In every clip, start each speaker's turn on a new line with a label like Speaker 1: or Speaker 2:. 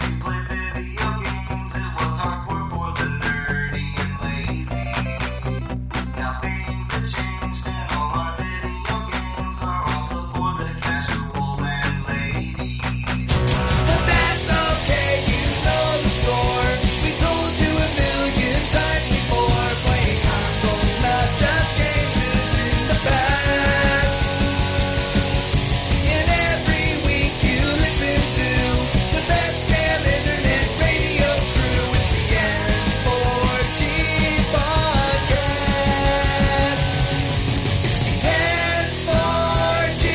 Speaker 1: we played video games, it was hardcore for the nerdy and lazy. Now things have changed and all our video games are also for the casual and ladies.
Speaker 2: But that's okay, you know the score. We told you a million times before. Playing consoles, not just games, is in the past. And every week you listen to the best damn internet radio crew. It's the N4G podcast. N4G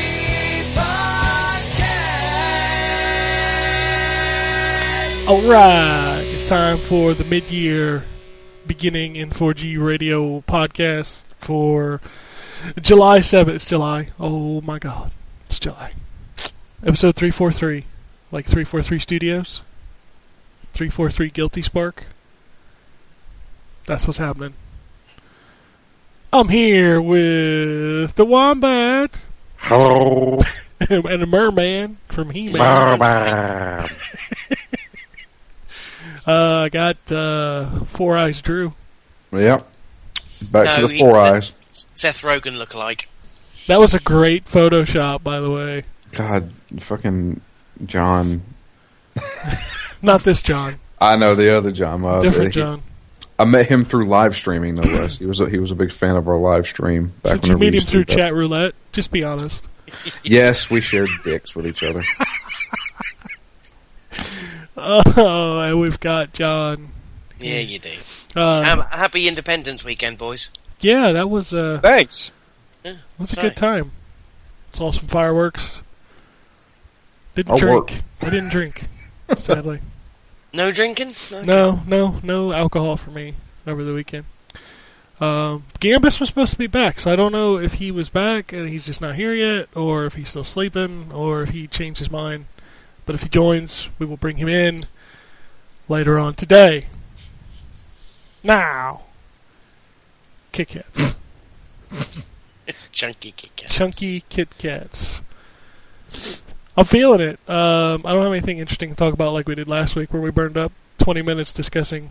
Speaker 2: podcast.
Speaker 3: All right, it's time for the mid-year beginning in 4G radio podcast for July 7th. It's July. Oh my God, it's July. Episode 343, like 343 Studios, 343 Guilty Spark. That's what's happening. I'm here with the Wombat
Speaker 4: Hello,
Speaker 3: and the Merman from He-Man.
Speaker 4: Barbara.
Speaker 3: Uh, I got uh, Four Eyes Drew.
Speaker 4: Yep. Back
Speaker 5: No,
Speaker 4: to the
Speaker 5: he-
Speaker 4: four
Speaker 5: that-
Speaker 4: eyes.
Speaker 5: Seth Rogen lookalike.
Speaker 3: That was a great Photoshop, by the way.
Speaker 4: God, fucking John.
Speaker 3: Not this John,
Speaker 4: I know the other John. my other-
Speaker 3: different
Speaker 4: he-
Speaker 3: John.
Speaker 4: I met him through live streaming, no less. He was a, he was a big fan of our live stream back
Speaker 3: Did
Speaker 4: when
Speaker 3: you
Speaker 4: we
Speaker 3: meet him
Speaker 4: used to
Speaker 3: through
Speaker 4: do that.
Speaker 3: chat roulette? Just be honest.
Speaker 4: Yes, we shared dicks with each other.
Speaker 3: Oh, and we've got John.
Speaker 5: Yeah, you do.
Speaker 3: Uh,
Speaker 5: Um, happy Independence Weekend, boys.
Speaker 3: yeah, that was uh,
Speaker 6: Thanks.
Speaker 3: was a
Speaker 5: sorry.
Speaker 3: good time. Saw some fireworks. Didn't
Speaker 4: I'll
Speaker 3: drink.
Speaker 4: work.
Speaker 3: I didn't drink, sadly.
Speaker 5: No drinking?
Speaker 3: No, no, no alcohol for me over the weekend. Um, Gambus was supposed to be back, so I don't know if he was back and he's just not here yet, or if he's still sleeping, or if he changed his mind. But if he joins, we will bring him in later on today. Now, Kit Kats,
Speaker 5: Chunky kicker.
Speaker 3: chunky Kit Kats. I'm feeling it. Um, I don't have anything interesting to talk about like we did last week, where we burned up 20 minutes discussing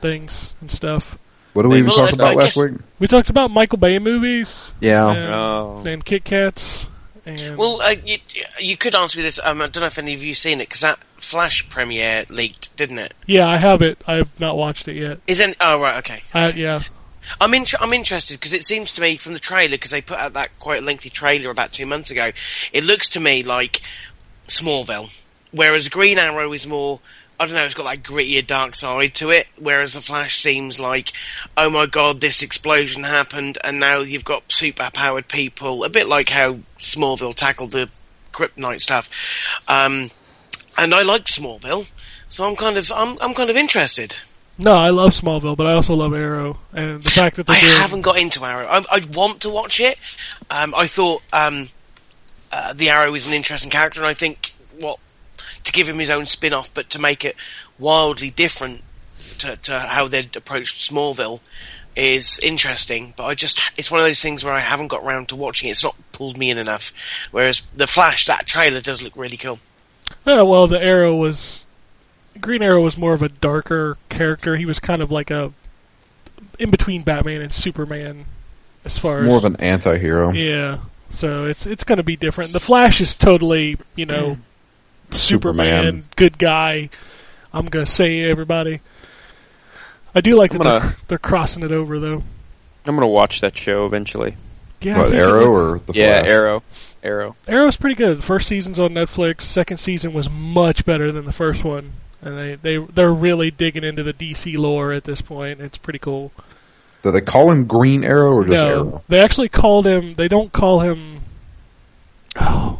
Speaker 3: things and stuff.
Speaker 4: What did we even
Speaker 5: Well,
Speaker 4: talk
Speaker 5: I- I
Speaker 4: about last
Speaker 5: guess-
Speaker 4: week?
Speaker 3: We talked about Michael Bay movies.
Speaker 4: Yeah.
Speaker 3: And,
Speaker 6: Oh.
Speaker 3: and Kit Kats. And
Speaker 5: Well, uh, you, you could answer me this. Um, I don't know if any of you seen it because that Flash premiere leaked, didn't it?
Speaker 3: yeah, I have it. I've not watched it yet.
Speaker 5: Is any? Oh right, okay.
Speaker 3: I, yeah,
Speaker 5: I'm in, I'm interested because it seems to me from the trailer because they put out that quite lengthy trailer about two months ago. It looks to me like Smallville, whereas Green Arrow is more. I don't know. It's got that grittier, dark side to it. Whereas the Flash seems like, oh my god, this explosion happened, and now you've got super-powered people. A bit like how Smallville tackled the Kryptonite stuff. Um, and I like Smallville, so I'm kind of, I'm, I'm kind of interested.
Speaker 3: no, I love Smallville, but I also love Arrow, and the fact that they're
Speaker 5: I
Speaker 3: doing-
Speaker 5: haven't got into Arrow. I, I want to watch it. Um, I thought um, uh, the Arrow is an interesting character, and I think what to give him his own spin-off, but to make it wildly different to, to how they'd approached Smallville is interesting. But I just it's one of those things where I haven't got round to watching it. It's not pulled me in enough. Whereas the Flash, that trailer does look really cool.
Speaker 3: Yeah, well, the Arrow was Green Arrow was more of a darker character. He was kind of like a in between Batman and Superman, as far
Speaker 4: More
Speaker 3: as
Speaker 4: of an anti-hero.
Speaker 3: yeah. So it's it's going to be different. The Flash is totally you know Superman, good guy. I'm gonna say everybody. I do like
Speaker 6: I'm
Speaker 3: that they're-
Speaker 6: gonna-
Speaker 3: they're crossing it over though.
Speaker 6: I'm gonna watch that show eventually.
Speaker 3: Yeah, I
Speaker 4: What,
Speaker 3: think it-
Speaker 4: Arrow or the
Speaker 6: yeah,
Speaker 4: Flash?
Speaker 6: Arrow. Arrow.
Speaker 3: Arrow's pretty good. First season's on Netflix. Second season was much better than the first one, and they they they're really digging into the DC lore at this point. It's pretty cool.
Speaker 4: Do they call him Green Arrow or just
Speaker 3: no,
Speaker 4: Arrow?
Speaker 3: they actually called him. They don't call him. Oh,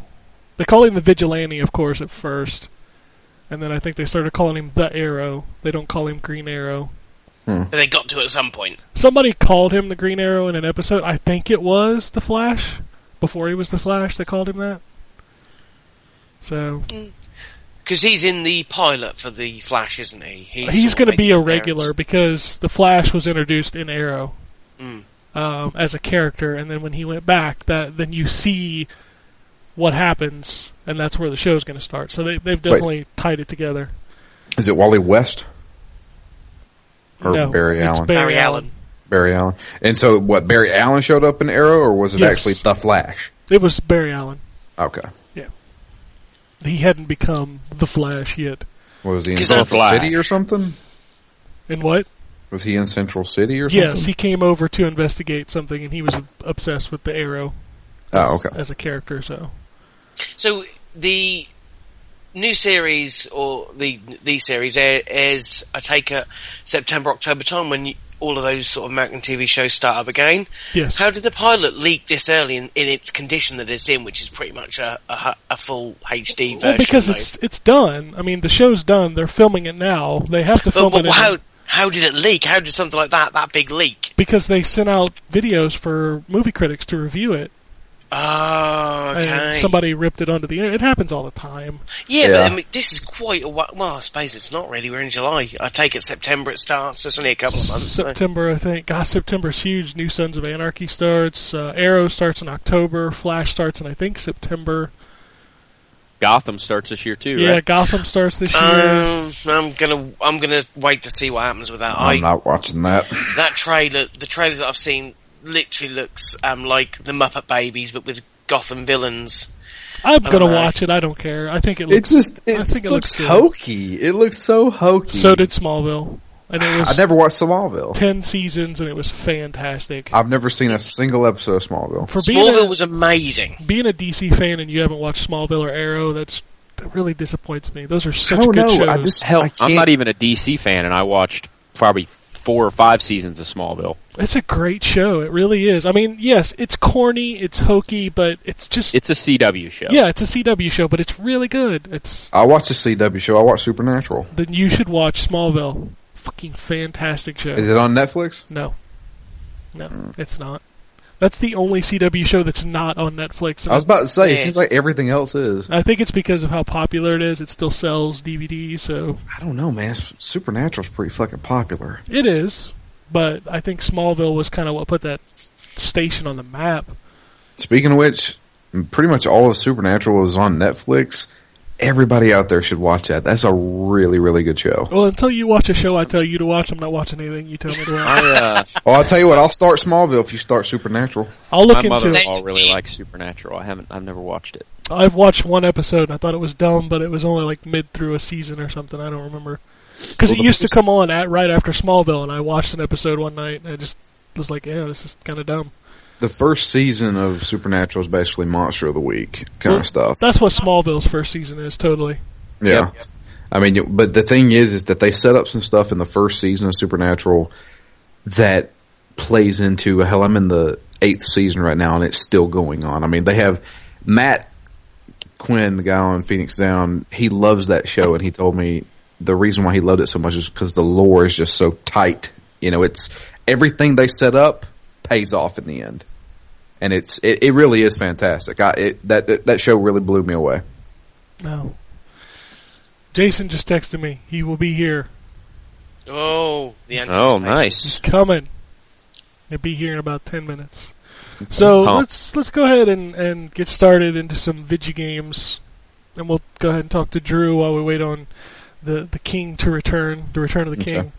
Speaker 3: they call him the Vigilante, of course, at first, and then I think they started calling him the Arrow. They don't call him Green Arrow.
Speaker 5: But they got to at some point.
Speaker 3: somebody called him the Green Arrow in an episode. I think it was the Flash. Before he was the Flash, they called him that. So
Speaker 5: Because he's in the pilot for the Flash, isn't he? sort
Speaker 3: he's
Speaker 5: of
Speaker 3: going to
Speaker 5: makes
Speaker 3: be a
Speaker 5: an appearance.
Speaker 3: regular because the Flash was introduced in Arrow.
Speaker 5: Mm.
Speaker 3: um, as a character, and then when he went back, that then you see what happens, and that's where the show's going to start. So they, they've definitely tied it together.
Speaker 4: Is it Wally West or
Speaker 3: No,
Speaker 4: Barry
Speaker 3: it's
Speaker 4: Allen?
Speaker 3: Barry,
Speaker 5: Barry
Speaker 3: Allen.
Speaker 5: Allen.
Speaker 4: Barry Allen. And so, what? Barry Allen showed up in Arrow, or was it
Speaker 3: Yes.
Speaker 4: actually the Flash?
Speaker 3: It was Barry Allen.
Speaker 4: Okay.
Speaker 3: He hadn't become the Flash yet.
Speaker 4: What, was he in
Speaker 5: 'Cause
Speaker 4: Central
Speaker 5: I'm Flash.
Speaker 4: City or something?
Speaker 3: And what?
Speaker 4: Was he in Central City or
Speaker 3: Yes,
Speaker 4: something?
Speaker 3: he came over to investigate something, and he was obsessed with the Arrow
Speaker 4: Oh, okay.
Speaker 3: as a character. So
Speaker 5: So the new series or the the series air- airs, I take it September October time when you, all of those sort of American TV shows start up again.
Speaker 3: yes,
Speaker 5: How did the pilot leak this early in, in its condition that it's in, which is pretty much a, a, hu- a full HD version?
Speaker 3: well, because
Speaker 5: though?
Speaker 3: it's it's done. I mean, the show's done. They're filming it now. They have to
Speaker 5: but,
Speaker 3: film
Speaker 5: but
Speaker 3: it in-
Speaker 5: how how did it leak? How did something like that that big leak?
Speaker 3: because they sent out videos for movie critics to review it,
Speaker 5: Oh, okay.
Speaker 3: and Uh, somebody ripped it onto the internet. It happens all the time.
Speaker 5: yeah, but
Speaker 4: Yeah.
Speaker 5: I mean, this is quite a wh- well. I suppose it's not really. We're in July. I take it September it starts. It's only a couple of months. so-
Speaker 3: September, I think. God, September's huge. New Sons of Anarchy starts. Uh, Arrow starts in October. Flash starts in I think September.
Speaker 6: Gotham starts this year too,
Speaker 3: Yeah,
Speaker 6: right?
Speaker 3: Gotham starts this year.
Speaker 5: Um, I'm gonna I'm gonna wait to see what happens with that. I
Speaker 4: I'm not watching that.
Speaker 5: that trailer, the trailers that I've seen, literally looks um like the Muppet Babies, but with Gotham villains.
Speaker 3: I'm
Speaker 5: I
Speaker 3: gonna
Speaker 5: don't know.
Speaker 3: watch it. I don't care. I think it
Speaker 4: It
Speaker 3: looks.
Speaker 4: just
Speaker 3: I
Speaker 4: it
Speaker 3: think
Speaker 4: looks,
Speaker 3: it looks good.
Speaker 4: hokey. It looks so hokey.
Speaker 3: so did Smallville, and it was
Speaker 4: I never watched Smallville.
Speaker 3: ten seasons, and it was fantastic.
Speaker 4: I've never seen a single episode of Smallville.
Speaker 3: For being
Speaker 5: Smallville
Speaker 3: a,
Speaker 5: was amazing.
Speaker 3: being a DC fan and you haven't watched Smallville or Arrow, that's that really disappoints me. Those are
Speaker 4: I
Speaker 3: such
Speaker 4: don't
Speaker 3: good
Speaker 4: know.
Speaker 3: shows.
Speaker 4: Oh, I just
Speaker 6: Hell,
Speaker 4: I
Speaker 6: I'm
Speaker 4: can't-
Speaker 3: e-
Speaker 6: not even a DC fan, and I watched probably four or five seasons of Smallville.
Speaker 3: It's a great show. It really is. I mean, yes, it's corny, it's hokey, but it's just
Speaker 6: It's a CW show.
Speaker 3: yeah, it's a CW show, but it's really good. It's
Speaker 4: I watched a CW show. I watched Supernatural.
Speaker 3: then you should watch Smallville. Fucking fantastic show.
Speaker 4: Is it on Netflix?
Speaker 3: No, no, it's not. That's the only CW show that's not on Netflix.
Speaker 4: I was about to say. It
Speaker 5: Yeah.
Speaker 4: seems like everything else is.
Speaker 3: I think it's because of how popular it is. It still sells DVDs, so
Speaker 4: I don't know, man. S- Supernatural's pretty fucking popular.
Speaker 3: it is. But I think Smallville was kind of what put that station on the map.
Speaker 4: Speaking of which, pretty much all of Supernatural is on Netflix. Everybody out there should watch that. That's a really, really good show.
Speaker 3: Well, until you watch a show I tell you to watch, I'm not watching anything you tell me to watch.
Speaker 6: I, uh,
Speaker 4: Oh, I'll tell you what. I'll start Smallville if you start Supernatural.
Speaker 3: I'll
Speaker 6: my
Speaker 3: look into it.
Speaker 6: mother-in-law really likes Supernatural. I haven't. I've never watched it.
Speaker 3: I've watched one episode. And I thought it was dumb, but it was only like mid through a season or something. I don't remember because
Speaker 4: Well,
Speaker 3: it
Speaker 4: the
Speaker 3: used to
Speaker 4: first-
Speaker 3: come on at right after Smallville, and I watched an episode one night and I just was like, "Yeah, this is kind of dumb."
Speaker 4: The first season of Supernatural is basically Monster of the Week kind
Speaker 3: Well,
Speaker 4: of stuff.
Speaker 3: That's what Smallville's first season is. Totally.
Speaker 4: Yeah. I mean, you- but the thing is, is that they set up some stuff in the first season of Supernatural that plays into hell. I'm in the eighth season right now, and it's still going on. I mean, they have Matt Quinn, the guy on Phoenix Down. He loves that show, and he told me the reason why he loved it so much is because the lore is just so tight. You know, it's everything they set up pays off in the end, and it's it, it really is fantastic. I it, that that- that show really blew me away.
Speaker 3: No. Jason just texted me. He will be here.
Speaker 5: Oh, the
Speaker 6: Oh,
Speaker 5: anticipation.
Speaker 3: He's
Speaker 6: nice.
Speaker 3: coming. He'll be here in about ten minutes. So
Speaker 6: Huh.
Speaker 3: let's let's go ahead and, and get started into some Vigi games, and we'll go ahead and talk to Drew while we wait on the the King to return. The return of the
Speaker 4: Okay.
Speaker 3: King.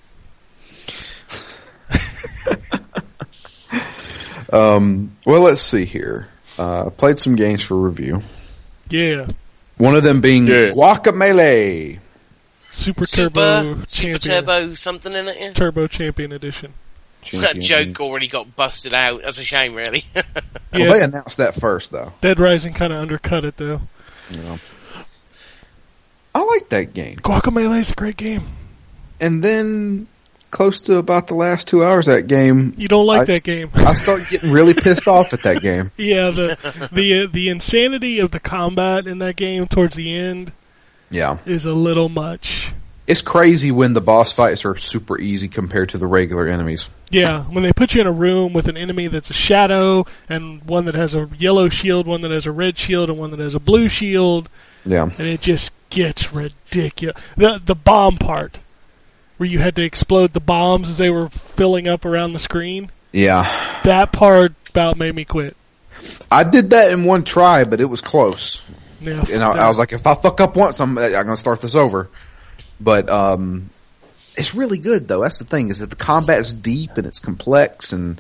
Speaker 4: Mm. Well, let's see here. Uh, played some games for review.
Speaker 3: Yeah,
Speaker 4: One of them being
Speaker 6: Yeah.
Speaker 4: Guacamele.
Speaker 3: Super,
Speaker 5: Super
Speaker 3: Turbo
Speaker 5: Super
Speaker 3: Champion
Speaker 5: Turbo something in it. Yeah?
Speaker 3: Turbo Champion Edition.
Speaker 5: That joke already got busted out. That's a shame, really.
Speaker 4: Well,
Speaker 3: Yeah.
Speaker 4: they announced that first, though.
Speaker 3: Dead Rising kind of undercut it though.
Speaker 4: I like that game.
Speaker 3: Guacamelee is a great game.
Speaker 4: And then, close to about the last two hours of that game,
Speaker 3: You don't like
Speaker 4: I-
Speaker 3: that game.
Speaker 4: I start getting really pissed off at that game.
Speaker 3: Yeah, the the uh, the insanity of the combat in that game towards the end
Speaker 4: Yeah.
Speaker 3: is a little much.
Speaker 4: It's crazy when the boss fights are super easy compared to the regular enemies.
Speaker 3: Yeah, when they put you in a room with an enemy that's a shadow and one that has a yellow shield, one that has a red shield, and one that has a blue shield,
Speaker 4: Yeah.
Speaker 3: and it just gets ridiculous. The the bomb part where you had to explode the bombs as they were filling up around the screen.
Speaker 4: Yeah.
Speaker 3: That part about made me quit.
Speaker 4: I did that in one try, but it was close.
Speaker 3: Yeah,
Speaker 4: And I, I was like, if I fuck up once, I'm, I'm gonna start this over. But, um, it's really good though. That's the thing is that the combat's deep and it's complex and,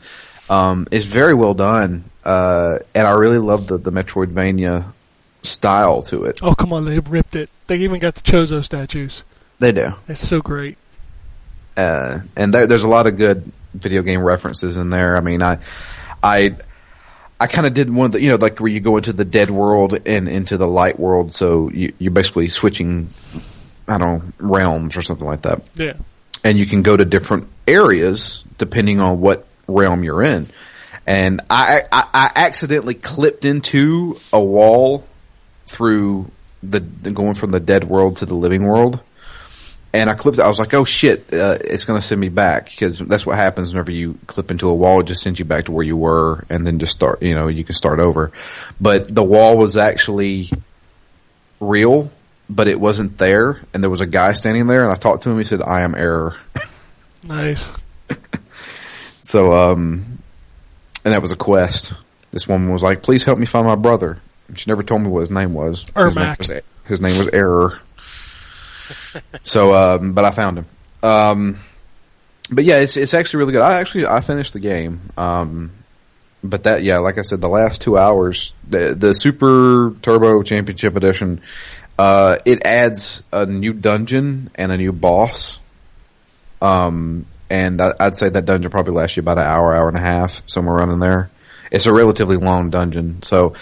Speaker 4: um, it's very well done. Uh, and I really love the, the Metroidvania style to it.
Speaker 3: oh come on, they ripped it. They even got the Chozo statues.
Speaker 4: They do.
Speaker 3: That's so great.
Speaker 4: uh, and there, there's a lot of good video game references in there. I mean, I, I, I kind of did one of the, you know, like where you go into the dead world and into the light world, so you, you're basically switching, I don't know, realms or something like that,
Speaker 3: Yeah,
Speaker 4: and you can go to different areas depending on what realm you're in. And I, I, I accidentally clipped into a wall through the going from the dead world to the living world and I clipped. it. I was like, "Oh shit, uh, it's going to send me back," because that's what happens whenever you clip into a wall. It just sends you back to where you were, and then just start. You know, you can start over. But the wall was actually real, but it wasn't there, and there was a guy standing there, and I talked to him. He said, "I am error."
Speaker 3: nice.
Speaker 4: So, um, and that was a quest. This woman was like, "Please help me find my brother." She never told me what his name was. His name
Speaker 3: Ermac.
Speaker 4: was, E, his name was Error. so, um, but I found him. Um, but yeah, it's it's actually really good. I actually I finished the game. Um, but that yeah, like I said, the last two hours, the, the Super Turbo Championship Edition, uh, it adds a new dungeon and a new boss. Um, and I, I'd say that dungeon probably lasts you about an hour, hour and a half, somewhere around in there. It's a relatively long dungeon, so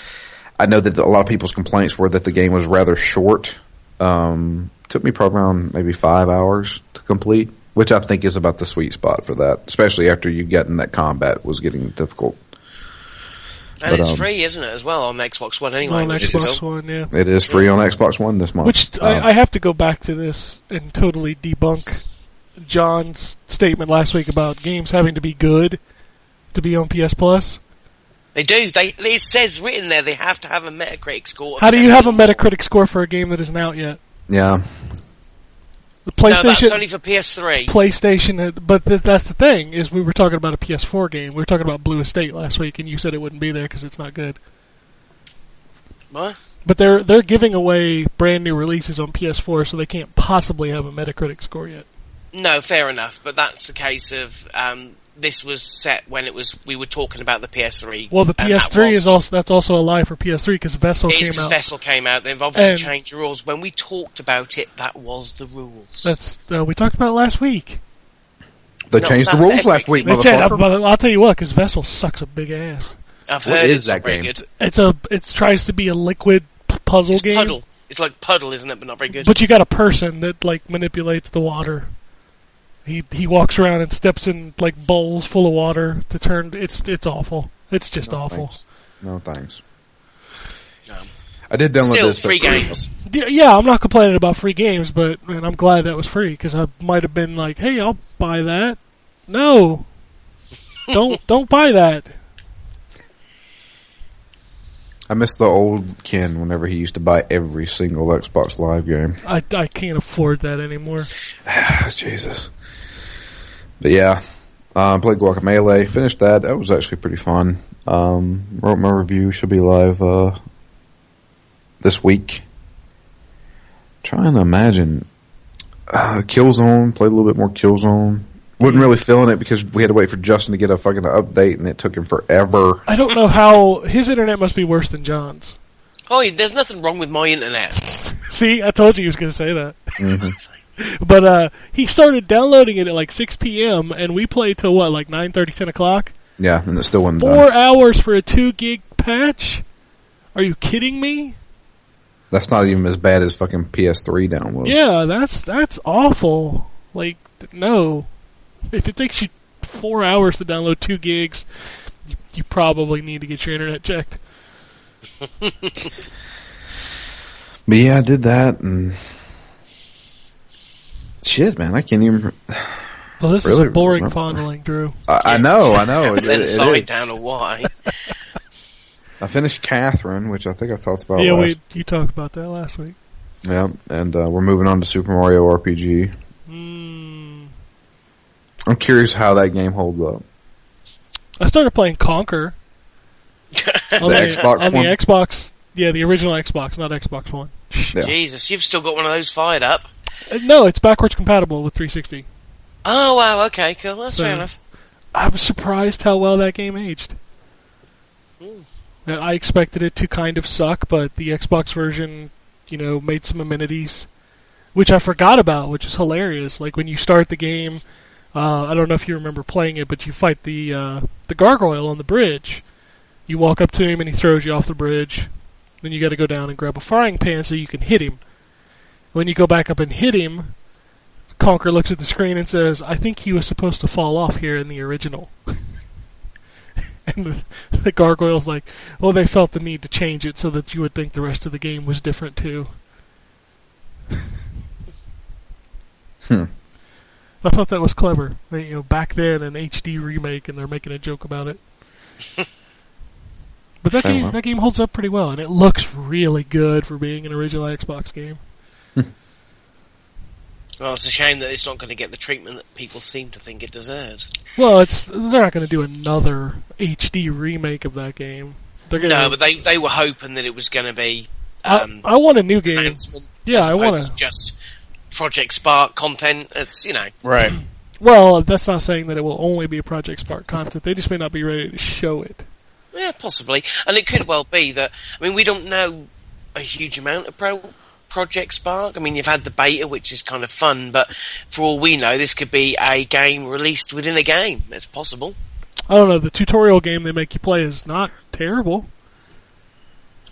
Speaker 4: I know that a lot of people's complaints were that the game was rather short. Um, took me probably around maybe five hours to complete, which I think is about the sweet spot for that, especially after you get in that combat was getting difficult.
Speaker 5: And
Speaker 4: But,
Speaker 5: it's
Speaker 4: um,
Speaker 5: free, isn't it, as well, on Xbox One anyway?
Speaker 3: on
Speaker 5: which is
Speaker 3: Xbox
Speaker 5: cool.
Speaker 3: One, yeah.
Speaker 4: It is free on Xbox One this month.
Speaker 3: Which
Speaker 4: Um,
Speaker 3: I, I have to go back to this and totally debunk John's statement last week about games having to be good to be on PS Plus.
Speaker 5: They do. They It says written there they have to have a Metacritic score. of
Speaker 3: How do you have a
Speaker 5: 70.
Speaker 3: Metacritic score for a game that isn't out yet?
Speaker 4: yeah,
Speaker 3: The
Speaker 5: No, that's
Speaker 3: PlayStation,
Speaker 5: only for PS3.
Speaker 3: PlayStation, had- but th- that's the thing is we were talking about a PS4 game. We were talking about Blue Estate last week, and you said it wouldn't be there because it's not good.
Speaker 5: What?
Speaker 3: But they're they're giving away brand new releases on PS4, so they can't possibly have a Metacritic score yet.
Speaker 5: No, fair enough. But that's the case of um, this was set when it was we were talking about the PS3.
Speaker 3: Well, the
Speaker 5: and that
Speaker 3: PS3 is
Speaker 5: was-
Speaker 3: also that's also a lie for PS3 because Vessel
Speaker 5: It is
Speaker 3: came
Speaker 5: because
Speaker 3: out.
Speaker 5: Vessel came out. They've obviously
Speaker 3: And-
Speaker 5: changed the rules. When we talked about it, that was the rules.
Speaker 3: That's uh, we talked about it last week.
Speaker 4: they
Speaker 5: No,
Speaker 4: changed the
Speaker 5: not
Speaker 4: rules
Speaker 5: Epic.
Speaker 4: last week,
Speaker 3: They said,
Speaker 4: motherfucker.
Speaker 3: I'll, I'll tell you what, because Vessel sucks a big ass.
Speaker 5: I've
Speaker 4: What
Speaker 5: heard
Speaker 4: is
Speaker 5: it's
Speaker 4: that
Speaker 5: not very
Speaker 4: game?
Speaker 5: good.
Speaker 3: It's a it tries to be a liquid p- puzzle
Speaker 5: It's
Speaker 3: game,
Speaker 5: puddle. It's like puddle, isn't it? But not very good.
Speaker 3: but you got a person that like manipulates the water. He he walks around and steps in like bowls full of water to turn. It's it's awful. It's just awful.
Speaker 4: Thanks. No thanks.
Speaker 5: No.
Speaker 4: I did download
Speaker 5: Still,
Speaker 4: this. but-
Speaker 5: free games.
Speaker 3: D- Yeah, I'm not complaining about free games, but man, I'm glad that was free because I might have been like, hey, I'll buy that. No, don't don't buy that.
Speaker 4: I miss the old Ken whenever he used to buy every single Xbox Live game.
Speaker 3: I, I can't afford that anymore.
Speaker 4: Jesus. But yeah, um, played Guacamelee, finished that. That was actually pretty fun. Um, wrote my review, should be live uh, this week. Trying to imagine uh, Killzone. Played a little bit more Killzone. Wasn't really feeling it because we had to wait for Justin to get a fucking update, and it took him forever.
Speaker 3: I don't know how his internet must be worse than John's.
Speaker 5: Oh, there's nothing wrong with my internet.
Speaker 3: See, I told you he was going to say that.
Speaker 4: Mm-hmm.
Speaker 3: But uh, he started downloading it at like 6 p.m. and we played till what, like 9:30, 10 o'clock.
Speaker 4: Yeah, and it still wasn't
Speaker 3: Four
Speaker 4: done.
Speaker 3: hours for a two gig patch? Are you kidding me?
Speaker 4: That's not even as bad as fucking PS3 download.
Speaker 3: Yeah, that's that's awful. Like, no. If it takes you four hours to download two gigs, you, you probably need to get your internet checked.
Speaker 4: But yeah, I did that and shit, man. I can't even.
Speaker 3: Well, this
Speaker 4: Really?
Speaker 3: is boring
Speaker 4: Remember-
Speaker 3: fondling, Drew.
Speaker 4: I, I know, I know. It-
Speaker 5: Then
Speaker 4: it
Speaker 5: side
Speaker 4: is.
Speaker 5: down or eh? why?
Speaker 4: I finished Catherine, which I think I talked about.
Speaker 3: yeah,
Speaker 4: last.
Speaker 3: we you talked about that last week.
Speaker 4: Yeah, and uh, we're moving on to Super Mario RPG.
Speaker 3: Mm,
Speaker 4: I'm curious how that game holds up.
Speaker 3: I started playing Conquer on
Speaker 4: The Xbox
Speaker 3: on
Speaker 4: one?
Speaker 3: the Xbox. Yeah, the original Xbox, not Xbox One.
Speaker 4: Yeah.
Speaker 5: Jesus, you've still got one of those fired up.
Speaker 3: Uh, No, it's backwards compatible with 360.
Speaker 5: Oh wow, okay, cool. That's
Speaker 3: So-
Speaker 5: fair enough.
Speaker 3: I was surprised how well that game aged. Uh, I expected it to kind of suck, but the Xbox version, you know, made some amenities, which I forgot about, which is hilarious. Like when you start the game, uh, I don't know if you remember playing it, but you fight the uh, the gargoyle on the bridge. You walk up to him and he throws you off the bridge. Then you got to go down and grab a frying pan so you can hit him. When you go back up and hit him, Conker looks at the screen and says, I think he was supposed to fall off here in the original. and the, the gargoyle's like, well, they felt the need to change it so that you would think the rest of the game was different too.
Speaker 4: Hmm.
Speaker 3: I thought that was clever. They, you know, back then an HD remake, and they're making a joke about it. but that
Speaker 4: Oh,
Speaker 3: game,
Speaker 4: wow.
Speaker 3: that game holds up pretty well, and it looks really good for being an original Xbox game.
Speaker 5: Well, it's a shame that it's not going to get the treatment that people seem to think it deserves.
Speaker 3: Well, it's they're not going to do another HD remake of that game. They're gonna,
Speaker 5: No, but they they were hoping that it was going to be um,
Speaker 3: I, I want a new game.
Speaker 5: announcement.
Speaker 3: Yeah,
Speaker 5: as
Speaker 3: I
Speaker 5: opposed
Speaker 3: wanna-
Speaker 5: to just Project Spark content. It's you know,
Speaker 6: Right.
Speaker 3: Well, that's not saying that it will only be Project Spark content. They just may not be ready to show it.
Speaker 5: yeah, possibly, and it could well be that. I mean, we don't know a huge amount of pro. Project Spark. I mean, you've had the beta, which is kind of fun, but for all we know, this could be a game released within a game. It's possible.
Speaker 3: I don't know. The tutorial game they make you play is not terrible.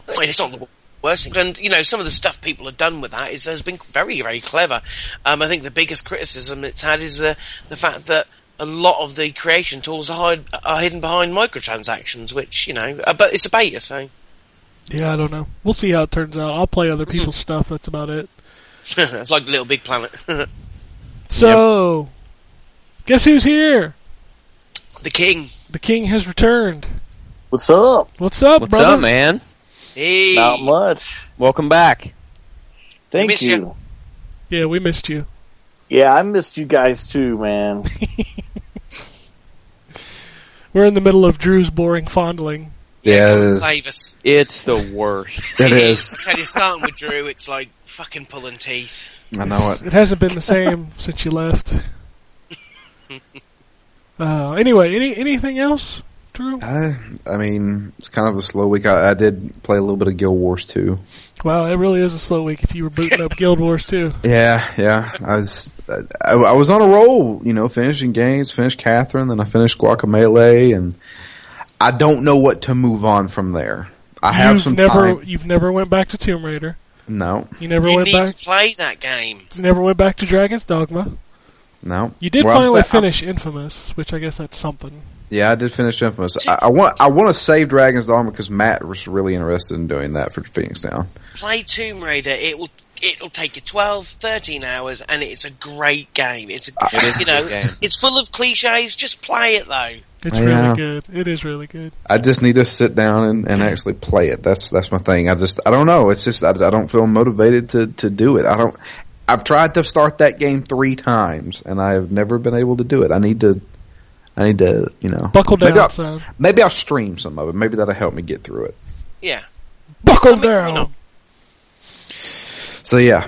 Speaker 5: Well, it's not the worst thing. And you know, some of the stuff people have done with that is has been very, very clever. Um, I think the biggest criticism it's had is the the fact that a lot of the creation tools are, hide, are hidden behind microtransactions, which you know, uh, but it's a beta, so
Speaker 3: Yeah, I don't know. We'll see how it turns out. I'll play other people's stuff. That's about it.
Speaker 5: it's like Little Big Planet.
Speaker 3: So, guess who's here?
Speaker 5: the King.
Speaker 3: The king has returned.
Speaker 7: What's up?
Speaker 3: What's up,
Speaker 6: What's
Speaker 3: brother?
Speaker 6: up, man?
Speaker 5: Hey,
Speaker 7: Not much.
Speaker 6: Welcome back.
Speaker 7: Thank
Speaker 5: missed
Speaker 7: you.
Speaker 5: you.
Speaker 3: Yeah, we missed you.
Speaker 7: Yeah, I missed you guys too, man.
Speaker 3: We're in the middle of Drew's boring fondling.
Speaker 4: Yeah, it is.
Speaker 5: save us.
Speaker 6: It's the worst.
Speaker 4: It is.
Speaker 5: I tell you, starting with Drew, it's like fucking pulling teeth.
Speaker 4: I know it.
Speaker 3: It hasn't been the same since you left. Uh, anyway, any anything else, Drew?
Speaker 4: I, I mean, it's kind of a slow week. I, I did play a little bit of Guild Wars 2.
Speaker 3: Wow, it really is a slow week if you were booting up Guild Wars too.
Speaker 4: Yeah, yeah. I was, I, I was on a roll, you know, finishing games, finished Catherine, then I finished Guacamele, and I don't know what to move on from there. I have
Speaker 3: you've
Speaker 4: some
Speaker 3: never
Speaker 4: time.
Speaker 3: you've never went back to Tomb Raider.
Speaker 4: No,
Speaker 3: You never
Speaker 5: You
Speaker 3: went
Speaker 5: need
Speaker 3: back
Speaker 5: to play that game.
Speaker 3: you never went back to Dragon's Dogma.
Speaker 4: no.
Speaker 3: You did
Speaker 4: Where I'm
Speaker 3: finally
Speaker 4: sa- I'm-
Speaker 3: finish Infamous, which I guess that's something.
Speaker 4: Yeah, I did finish Infamous. I, I want, I want to save Dragon's Dogma because Matt was really interested in doing that for Phoenix Down.
Speaker 5: play Tomb Raider. It will it'll take you 12, 13 hours, and it's a great game. It's a,
Speaker 6: Ah, It is a
Speaker 5: you know
Speaker 6: good
Speaker 5: it's, it's full of cliches. Just play it though.
Speaker 3: It's
Speaker 4: Yeah.
Speaker 3: really good. It is really good.
Speaker 4: I just need to sit down and, and actually play it. That's that's my thing. I just I don't know. It's just I, I don't feel motivated to to do it. I don't. I've tried to start that game three times and I have never been able to do it. I need to. I need to you know
Speaker 3: Buckle down,
Speaker 4: Maybe I'll,
Speaker 3: son.
Speaker 4: maybe I'll stream some of it. Maybe that'll help me get through it.
Speaker 5: Yeah,
Speaker 3: Buckle
Speaker 5: mean,
Speaker 3: down.
Speaker 5: no.
Speaker 4: So yeah,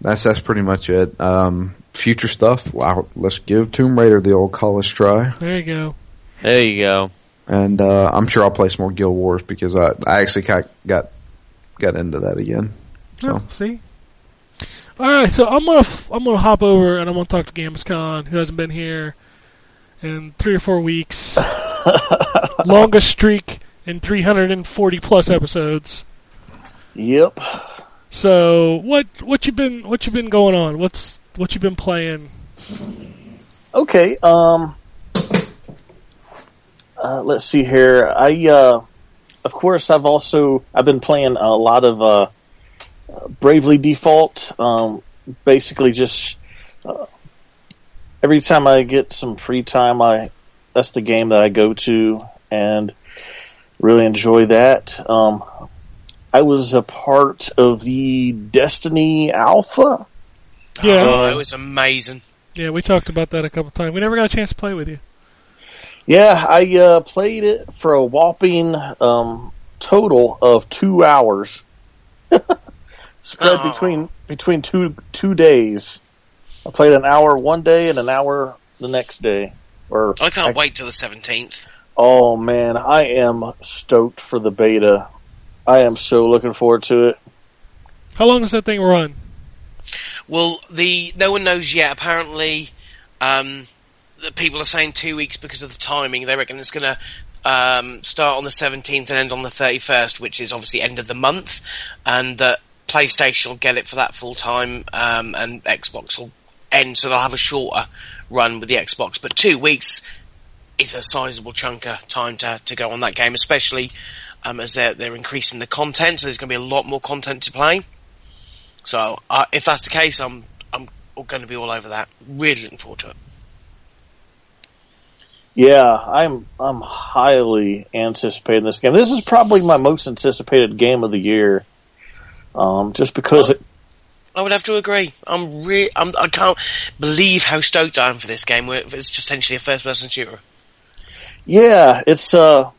Speaker 4: that's that's pretty much it. Um, future stuff. Wow, let's give Tomb Raider the old college try.
Speaker 3: There you go.
Speaker 6: There you go.
Speaker 4: and uh, I'm sure I'll play some more Guild Wars because I, I actually got, got got into that again. So
Speaker 3: Oh, see. All right, so I'm gonna f- I'm gonna hop over and I'm gonna talk to Gamescon, who hasn't been here in three or four weeks. Longest streak in 340 plus episodes.
Speaker 7: Yep.
Speaker 3: So what what you been what you been going on? What's what you been playing?
Speaker 7: Okay. Um. Uh, let's see here. I, uh, of course, I've also I've been playing a lot of uh, Bravely Default. Um, basically, just uh, every time I get some free time, I that's the game that I go to and really enjoy that. Um, I was a part of the Destiny Alpha.
Speaker 3: Yeah,
Speaker 5: oh, it was amazing.
Speaker 3: yeah, we talked about that a couple times. We never got a chance to play with you.
Speaker 7: Yeah, I uh, played it for a whopping um, total of two hours, spread
Speaker 5: Oh.
Speaker 7: between between two two days. I played an hour one day and an hour the next day. Or
Speaker 5: I can't wait till the 17th.
Speaker 7: Oh man, I am stoked for the beta. I am so looking forward to it.
Speaker 3: How long does that thing run?
Speaker 5: Well, the no one knows yet. Apparently, um, the people are saying two weeks because of the timing. They reckon it's going to um, start on the 17th and end on the 31st, which is obviously end of the month, and that PlayStation will get it for that full time, um, and Xbox will end, so they'll have a shorter run with the Xbox. But two weeks is a sizable chunk of time to, to go on that game, especially um, as they're, they're increasing the content, so there's going to be a lot more content to play. So uh, if that's the case, I'm I'm going to be all over that. Really looking forward to it.
Speaker 7: Yeah, I'm I'm highly anticipating this game. This is probably my most anticipated game of the year. Um, just because it,
Speaker 5: I would have to agree. I'm re- I'm, I can't believe how stoked I am for this game. Where it's just essentially a first-person shooter.
Speaker 7: yeah, it's uh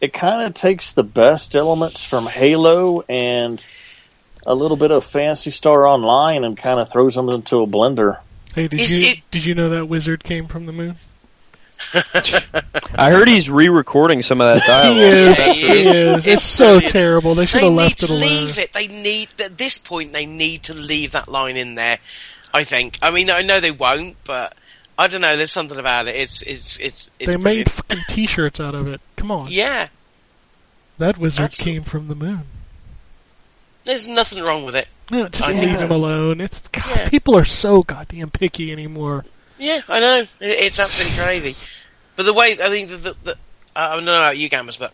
Speaker 7: it kind of takes the best elements from Halo and a little bit of Fantasy Star Online and kind of throws them into a blender.
Speaker 3: Hey, did
Speaker 5: Is
Speaker 3: you
Speaker 5: it-
Speaker 3: did you know that wizard came from the moon?
Speaker 6: I heard he's re-recording some of Oh, that dialogue.
Speaker 3: He is.
Speaker 5: That's
Speaker 3: He
Speaker 5: true.
Speaker 3: is. It's so terrible. They should
Speaker 5: they
Speaker 3: have
Speaker 5: need
Speaker 3: left
Speaker 5: to
Speaker 3: it alone.
Speaker 5: leave it. They need at this point they need to leave that line in there. I think. I mean, I know they won't, but I don't know. There's something about it. It's it's it's. it's
Speaker 3: They
Speaker 5: brilliant.
Speaker 3: made fucking t-shirts out of it. Come on.
Speaker 5: Yeah,
Speaker 3: That wizard
Speaker 5: Absolute-
Speaker 3: came from the moon.
Speaker 5: there's nothing wrong with it.
Speaker 3: No, just
Speaker 5: I
Speaker 3: leave
Speaker 5: know.
Speaker 3: him alone. It's God,
Speaker 5: Yeah.
Speaker 3: people are so goddamn picky anymore.
Speaker 5: Yeah, I know. It, it's absolutely crazy. But the way I think that the, the, I don't know about you gamers, but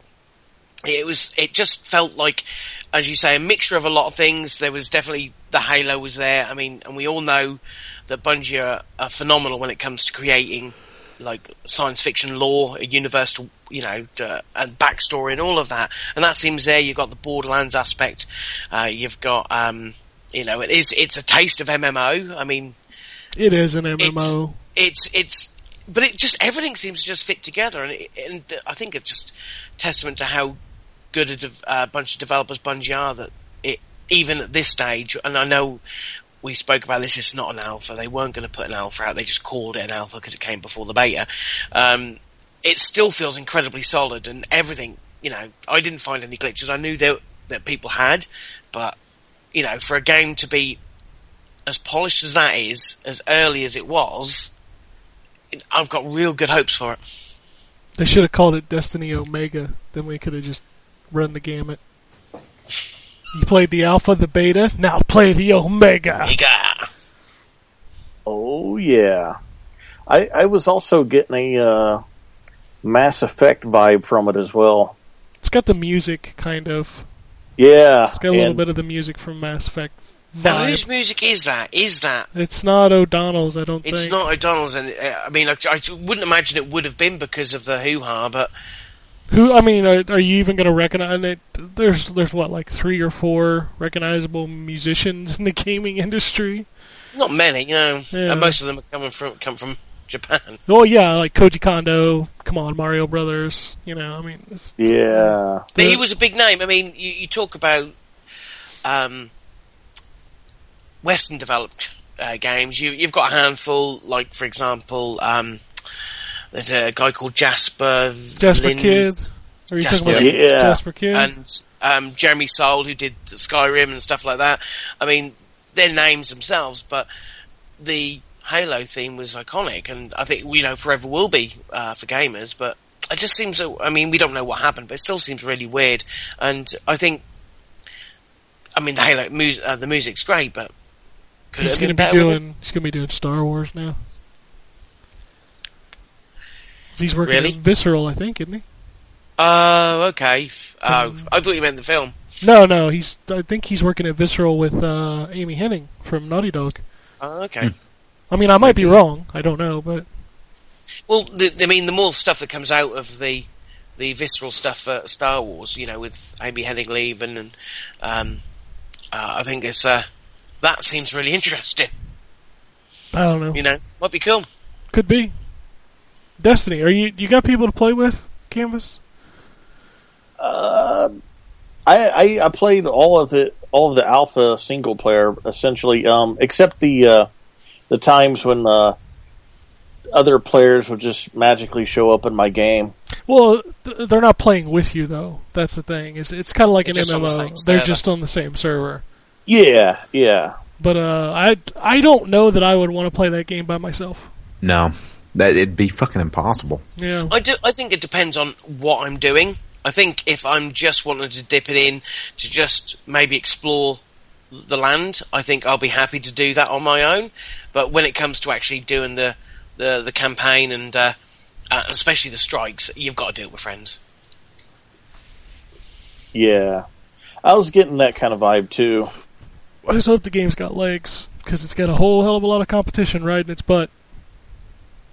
Speaker 5: it was it just felt like, as you say, a mixture of a lot of things. There was definitely the Halo was there. I mean, and we all know that Bungie are, are phenomenal when it comes to creating like science fiction lore, a universal, you know, uh, and backstory and all of that. And that seems there. You've got the Borderlands aspect. Uh, you've got, um, you know, it is it's a taste of MMO. I mean,
Speaker 3: It is an MMO.
Speaker 5: it's it's but it just everything seems to just fit together and it, and I think it's just testament to how good a dev- uh, bunch of developers Bungie are that it even at this stage and I know we spoke about this it's not an alpha they weren't going to put an alpha out they just called it an alpha because it came before the beta um, it still feels incredibly solid and everything you know I didn't find any glitches I knew that that people had but you know for a game to be as polished as that is as early as it was I've got real good hopes for it.
Speaker 3: They should have called it Destiny Omega. Then we could have just run the gamut. You played the alpha, the beta. Now play the omega.
Speaker 7: Oh yeah, I I was also getting a uh, Mass Effect vibe from it as well.
Speaker 3: It's got the music kind of.
Speaker 7: Yeah,
Speaker 3: It's got a little
Speaker 7: and-
Speaker 3: bit of the music from Mass Effect.
Speaker 5: Now,
Speaker 3: vibe.
Speaker 5: whose music is that? Is that?
Speaker 3: It's not O'Donnell's, I don't
Speaker 5: It's
Speaker 3: think.
Speaker 5: not O'Donnell's, and uh, I mean, I, I wouldn't imagine it would have been because of the hoo ha, but
Speaker 3: Who? I mean, are, are you even going to recognize it? There's there's what like three or four recognizable musicians in the gaming industry.
Speaker 5: it's not many, you know.
Speaker 3: Yeah.
Speaker 5: And most of them are coming from come from Japan.
Speaker 3: Oh yeah, like Koji Kondo. Come on, Mario Brothers. You know, I mean, it's,
Speaker 7: Yeah,
Speaker 5: But he was a big name. I mean, you, you talk about um, Western developed uh, games. You, you've got a handful, like for example, um, there's a guy called Jasper
Speaker 3: Jasper
Speaker 5: Lind-
Speaker 3: Kidd. Are you talking about
Speaker 7: Jasper. Yeah.
Speaker 3: Jasper Kidd?
Speaker 5: and um, Jeremy Soule, who did Skyrim and stuff like that. I mean, their names themselves, but the Halo theme was iconic, and I think you know forever will be uh, for gamers. But it just seems, so- I mean, we don't know what happened, but it still seems really weird. And I think, I mean, the Halo mu- uh, the music's great, but could it
Speaker 3: he's
Speaker 5: have
Speaker 3: going to
Speaker 5: been
Speaker 3: be
Speaker 5: better? with it?
Speaker 3: doing. He's going to be doing Star Wars now. He's working
Speaker 5: Really?
Speaker 3: on Visceral, I think, isn't he?
Speaker 5: Oh, okay. Oh,
Speaker 3: Mm.
Speaker 5: I thought you meant the film.
Speaker 3: No, no, he's. I think he's working at Visceral with uh, Amy Henning from Naughty Dog.
Speaker 5: Oh, okay.
Speaker 3: I mean, I might be wrong. I don't know, but
Speaker 5: Well, the, I mean, the more stuff that comes out of the the visceral stuff for Star Wars, you know, with Amy Henning Lieben, and um, uh, I think it's uh, that seems really interesting.
Speaker 3: I don't know.
Speaker 5: You know, might be cool.
Speaker 3: Could be. Destiny, are you you got people to play with? Canvas.
Speaker 7: Uh, I, I I played all of it, all of the alpha single player essentially, um, except the uh, the times when uh, other players would just magically show up in my game.
Speaker 3: Well, th- they're not playing with you though. That's the thing. It's it's kind of like
Speaker 5: They're
Speaker 3: an
Speaker 5: just on the
Speaker 3: MMO.
Speaker 5: same
Speaker 3: they're
Speaker 5: server.
Speaker 3: just on the same server.
Speaker 7: Yeah, yeah.
Speaker 3: But uh, I I don't know that I would want to play that game by myself.
Speaker 4: No, that it'd be fucking impossible.
Speaker 3: Yeah.
Speaker 5: I do. I think it depends on what I'm doing. I think if I'm just wanting to dip it in to just maybe explore the land, I think I'll be happy to do that on my own. But when it comes to actually doing the the, the campaign and uh, uh, especially the strikes, you've got to do it with friends.
Speaker 7: Yeah. I was getting that kind of vibe too.
Speaker 3: I just hope the game's got legs because it's got a whole hell of a lot of competition riding its butt.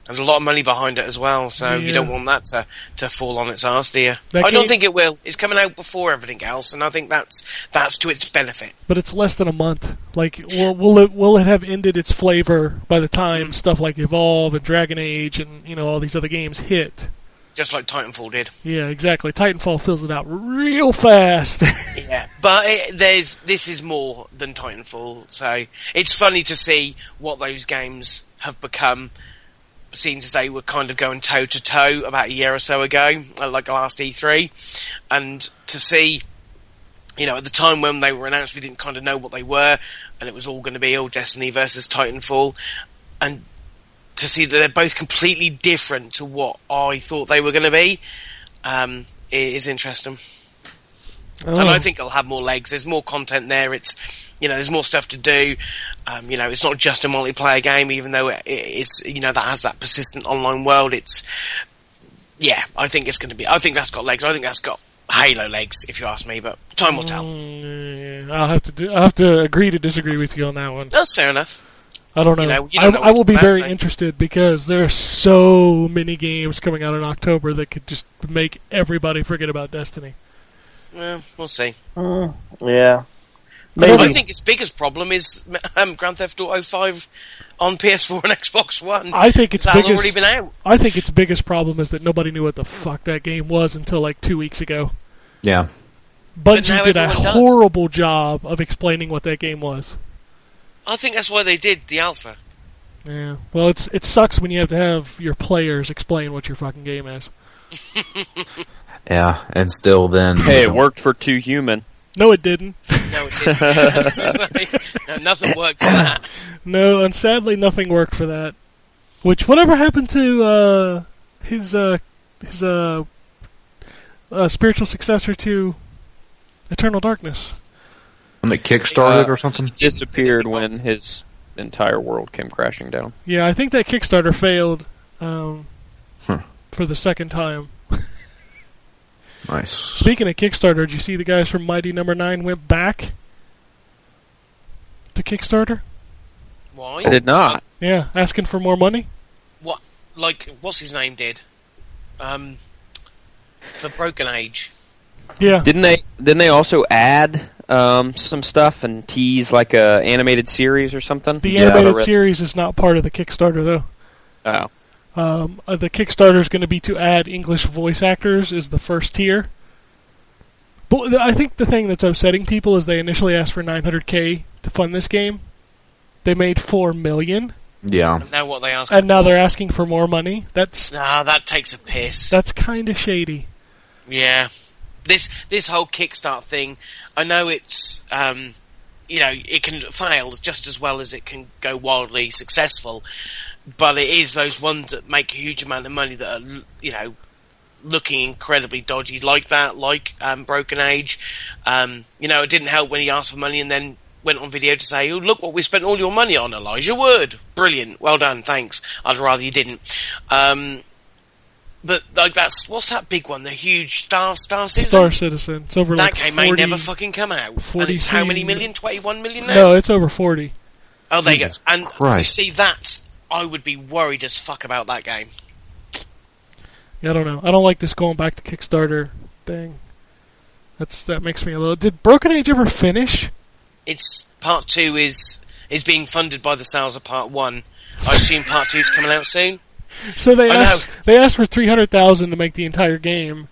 Speaker 5: There's a lot of money behind it as well, so
Speaker 3: Yeah.
Speaker 5: you don't want that to, to fall on its ass, do you?
Speaker 3: That
Speaker 5: I
Speaker 3: game-
Speaker 5: don't think it will. It's coming out before everything else, and I think that's that's to its benefit.
Speaker 3: But it's less than a month. Like, will, will it will it have ended its flavor by the time
Speaker 5: Mm.
Speaker 3: stuff like Evolve and Dragon Age and you know all these other games hit?
Speaker 5: Just like Titanfall did.
Speaker 3: Yeah, exactly. Titanfall fills it out real fast.
Speaker 5: Yeah, but it, there's this is more than Titanfall, so it's funny to see what those games have become. Seeing as they were kind of going toe to toe about a year or so ago, uh, like last E3, and to see, you know, at the time when they were announced, we didn't kind of know what they were, and it was all going to be all Destiny versus Titanfall, and to see that they're both completely different to what I thought they were going to be, um, i- is interesting. And
Speaker 3: Mm.
Speaker 5: I think it'll have more legs. There's more content there. It's, you know, there's more stuff to do. Um, you know, it's not just a multiplayer game, even though it, it's, you know, that has that persistent online world. It's, yeah, I think it's going to be, I think that's got legs. I think that's got Halo legs, if you ask me, but time will tell.
Speaker 3: Mm, yeah, I'll have to do, I'll have to agree to disagree with you on that one.
Speaker 5: That's fair enough.
Speaker 3: I don't know.
Speaker 5: You know, you don't
Speaker 3: I,
Speaker 5: know
Speaker 3: I
Speaker 5: what
Speaker 3: will be
Speaker 5: to
Speaker 3: very
Speaker 5: say.
Speaker 3: interested because there are so many games coming out in October that could just make everybody forget about Destiny.
Speaker 5: Well, we'll see.
Speaker 7: Hmm, Yeah.
Speaker 3: don't
Speaker 5: I
Speaker 7: Maybe.
Speaker 5: think its biggest problem is um, Grand Theft Auto 5 on PS4 and Xbox One.
Speaker 3: I think its
Speaker 5: Has that
Speaker 3: biggest
Speaker 5: already been out?
Speaker 3: I think its biggest problem is that nobody knew what the fuck that game was until like two weeks ago.
Speaker 4: Yeah,
Speaker 5: But
Speaker 3: Bungie
Speaker 5: now
Speaker 3: did a
Speaker 5: everyone does.
Speaker 3: horrible job of explaining what that game was.
Speaker 5: I think that's why they did the Alpha.
Speaker 3: Yeah. Well, it's it sucks when you have to have your players explain what your fucking game is.
Speaker 4: yeah, and still then.
Speaker 6: Hey, it worked for two human.
Speaker 3: No, it didn't.
Speaker 5: No, it didn't. no, nothing worked for that.
Speaker 3: No, and sadly, nothing worked for that. Which, whatever happened to uh, his uh, his uh, uh, spiritual successor to Eternal Darkness?
Speaker 4: When it kickstarted
Speaker 6: Uh,
Speaker 4: or something.
Speaker 6: Disappeared when his entire world came crashing down.
Speaker 3: Yeah, I think that Kickstarter failed um,
Speaker 4: Huh.
Speaker 3: for the second time.
Speaker 4: Nice.
Speaker 3: Speaking of Kickstarter, did you see the guys from Mighty Number Nine went back to Kickstarter?
Speaker 5: Why?
Speaker 6: I did not.
Speaker 3: Yeah, asking for more money.
Speaker 5: what like what's his name did um for broken age
Speaker 3: Yeah,
Speaker 6: Didn't they? Didn't they also add um, some stuff and tease like a animated series or something?
Speaker 3: the
Speaker 4: Yeah.
Speaker 3: animated
Speaker 6: Alright.
Speaker 3: series is not part of the Kickstarter though.
Speaker 6: Oh,
Speaker 3: Um, uh, the Kickstarter is going to be to add English voice actors is the first tier. But th- I think the thing that's upsetting people is they initially asked for 900k to fund this game. They made four million,
Speaker 4: Yeah,
Speaker 5: and now what they ask
Speaker 3: and now
Speaker 5: for-
Speaker 3: they're asking for more money. That's
Speaker 5: nah that takes a piss
Speaker 3: that's kind of shady.
Speaker 5: yeah this this whole kickstart thing i know it's um you know it can fail just as well as it can go wildly successful but it is those ones that make a huge amount of money that are l- you know looking incredibly dodgy like that, like um, Broken Age. Um, you know, it didn't help when he asked for money and then went on video to say, oh, look what we spent all your money on, Elijah Wood. Brilliant. Well done. Thanks. I'd rather you didn't. Um, but like that's what's that big one? The huge Star Star Citizen.
Speaker 3: Star Citizen. It's over
Speaker 5: that
Speaker 3: like
Speaker 5: game
Speaker 3: 40,
Speaker 5: may never fucking come out. And it's how many
Speaker 3: 43
Speaker 5: million? Twenty-one million now.
Speaker 3: No, it's over 40.
Speaker 5: oh, there you go.
Speaker 4: Jesus
Speaker 5: And
Speaker 4: Christ.
Speaker 5: you see, that's I would be worried as fuck about that game.
Speaker 3: Yeah, I don't know. I don't like this going back to Kickstarter thing. That's that makes me a little. Did Broken Age ever finish?
Speaker 5: it's part two is is being funded by the sales of part one. I assume part two's coming out soon.
Speaker 3: So they
Speaker 5: I know.
Speaker 3: asked they asked for three hundred thousand to make the entire game,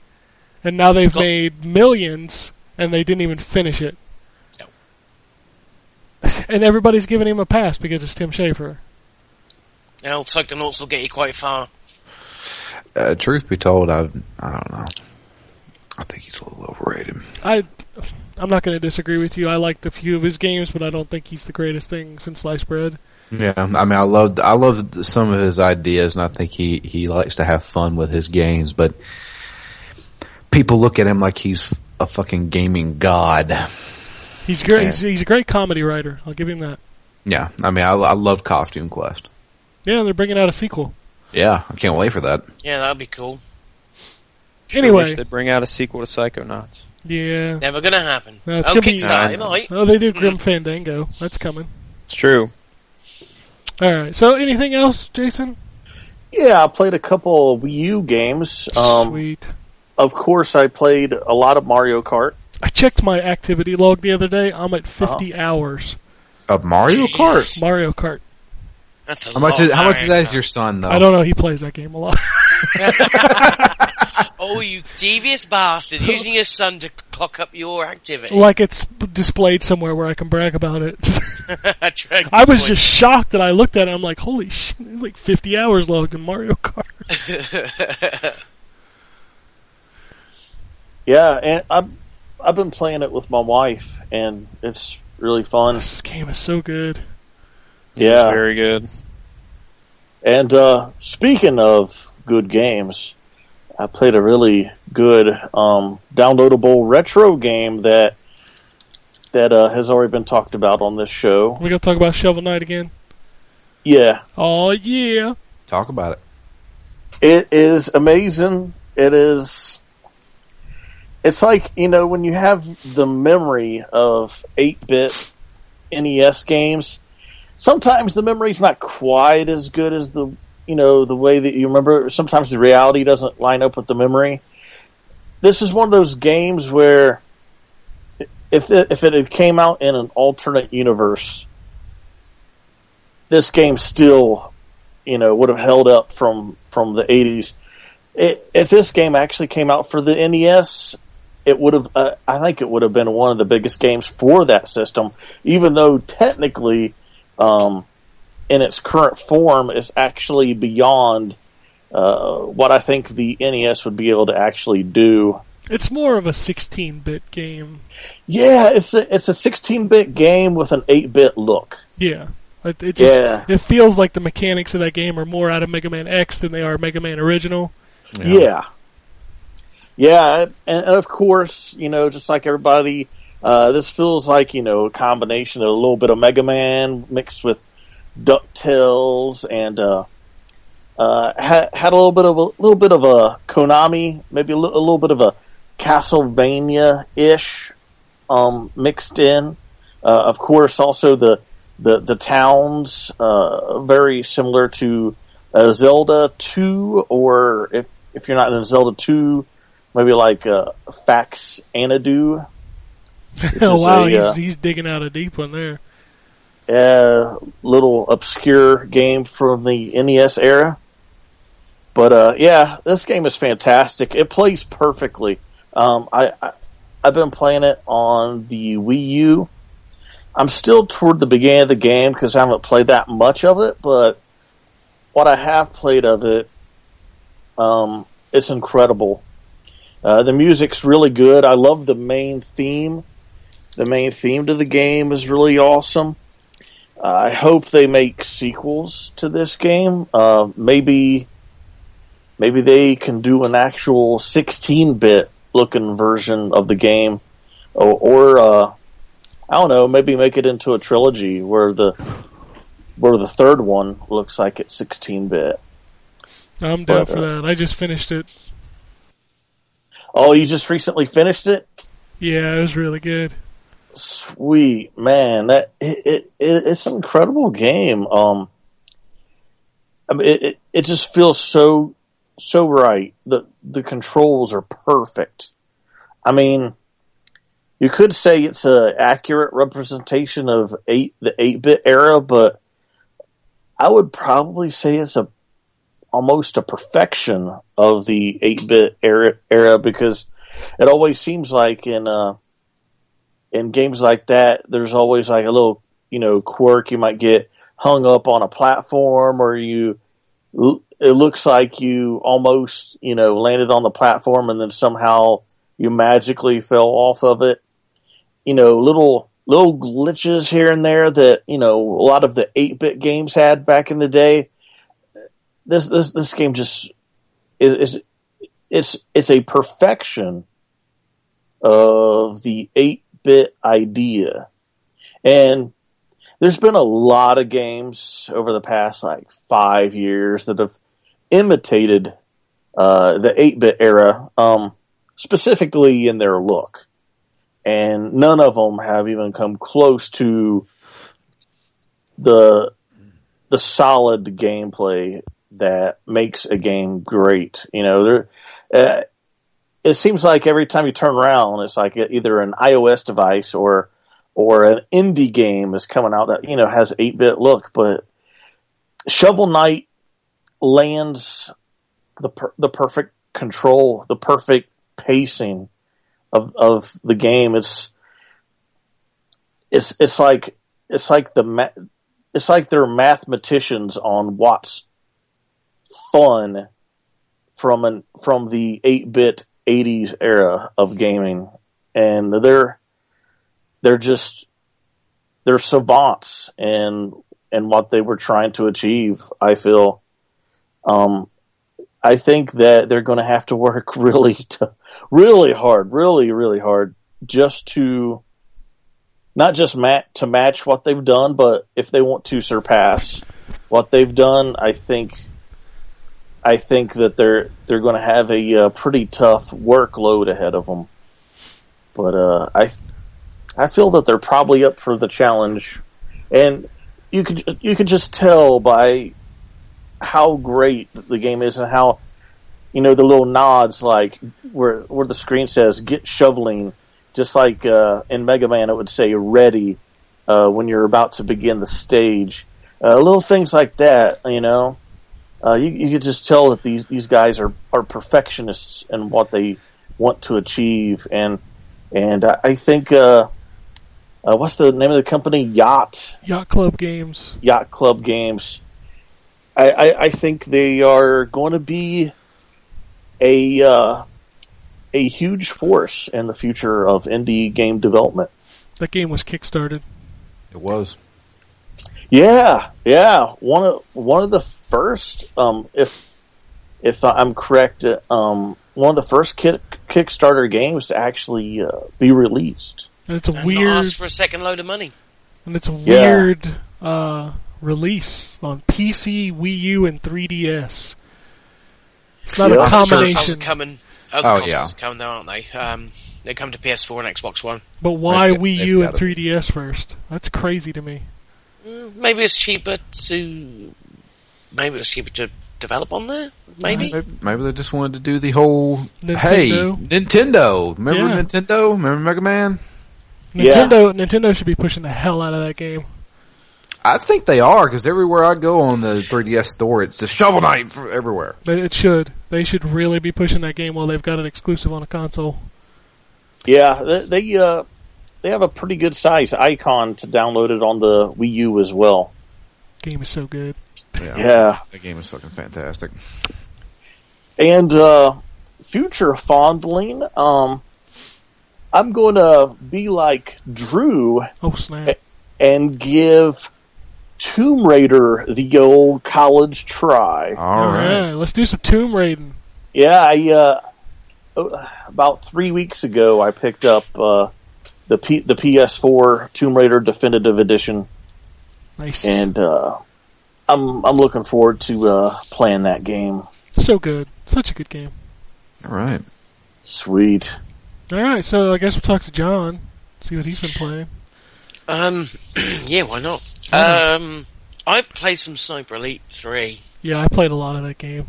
Speaker 3: and now they've
Speaker 5: Go-
Speaker 3: made millions, and they didn't even finish it.
Speaker 5: No.
Speaker 3: And everybody's giving him a pass because it's Tim Schafer.
Speaker 5: Now, Psychonauts will get you quite far.
Speaker 4: Uh, truth be told, I I don't know. I think he's a little overrated.
Speaker 3: I, I'm not going to disagree with you. I liked a few of his games, but I don't think he's the greatest thing since sliced bread.
Speaker 4: Yeah, I mean, I love I love some of his ideas, and I think he he likes to have fun with his games. But people look at him like he's a fucking gaming god.
Speaker 3: He's great.
Speaker 4: Yeah.
Speaker 3: He's, he's a great comedy writer. I'll give him that.
Speaker 4: Yeah, I mean, I, I love Costume Quest.
Speaker 3: Yeah, they're bringing out a sequel.
Speaker 4: Yeah, I can't wait for that.
Speaker 5: Yeah, that'd be cool.
Speaker 6: Sure
Speaker 3: Anyway.
Speaker 6: wish they'd bring out a sequel to Psychonauts.
Speaker 3: Yeah.
Speaker 5: Never gonna happen.
Speaker 3: No, it's
Speaker 5: oh,
Speaker 3: gonna be-
Speaker 5: Kickstarter, it might.
Speaker 3: Oh, they did Grim Fandango. That's coming.
Speaker 6: It's true.
Speaker 3: All right. So, anything else, Jason?
Speaker 7: Yeah, I played a couple Wii U games. Um,
Speaker 3: Sweet.
Speaker 7: of course, I played a lot of Mario Kart.
Speaker 3: I checked my activity log the other day. I'm
Speaker 7: Oh.
Speaker 3: at 50 hours.
Speaker 4: Uh, Mario
Speaker 5: Jeez.
Speaker 4: Kart.
Speaker 3: Mario Kart.
Speaker 5: That's a
Speaker 4: How much?
Speaker 5: lot
Speaker 4: Is,
Speaker 5: of
Speaker 4: how much is
Speaker 5: Mario
Speaker 4: that? Is your son though?
Speaker 7: Oh.
Speaker 3: I don't know. He plays that game a lot.
Speaker 5: Kart. Oh, you devious bastard! Using your son to clock up your activity.
Speaker 3: like it's displayed somewhere where I can brag about it.
Speaker 5: Drag
Speaker 3: I was
Speaker 5: point.
Speaker 3: just shocked that I looked at it. I'm like, holy shit! It's like 50 hours logged in Mario Kart.
Speaker 7: Yeah, and I've I've been playing it with my wife, and it's really fun.
Speaker 3: This game is so good.
Speaker 7: Yeah.
Speaker 6: Very good.
Speaker 7: And uh, speaking of good games, I played a really good um, downloadable retro game that that uh, has already been talked about on this show.
Speaker 3: We gonna talk about Shovel Knight again?
Speaker 7: Yeah,
Speaker 3: Oh yeah.
Speaker 4: Talk about it.
Speaker 7: it is amazing. It is. It's like you know when you have the memory of eight bit NES games. Sometimes the memory's not quite as good as the you know the way that you remember. Sometimes the reality doesn't line up with the memory. This is one of those games where if it, if it had came out in an alternate universe, this game still you know would have held up from from the 80s it, if this game actually came out for the nes it would have uh, i think it would have been one of the biggest games for that system even though technically um, in its current form is actually beyond uh, what i think the nes would be able to actually do
Speaker 3: It's more of a 16-bit game.
Speaker 7: yeah it's a, it's a 16-bit game with an 8-bit look
Speaker 3: Yeah. It, it just
Speaker 7: Yeah.
Speaker 3: it feels like the mechanics of that game are more out of Mega Man X than they are Mega Man original.
Speaker 7: Yeah. Yeah, and, and of course, you know, just like everybody, uh, this feels like, you know, a combination of a little bit of Mega Man mixed with DuckTales and, uh, uh, had, had a little bit of a little bit of a Konami, maybe a li- a little bit of a Castlevania ish, um, mixed in. Uh, of course, also the, the, the towns, uh, very similar to, uh, Zelda 2, or if, if you're not in Zelda 2, maybe like uh, Fax Anadu.
Speaker 3: oh
Speaker 7: is
Speaker 3: wow,
Speaker 7: a,
Speaker 3: he's,
Speaker 7: uh,
Speaker 3: he's digging out a deep one there.
Speaker 7: uh, little obscure game from the NES era. But uh, yeah, this game is fantastic. It plays perfectly. Um, I, I I've been playing it on the Wii U. I'm still toward the beginning of the game because I haven't played that much of it, but what I have played of it, um, it's incredible. Uh, the music's really good. I love the main theme. The main theme to the game is really awesome. Uh, I hope they make sequels to this game. Uh, maybe, maybe they can do an actual 16-bit looking version of the game, or, or uh, I don't know, maybe make it into a trilogy where the where the third one looks like it's 16-bit.
Speaker 3: I'm down
Speaker 7: But,
Speaker 3: for
Speaker 7: uh,
Speaker 3: that. I just finished it.
Speaker 7: Oh, you just recently finished it?
Speaker 3: Yeah, it was really good.
Speaker 7: Sweet man, that it, it, it it's an incredible game. Um, I mean, it, it it just feels so so right. the The controls are perfect. I mean, you could say it's a accurate representation of eight the eight bit era, but I would probably say it's a almost a perfection of the 8-bit era, era because it always seems like in uh, in games like that, there's always like a little you know quirk. You might get hung up on a platform, or you it looks like you almost you know landed on the platform and then somehow you magically fell off of it. You know, little little glitches here and there that you know a lot of the 8-bit games had back in the day. This this this game just is, is it's it's a perfection of the eight bit idea. And there's been a lot of games over the past like five years that have imitated uh, the eight bit era, um, specifically in their look. And none of them have even come close to the the solid gameplay that makes a game great. You know, there uh, it seems like every time you turn around, it's like either an iOS device or or an indie game is coming out that you know has eight bit look. But Shovel Knight lands the per- the perfect control, the perfect pacing of of the game. It's it's it's like it's like the ma- it's like they're mathematicians on Watts fun from an from the eight bit eighties era of gaming, and they're they're just they're savants and and what they were trying to achieve. I feel, um, I think that they're going to have to work really to, really hard, really really hard, just to not just mat to match what they've done, but if they want to surpass what they've done, I think. I think that they're they're going to have a uh, pretty tough workload ahead of them. But uh, I I feel that they're probably up for the challenge, and you could you could just tell by how great the game is and how you know the little nods like where where the screen says "get shoveling," just like uh, in Mega Man it would say "ready" uh, when you're about to begin the stage. Uh, little things like that, you know uh, you, you could just tell that these, these guys are, are perfectionists in what they want to achieve. And, and I, I think, uh, uh, what's the name of the company? Yacht,
Speaker 3: Yacht Club Games.
Speaker 7: Yacht Club Games. I, I, I think they are going to be a, uh, a huge force in the future of indie game development.
Speaker 3: That game was kickstarted.
Speaker 4: It was.
Speaker 7: Yeah, yeah. One of one of the first, um, if if I'm correct, uh, um, one of the first kick, Kickstarter games to actually uh, be released.
Speaker 3: And it's a
Speaker 5: And not
Speaker 3: weird
Speaker 5: ask for a second load of money.
Speaker 3: and it's a
Speaker 7: Yeah.
Speaker 3: weird uh, release on PC, Wii U, and 3DS. It's not
Speaker 7: Yeah.
Speaker 3: a
Speaker 7: I'm sure
Speaker 5: Consoles
Speaker 3: combination.
Speaker 5: coming. Other
Speaker 4: Oh,
Speaker 5: consoles
Speaker 4: yeah.
Speaker 5: coming though, aren't they? Um, they come to PS4 and Xbox One.
Speaker 3: But why
Speaker 4: They've-
Speaker 3: Wii
Speaker 4: they've
Speaker 3: U and
Speaker 4: gotta be.
Speaker 3: 3DS first? That's crazy to me.
Speaker 5: Mm, Maybe it's cheaper to. Maybe it's cheaper to develop on there. Maybe.
Speaker 4: Maybe, maybe they just wanted to do the whole hey
Speaker 3: Nintendo.
Speaker 4: Nintendo. Remember
Speaker 3: Yeah.
Speaker 4: Nintendo? Remember Mega Man?
Speaker 7: Yeah.
Speaker 3: Nintendo Nintendo should be pushing the hell out of that game.
Speaker 4: I think they are because everywhere I go on the 3DS store, it's just Shovel Knight for everywhere.
Speaker 3: They- It should. They should really be pushing that game while they've got an exclusive on a console.
Speaker 7: Yeah, they they, uh, they have a pretty good size icon to download it on the Wii U as well.
Speaker 3: Game is so good.
Speaker 7: Yeah,
Speaker 4: The game is fucking fantastic.
Speaker 7: and uh, future fondling. Um, I'm going to be like Drew
Speaker 3: Oh snap!
Speaker 7: and give Tomb Raider the old college try.
Speaker 4: All right.
Speaker 3: let's do some Tomb Raiding.
Speaker 7: Yeah, I uh, oh, about three weeks ago I picked up uh, the P- the PS4 Tomb Raider Definitive Edition,
Speaker 3: Nice
Speaker 7: and uh, I'm I'm looking forward to uh, playing that game.
Speaker 3: so good. Such a good game.
Speaker 4: All right.
Speaker 7: Sweet.
Speaker 3: All right, so I guess we'll talk to John, see what he's been playing.
Speaker 5: Um, yeah, why not? Um, I played some Sniper Elite Three.
Speaker 3: Yeah, I played a lot of that game.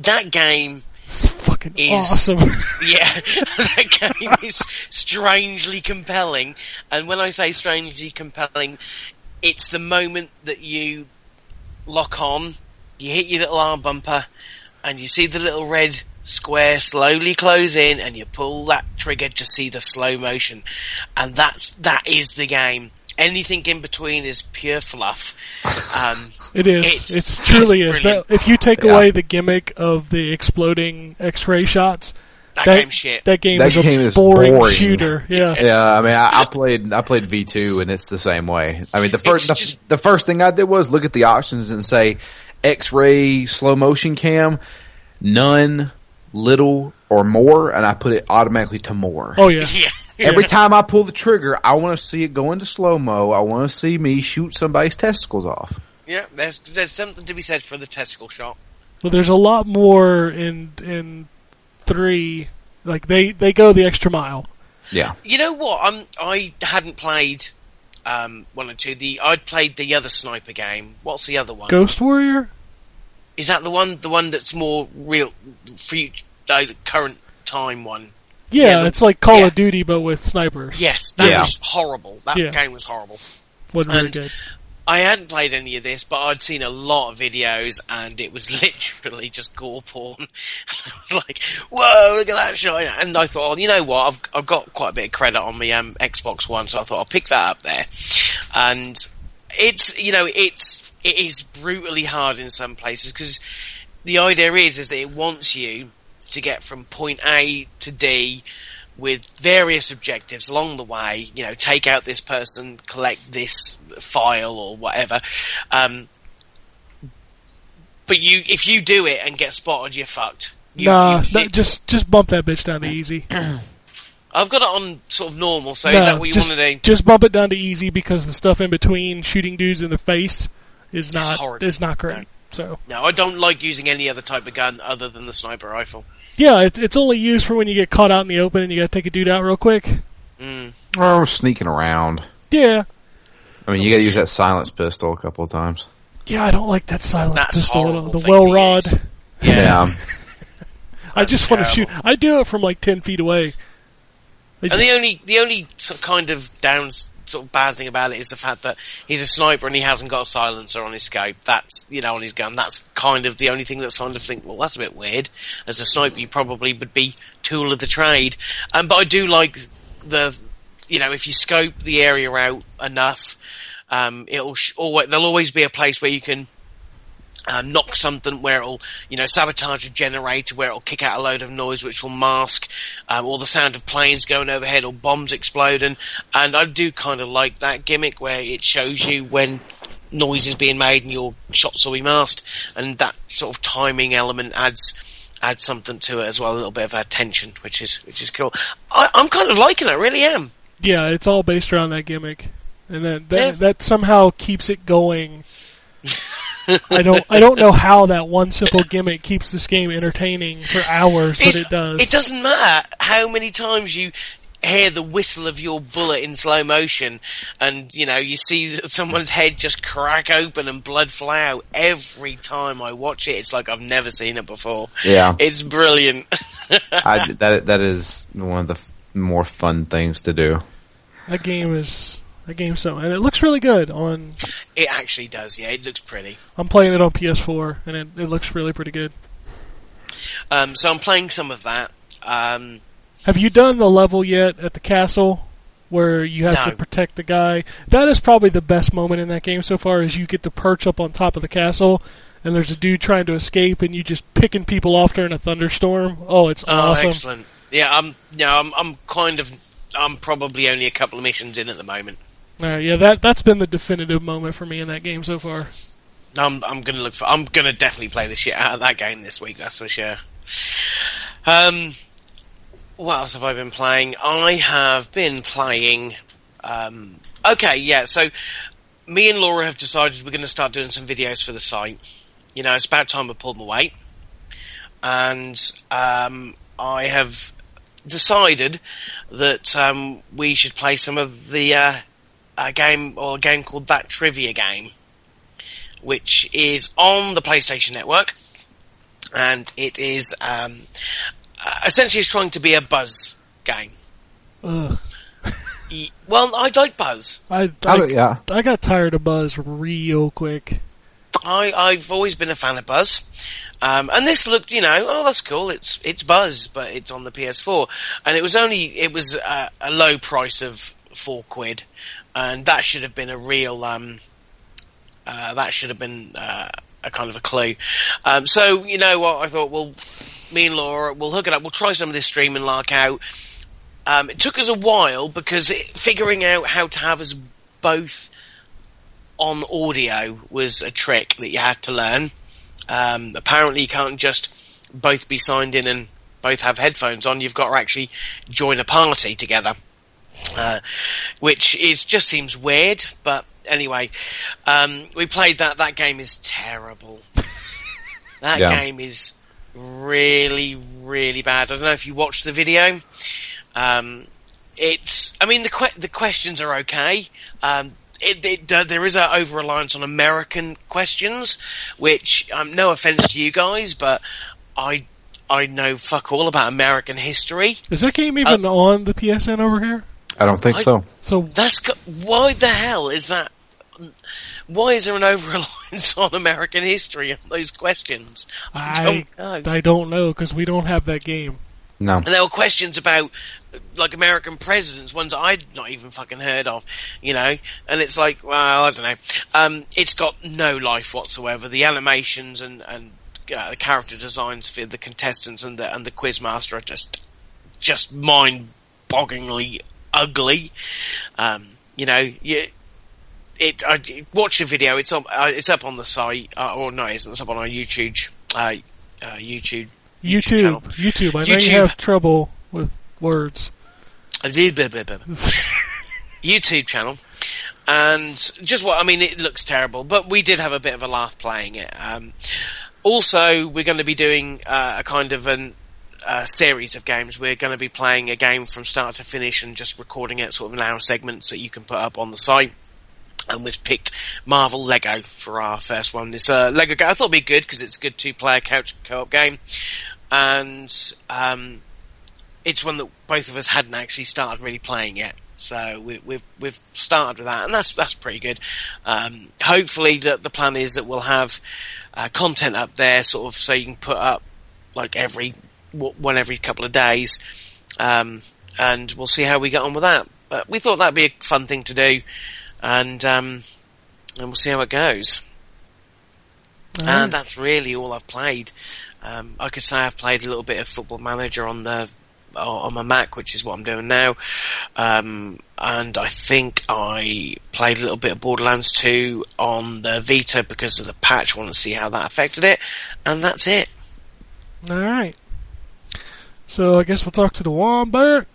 Speaker 5: That game
Speaker 3: Fucking
Speaker 5: Is-
Speaker 3: awesome.
Speaker 5: Yeah, that game is strangely compelling. And when I say strangely compelling, it's the moment that you lock on you hit your little arm bumper, and you see the little red square slowly close in, and you pull that trigger to see the slow motion, and that's that is the game. Anything in between is pure fluff. Um,
Speaker 3: It is.
Speaker 5: It's-
Speaker 3: It's, truly
Speaker 5: it's
Speaker 3: is. That, if you take
Speaker 4: Yeah.
Speaker 3: away the gimmick of the exploding X-ray shots,
Speaker 5: That game's shit.
Speaker 3: That game
Speaker 4: That
Speaker 3: is
Speaker 4: game
Speaker 3: a
Speaker 4: is
Speaker 3: boring,
Speaker 4: boring.
Speaker 3: shooter. Yeah.
Speaker 4: Yeah, I mean, I, I played I played V two, and it's the same way. I mean, the first the,
Speaker 5: It's just-
Speaker 4: the first thing I did was look at the options and say X ray slow motion cam, none, little, or more, and I put it automatically to more.
Speaker 3: Oh yeah.
Speaker 5: yeah.
Speaker 4: Every time I pull the trigger, I want to see it go into slow mo. I want to see me shoot somebody's testicles off.
Speaker 5: Yeah, there's there's something to be said for the testicle shot.
Speaker 3: Well, there's a lot more in in three. Like they they go the extra mile.
Speaker 4: Yeah,
Speaker 5: You know what? I'm I hadn't played um, one and two. The I'd played the other sniper game. What's the other one?
Speaker 3: Ghost Warrior.
Speaker 5: Is that the one? The one that's more real, future, uh, current time one?
Speaker 3: Yeah,
Speaker 5: Yeah, the-
Speaker 3: it's like Call
Speaker 5: yeah.
Speaker 3: of Duty but with snipers.
Speaker 5: Yes, that
Speaker 4: Yeah.
Speaker 5: was horrible. That
Speaker 3: Yeah.
Speaker 5: game was horrible.
Speaker 3: wasn't very
Speaker 5: and-
Speaker 3: good.
Speaker 5: I hadn't played any of this, but I'd seen a lot of videos, and it was literally just gore porn. I was like, "Whoa, look at that shot!" And I thought, oh, you know what? I've I've got quite a bit of credit on my um, Xbox One, so I thought I'll pick that up there. And it's you know it's it is brutally hard in some places because the idea is is that it wants you to get from point A to D with various objectives along the way. You know, take out this person, collect this file or whatever. Um, but you, if you do it and get spotted, you're fucked. You,
Speaker 3: nah,
Speaker 5: you
Speaker 3: that-
Speaker 5: hit-
Speaker 3: just just bump that bitch down to easy.
Speaker 5: I've got it on sort of normal. So
Speaker 3: Nah,
Speaker 5: is that what you
Speaker 3: just,
Speaker 5: want to do?
Speaker 3: Just bump it down to easy because the stuff in between shooting dudes in the face is not
Speaker 5: horrid.
Speaker 3: is not great. So
Speaker 5: No, I don't like using any other type of gun other than the sniper rifle.
Speaker 3: yeah, it's it's only used for when you get caught out in the open and you got to take a dude out real quick.
Speaker 5: Mm.
Speaker 4: or sneaking around.
Speaker 3: Yeah,
Speaker 4: I mean, you got to use that silence pistol a couple of times.
Speaker 3: yeah, I don't like that silent
Speaker 5: That's
Speaker 3: pistol. at all.
Speaker 5: horrible
Speaker 3: The
Speaker 5: thing
Speaker 3: well
Speaker 5: to
Speaker 3: rod.
Speaker 5: use.
Speaker 4: Yeah,
Speaker 3: I just want to
Speaker 5: terrible.
Speaker 3: shoot. I do it from like ten feet away. I
Speaker 5: And
Speaker 3: just-
Speaker 5: the only the only sort of kind of down sort of bad thing about it is the fact that he's a sniper and he hasn't got a silencer on his scope. That's you know on his gun. That's kind of the only thing that's kind of think. Well, that's a bit weird. As a sniper, you probably would be tool of the trade. Um, but I do like the you know if you scope the area out enough, um, it'll sh- always there'll always be a place where you can uh, knock something where it'll, you know, sabotage a generator where it'll kick out a load of noise which will mask um, all the sound of planes going overhead or bombs exploding. And I do kind of like that gimmick where it shows you when noise is being made and your shots will be masked. And that sort of timing element adds adds something to it as well, a little bit of a tension, which is which is cool. I, I'm kind of liking it, I really am.
Speaker 3: yeah, it's all based around that gimmick, and that that,
Speaker 5: Yeah.
Speaker 3: that somehow keeps it going. I don't I don't know how that one simple gimmick keeps this game entertaining for hours, but
Speaker 5: It's-
Speaker 3: it does.
Speaker 5: It doesn't matter how many times you hear the whistle of your bullet in slow motion, and you know you see that someone's head just crack open and blood fly out. Every time I watch it, it's like I've never seen it before.
Speaker 4: yeah.
Speaker 5: It's brilliant.
Speaker 4: I, that that is one of the f- more fun things to do.
Speaker 3: That game is that game's something, and it looks really good on.
Speaker 5: It actually does. Yeah, it looks pretty.
Speaker 3: I'm playing it on PS4, and it, it looks really pretty good.
Speaker 5: Um, so I'm playing some of that. Um,
Speaker 3: Have you done the level yet at the castle where you have
Speaker 5: No.
Speaker 3: to protect the guy? That is probably the best moment in that game so far is you get to perch up on top of the castle and there's a dude trying to escape and you just picking people off during a thunderstorm. Oh, it's
Speaker 5: oh,
Speaker 3: awesome.
Speaker 5: excellent. Yeah, I'm. No, I'm. I'm kind of. I'm probably only a couple of missions in at the moment.
Speaker 3: All right, yeah, that that's been the definitive moment for me in that game so far.
Speaker 5: I'm I'm gonna look for. I'm gonna definitely play the shit out of that game this week. That's for sure. Um, what else have I been playing? I have been playing. Um, okay, yeah. So me and Laura have decided we're going to start doing some videos for the site. You know, it's about time I pulled my weight, and um, I have decided that um, we should play some of the uh, a game or a game called that trivia game which is on the PlayStation Network, and it is um, uh, essentially it's trying to be a buzz game.
Speaker 3: Ugh.
Speaker 5: Y- Well, I like buzz.
Speaker 3: I I,
Speaker 4: I don't- yeah.
Speaker 3: I got tired of Buzz real quick.
Speaker 5: I, I've always been a fan of Buzz, um, and this looked, you know, oh, that's cool. It's it's Buzz, but it's on the PS4, and it was only it was a, a low price of four quid, and that should have been a real um, uh, that should have been uh, a kind of a clue. Um, so you know what I thought? Well, me and Laura, we'll hook it up. We'll try some of this stream and lark out. Um, it took us a while because it, figuring out how to have us both on audio was a trick that you had to learn. Um, apparently, you can't just both be signed in and both have headphones on. You've got to actually join a party together, uh, which is just seems weird. But anyway, um, we played that. That game is terrible. that
Speaker 4: Yeah.
Speaker 5: game is really, really bad. I don't know if you watched the video. Um, it's. I mean, the que- the questions are okay. Um, it, it, there- there is a over reliance on American questions, which um, no offense to you guys, but I I know fuck all about American history.
Speaker 3: Is that game even
Speaker 5: Uh,
Speaker 3: on the PSN over here?
Speaker 4: I don't think
Speaker 5: I-
Speaker 4: so.
Speaker 3: So
Speaker 5: That's go- why the hell is that? Why is there an over reliance on American history on those questions? I
Speaker 3: I
Speaker 5: don't know.
Speaker 3: I don't know because we don't have that game.
Speaker 4: No.
Speaker 5: And there were questions about like American presidents, ones that I'd not even fucking heard of, you know. And it's like, well, I don't know. Um, it's got no life whatsoever. The animations and and uh, the character designs for the contestants and the and the quiz master are just just mind-bogglingly ugly. Um, you know, you, it. I, watch the video. It's on. Uh, it's up on the site, uh, or no, it isn't. It's up on our YouTube. Uh, uh, YouTube channel.
Speaker 3: YouTube, YouTube. I know
Speaker 5: YouTube.
Speaker 3: you have trouble with words.
Speaker 5: I did, blah, blah, blah, blah. YouTube channel. And just what I mean, it looks terrible, but we did have a bit of a laugh playing it. Um, also, we're going to be doing uh, a kind of an, a series of games. We're going to be playing a game from start to finish and just recording it, sort of an hour segments that you can put up on the site. And we've picked Marvel Lego for our first one. This uh, Lego game I thought would be good because it's a good two-player couch co-op game, and um, it's one that both of us hadn't actually started really playing yet. So we, we've we've started with that, and that's that's pretty good. Um, hopefully, the the plan is that we'll have uh, content up there, sort of, so you can put up like every w- one every couple of days, um, and we'll see how we get on with that. But we thought that'd be a fun thing to do, and um, and we'll see how it goes.
Speaker 3: Mm.
Speaker 5: And that's really all I've played. Um, I could say I've played a little bit of Football Manager on the on my Mac, which is what I'm doing now. Um, and I think I played a little bit of Borderlands 2 on the Vita because of the patch. Want to see how that affected it, and that's it.
Speaker 3: All right. So I guess we'll talk to the Wombat.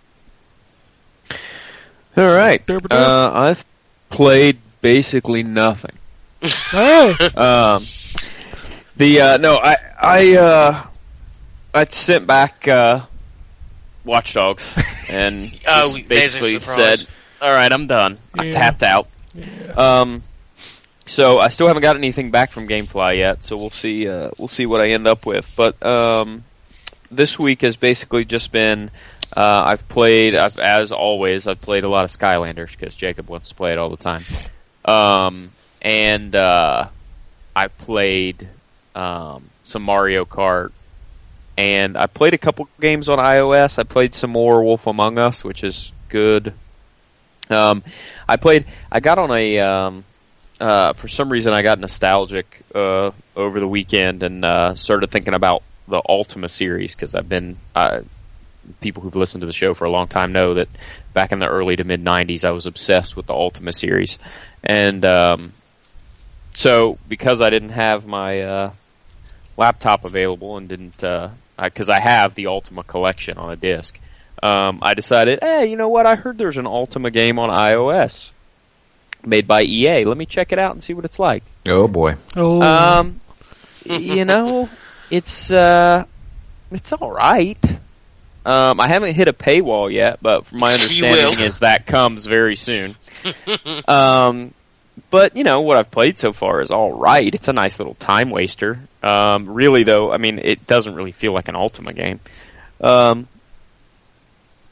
Speaker 6: All right.
Speaker 3: Derby Derby.
Speaker 6: Uh, I've played basically nothing.
Speaker 3: Hey,
Speaker 6: Um, the uh, no, I I uh, I sent back uh, Watch Dogs and
Speaker 5: Oh, there's a
Speaker 6: just basically
Speaker 5: surprise.
Speaker 6: said, "All right, I'm done. I
Speaker 3: Yeah.
Speaker 6: tapped out." Um, so I still haven't got anything back from GameFly yet. So we'll see. Uh, we'll see what I end up with. But um, this week has basically just been. Uh, I've played, I've, as always, I've played a lot of Skylanders because Jacob wants to play it all the time. Um, and uh, I played um, some Mario Kart, and I played a couple games on iOS. I played some more Wolf Among Us, which is good. Um, I played. I got on a. Um, uh, for some reason, I got nostalgic uh, over the weekend and uh, started thinking about the Ultima series because I've been. Uh, people who've listened to the show for a long time know that back in the early to mid '90s, I was obsessed with the Ultima series, and um, so because I didn't have my uh, laptop available and didn't because I, 'cause I have the Ultima collection on a disc, um, I decided, hey, you know what? I heard there's an Ultima game on iOS made by EA. Let me check it out and see what it's like.
Speaker 4: Oh boy.
Speaker 3: oh,
Speaker 6: Um, you know, it's uh, it's all right. Um, I haven't hit a paywall yet, but from my
Speaker 5: You
Speaker 6: understanding
Speaker 5: will.
Speaker 6: is that comes very soon. um, but you know what I've played so far is all right. It's a nice little time waster. Um, really though, I mean, it doesn't really feel like an Ultima game. Um,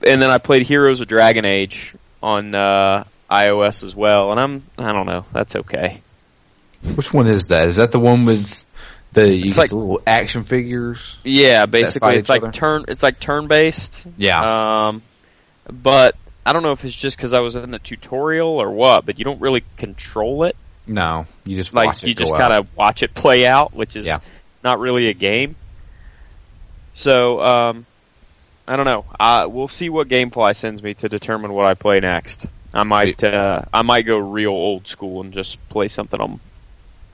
Speaker 6: and then I played Heroes of Dragon Age on uh, iOS as well, and I'm I don't know, that's okay.
Speaker 4: Which one is that? Is that the one with the, you
Speaker 6: It's
Speaker 4: get
Speaker 6: like-
Speaker 4: the little action figures?
Speaker 6: Yeah,
Speaker 4: fight
Speaker 6: basically, it's
Speaker 4: each
Speaker 6: like
Speaker 4: other?
Speaker 6: turn. It's like turn based.
Speaker 4: Yeah.
Speaker 6: Um, but I don't know if it's just because I was in the tutorial or what. But you don't really control it.
Speaker 4: No, you just
Speaker 6: Like
Speaker 4: watch it
Speaker 6: you
Speaker 4: go
Speaker 6: just
Speaker 4: out.
Speaker 6: kind of watch it play out, which is
Speaker 4: Yeah.
Speaker 6: not really a game. So um, I don't know. Uh, we'll see what GameFly sends me to determine what I play next. I might uh, I might go real old school and just play something on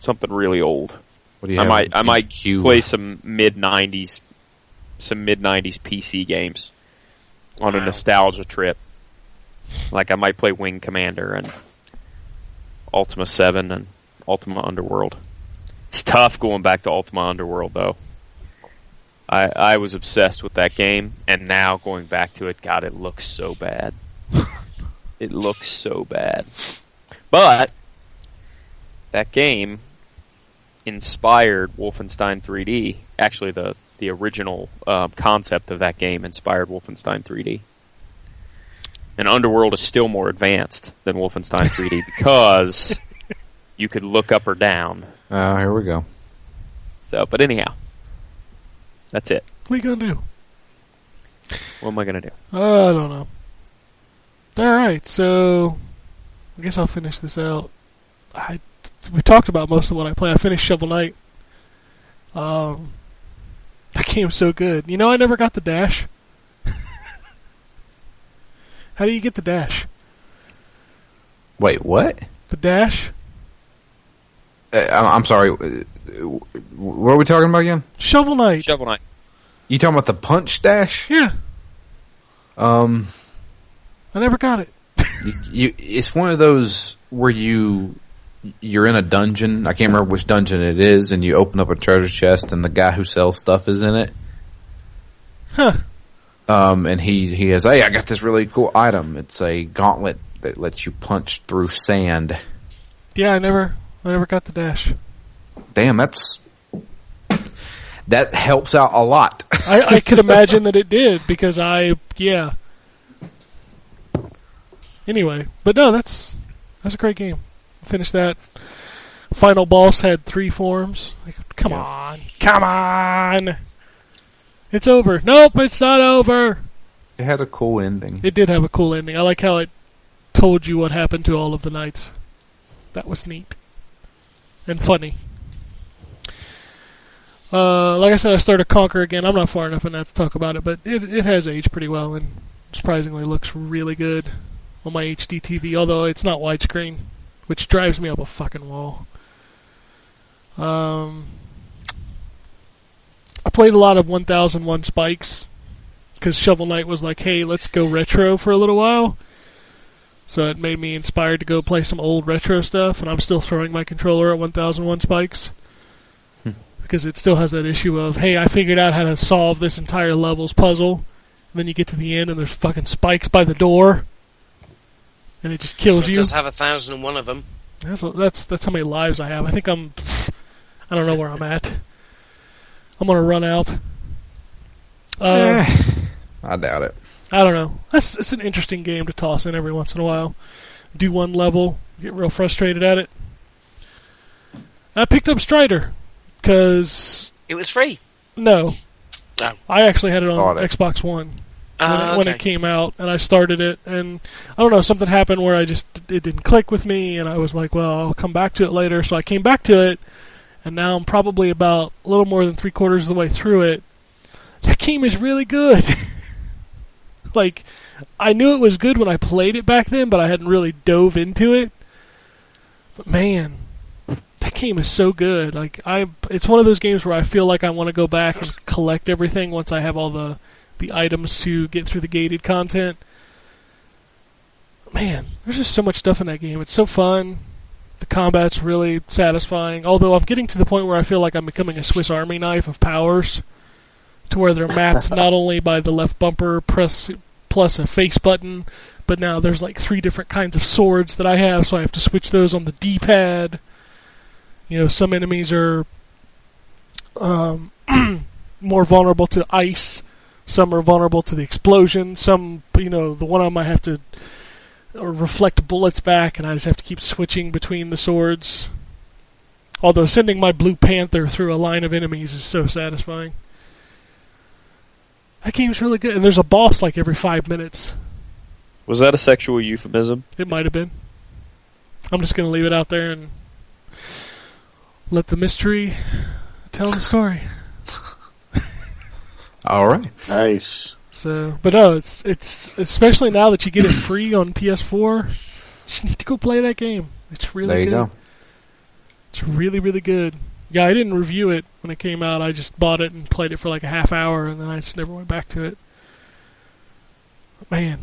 Speaker 6: something really old.
Speaker 4: What do you
Speaker 6: I
Speaker 4: have
Speaker 6: might
Speaker 4: on
Speaker 6: I might
Speaker 4: GameCube?
Speaker 6: play some mid nineties some mid nineties PC games on a
Speaker 5: Wow.
Speaker 6: nostalgia trip. Like I might play Wing Commander and Ultima Seven and Ultima Underworld. It's tough going back to Ultima Underworld though. I I was obsessed with that game and now going back to it, God it looks so bad. it looks so bad. But that game inspired Wolfenstein 3D. Actually, the the original uh, concept of that game inspired Wolfenstein 3D. And Underworld is still more advanced than Wolfenstein 3D because you could look up or down.
Speaker 4: Oh, here we go.
Speaker 6: So, but anyhow, that's it.
Speaker 3: What are you gonna do?
Speaker 6: What am I gonna do?
Speaker 3: I don't know. Alright, so I guess I'll finish this out. I we talked about most of what I play. I finished Shovel Knight. Um that game's so good. You know I never got the dash. How do you get the dash?
Speaker 4: Wait, what?
Speaker 3: The dash?
Speaker 4: Uh, I- I'm sorry. uh, What are we talking about again?
Speaker 3: Shovel Knight.
Speaker 6: Shovel Knight.
Speaker 4: You talking about the punch dash?
Speaker 3: yeah,
Speaker 4: Um,
Speaker 3: I never got it.
Speaker 4: you it's one of those where you you're in a dungeon. I can't remember which dungeon it is, and you open up a treasure chest, and the guy who sells stuff is in it.
Speaker 3: Huh.
Speaker 4: Um, and he he has, hey, I got this really cool item. It's a gauntlet that lets you punch through sand.
Speaker 3: Yeah, I never I never got the dash.
Speaker 4: Damn, that's that helps out a lot.
Speaker 3: I, I could imagine that it did because I yeah. Anyway, but no, that's that's a great game. Finish that. Final boss had three forms. Like, come on, come on. It's over. Nope, it's not over.
Speaker 4: it had a cool ending.
Speaker 3: It did have a cool ending. I like how it told you what happened to all of the knights. That was neat and funny. Uh, like I said, I started Conquer again. I'm not far enough in that to talk about it, but it it has aged pretty well and surprisingly looks really good on my HD TV. Although it's not widescreen, which drives me up a fucking wall. Um, I played a lot of 1001 Spikes because Shovel Knight was like, "Hey, let's go retro for a little while." So it made me inspired to go play some old retro stuff, and I'm still throwing my controller at 1001 spikes because it still has that issue of, "Hey, I figured out how to solve this entire level's puzzle." And then you get to the end, and there's fucking spikes by the door, and it just kills
Speaker 5: It
Speaker 3: you.
Speaker 5: does have a thousand and one of them.
Speaker 3: That's that's that's how many lives I have. I think I'm. I don't know where I'm at. I'm gonna run out. Uh,
Speaker 4: Eh, I doubt it.
Speaker 3: I don't know. That's it's an interesting game to toss in every once in a while. Do one level, get real frustrated at it. I picked up Strider because
Speaker 5: It was free.
Speaker 3: no,
Speaker 5: Oh.
Speaker 3: I actually had it on
Speaker 4: Bought it.
Speaker 3: Xbox One when,
Speaker 5: Ah,
Speaker 3: it, when
Speaker 5: okay.
Speaker 3: it came out, and I started it, and I don't know, something happened where I just it didn't click with me, and I was like, well, I'll come back to it later. So I came back to it, and now I'm probably about a little more than three quarters of the way through it. That game is really good. like, I knew it was good when I played it back then, but I hadn't really dove into it. But man. That game is so good. Like I, it's one of those games where I feel like I want to go back and collect everything once I have all the the items to get through the gated content. Man, there's just so much stuff in that game. It's so fun. The combat's really satisfying. Although I'm getting to the point where I feel like I'm becoming a Swiss Army knife of powers, to where they're mapped not only by the left bumper press plus a face button, but now there's like three different kinds of swords that I have, so I have to switch those on the D-pad. You know, some enemies are um, more vulnerable to ice, some are vulnerable to the explosion. Some, you know, the one of them I have to uh, reflect bullets back, and I just have to keep switching between the swords. Although sending my Blue Panther through a line of enemies is so satisfying. That game's really good, and there's a boss like every five minutes.
Speaker 6: Was that a sexual euphemism?
Speaker 3: It might have been. I'm just gonna leave it out there and let the mystery tell the story.
Speaker 4: All right.
Speaker 7: Nice.
Speaker 3: So, but no, it's it's especially now that you get it free on PS4, you just need to go play that game. It's really
Speaker 4: there you
Speaker 3: good.
Speaker 4: go.
Speaker 3: It's really really good. Yeah, I didn't review it when it came out. I just bought it and played it for like a half hour, and then I just never went back to it. Man,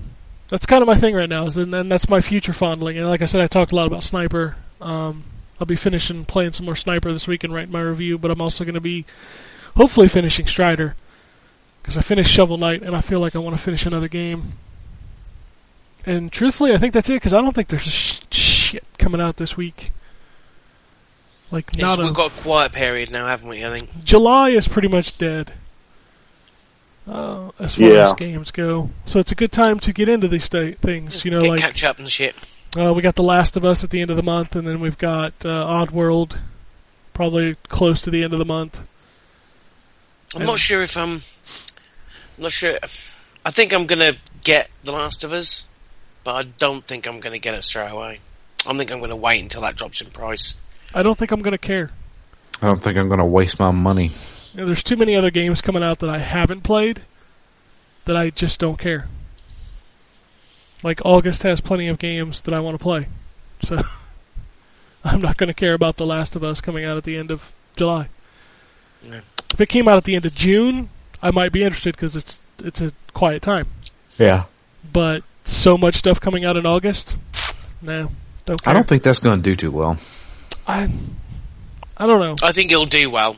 Speaker 3: that's kind of my thing right now. Is and, and that's my future fondling. And like I said, I talked a lot about Sniper. Um, I'll be finishing playing some more Sniper this week and writing my review. But I'm also going to be hopefully finishing Strider because I finished Shovel Knight and I feel like I want to finish another game. And truthfully, I think that's it because I don't think there's sh- shit coming out this week. Like
Speaker 5: It's-
Speaker 3: not a,
Speaker 5: we've got a quiet period now, haven't we? I think.
Speaker 3: July is pretty much dead. Uh, as far
Speaker 7: Yeah.
Speaker 3: as games go, so it's a good time to get into these th- things. You know,
Speaker 5: Get
Speaker 3: like
Speaker 5: catch up and shit.
Speaker 3: uh, we got The Last of Us at the end of the month, and then we've got uh, Oddworld, probably close to the end of the month.
Speaker 5: I'm
Speaker 3: And-
Speaker 5: not sure if I'm. I'm not sure. I think I'm gonna get The Last of Us, but I don't think I'm gonna get it straight away. I think I'm gonna wait until that drops in price.
Speaker 3: I don't think I'm going to care.
Speaker 4: I don't think I'm going to waste my money.
Speaker 3: You know, there's too many other games coming out that I haven't played that I just don't care. Like August has plenty of games that I want to play, so I'm not going to care about The Last of Us coming out at the end of July.
Speaker 5: Yeah.
Speaker 3: If it came out at the end of June, I might be interested because it's it's a quiet time.
Speaker 4: Yeah.
Speaker 3: But so much stuff coming out in August, no, don't care.
Speaker 4: I don't think that's going to do too well.
Speaker 3: I, I don't know.
Speaker 5: I think it'll do well.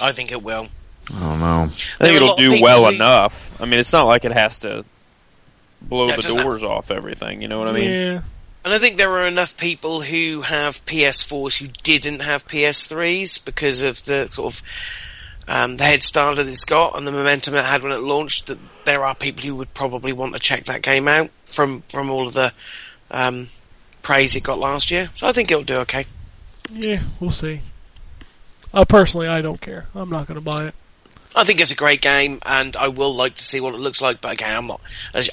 Speaker 5: I think it will.
Speaker 4: I don't know.
Speaker 5: There
Speaker 6: I
Speaker 5: are
Speaker 6: think
Speaker 5: a
Speaker 6: it'll
Speaker 5: lot of
Speaker 6: do
Speaker 5: people
Speaker 6: well
Speaker 5: who-
Speaker 6: enough. I mean, it's not like it has to blow
Speaker 5: Yeah,
Speaker 6: the
Speaker 5: just-
Speaker 6: doors off everything. You know what I mean?
Speaker 3: yeah,
Speaker 5: And I think there are enough people who have PS4s who didn't have PS3s because of the sort of um, the head start that it's got and the momentum it had when it launched. That there are people who would probably want to check that game out from from all of the um, praise it got last year. So I think it'll do okay.
Speaker 3: yeah, we'll see. Uh, personally, I don't care. I'm not going to buy it.
Speaker 5: I think it's a great game, and I will like to see what it looks like. But again, I'm not.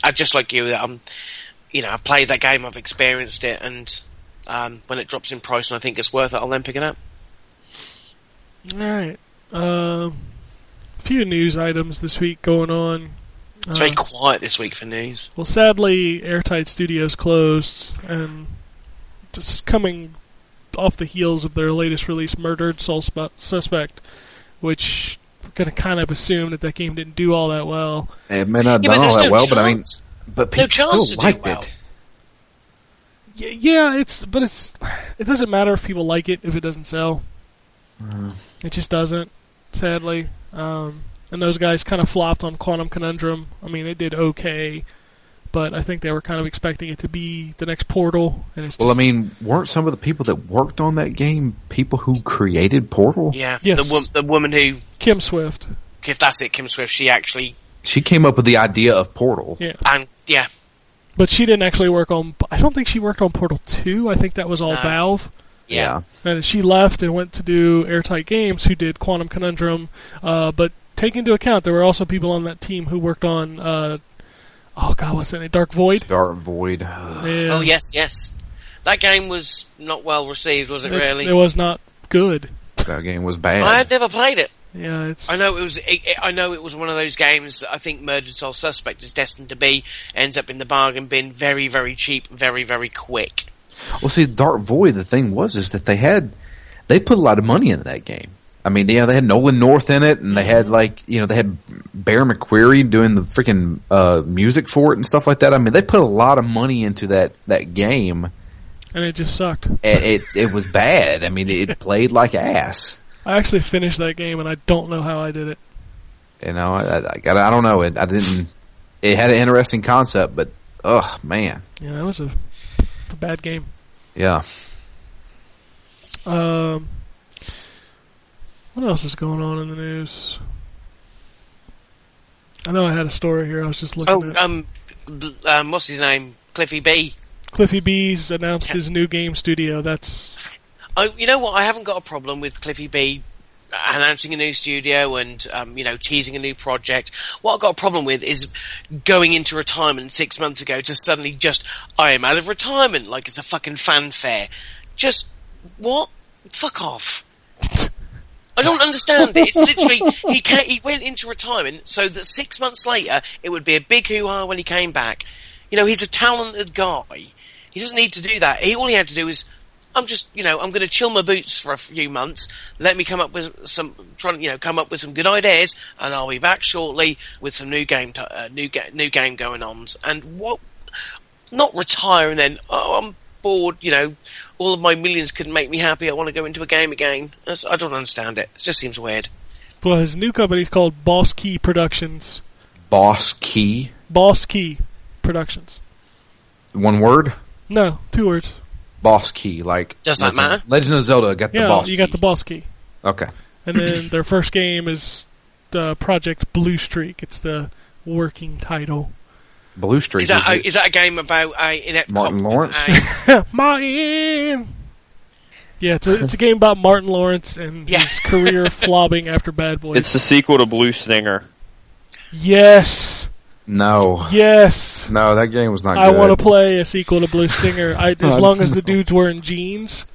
Speaker 5: I just like you. That I'm, you know, I've played that game, I've experienced it, and um, when it drops in price and I think it's worth it, I'll then pick it up.
Speaker 3: All right. Um, a few news items this week going on.
Speaker 5: It's
Speaker 3: Uh,
Speaker 5: very quiet this week for news.
Speaker 3: well, sadly, Airtight Studios closed, and just coming off the heels of their latest release, Murdered Suspe- Suspect, which we're going to kind of assume that that game didn't do all that well.
Speaker 4: It may not have
Speaker 5: Yeah, but
Speaker 4: done all
Speaker 5: there's
Speaker 4: that
Speaker 5: no
Speaker 4: well, but I mean,
Speaker 5: chance.
Speaker 4: but
Speaker 5: No
Speaker 4: people
Speaker 5: chance to
Speaker 4: still
Speaker 5: do
Speaker 4: liked
Speaker 5: well.
Speaker 4: it.
Speaker 3: Y- yeah, it's but it's it doesn't matter if people like it if it doesn't sell. It just doesn't, sadly. Um, and those guys kind of flopped on Quantum Conundrum. I mean, it did okay, but I think they were kind of expecting it to be the next Portal, and it's
Speaker 4: Well, I
Speaker 3: just,
Speaker 4: mean, weren't some of the people that worked on that game people who created Portal?
Speaker 5: Yeah,
Speaker 3: Yes.
Speaker 5: the, wom- the woman who,
Speaker 3: Kim Swift.
Speaker 5: if that's it, Kim Swift, she actually
Speaker 4: She came up with the idea of Portal.
Speaker 3: Yeah,
Speaker 5: and yeah,
Speaker 3: but she didn't actually work on. I don't think she worked on Portal Two. I think that was all
Speaker 5: No.
Speaker 3: Valve.
Speaker 4: Yeah.
Speaker 3: And she left and went to do Airtight Games, who did Quantum Conundrum. Uh, but take into account there were also people on that team who worked on, uh, oh god, what's that name? Dark Void.
Speaker 4: Dark Void. Ugh.
Speaker 3: Yeah.
Speaker 5: oh yes, yes, that game was not well received, was it
Speaker 3: It's-
Speaker 5: really?
Speaker 3: It was not good.
Speaker 4: that game was
Speaker 5: I
Speaker 4: bad.
Speaker 5: had never played it.
Speaker 3: Yeah, it's.
Speaker 5: I know it was. It, it- I know it was one of those games that I think Murdered Soul Suspect is destined to be. Ends up in the bargain bin, very, very cheap, very, very quick.
Speaker 4: Well, see, Dark Void. The thing was is that they had they put a lot of money into that game. I mean, yeah, they had Nolan North in it, and they had like you know they had Bear McQuarrie doing the freaking uh, music for it and stuff like that. I mean, they put a lot of money into that that game,
Speaker 3: And it just sucked.
Speaker 4: and it it was bad. I mean, it played like ass.
Speaker 3: I actually finished that game, and I don't know how I did it.
Speaker 4: You know, I, I, got- I don't know. It I didn't. It had an interesting concept, but oh man,
Speaker 3: Yeah, that was a, a bad game.
Speaker 4: yeah.
Speaker 3: Um, what else is going on in the news? I know I had a story here. I was just looking.
Speaker 5: Oh,
Speaker 3: at it.
Speaker 5: um, bl- um, what's his name? Cliffy B.
Speaker 3: Cliffy B's announced his new game studio. That's
Speaker 5: I, you know what? I haven't got a problem with Cliffy B announcing a new studio and um, you know teasing a new project. What I've got a problem with is going into retirement six months ago to suddenly just I am out of retirement like it's a fucking fanfare. Just what? Fuck off. I don't understand it. It's literally he ca he went into retirement so that six months later it would be a big hoo ha when he came back. You know he's a talented guy. He doesn't need to do that. He all he had to do is I'm just you know I'm going to chill my boots for a few months. Let me come up with some trying you know come up with some good ideas and I'll be back shortly with some new game t- uh, new ga- new game going ons and what not retire and then oh I'm bored you know all of my millions couldn't make me happy I want to go into a game again That's, I don't understand it it just seems weird
Speaker 3: Well, his new company's called Boss Key Productions.
Speaker 4: Boss Key,
Speaker 3: Boss Key Productions.
Speaker 4: one word.
Speaker 3: No, two words.
Speaker 4: Boss Key, like
Speaker 5: Does that
Speaker 4: Legend-
Speaker 5: matter?
Speaker 4: Legend of Zelda got the
Speaker 3: yeah,
Speaker 4: boss.
Speaker 3: you got the
Speaker 4: boss.
Speaker 3: Boss Key.
Speaker 4: Okay,
Speaker 3: And then their first game is uh, Project Blue Streak. It's the working title.
Speaker 4: Blue Streak.
Speaker 5: is that
Speaker 4: isn't
Speaker 5: a,
Speaker 4: it?
Speaker 5: is that a game about a inept cop
Speaker 4: Martin
Speaker 5: with
Speaker 4: Lawrence?
Speaker 5: a-
Speaker 3: Martin. Yeah, it's a, it's a game about Martin Lawrence and
Speaker 5: Yeah.
Speaker 3: his career flopping after Bad Boys.
Speaker 6: It's the sequel to Blue Stinger.
Speaker 3: yes,
Speaker 4: no,
Speaker 3: yes.
Speaker 4: no, that game was not.
Speaker 3: I
Speaker 4: good.
Speaker 3: want to play a sequel to Blue Stinger. I, as
Speaker 4: Oh,
Speaker 3: long as the
Speaker 4: no.
Speaker 3: dudes wearing jeans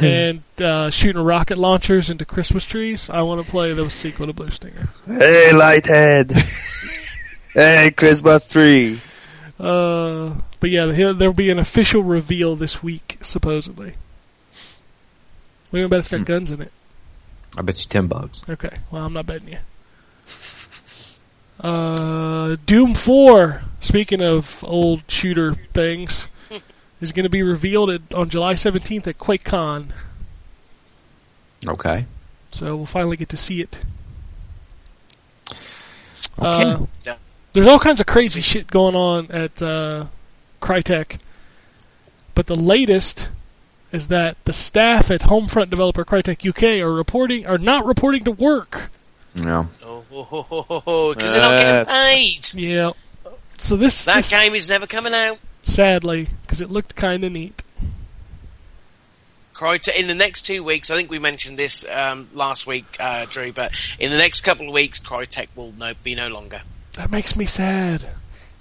Speaker 3: and uh, shooting rocket launchers into Christmas trees, I want to play the sequel to Blue Stinger.
Speaker 6: Hey, Lighthead. hey, Christmas tree.
Speaker 3: Uh, but yeah, he'll- there'll be an official reveal this week, supposedly. What do you mean by it's
Speaker 4: Hmm.
Speaker 3: got guns in it?
Speaker 4: I bet you ten bucks.
Speaker 3: Okay, well, I'm not betting you. Uh, Doom 4, speaking of old shooter things, is going to be revealed at, on July 17th at QuakeCon.
Speaker 4: Okay.
Speaker 3: So we'll finally get to see it.
Speaker 4: Okay.
Speaker 3: Uh, there's all kinds of crazy shit going on at uh, Crytek. But the latest is that the staff at Homefront developer Crytek UK are reporting are not reporting to work.
Speaker 4: yeah.
Speaker 5: oh because they're not getting paid
Speaker 3: Yeah. So this
Speaker 5: that
Speaker 3: this-
Speaker 5: game is never coming out
Speaker 3: sadly because it looked kind of neat.
Speaker 5: Kreiter, in the next two weeks, I think we mentioned this um, last week, uh, Drew, but in the next couple of weeks, Crytek will no, be no longer.
Speaker 3: That makes me sad.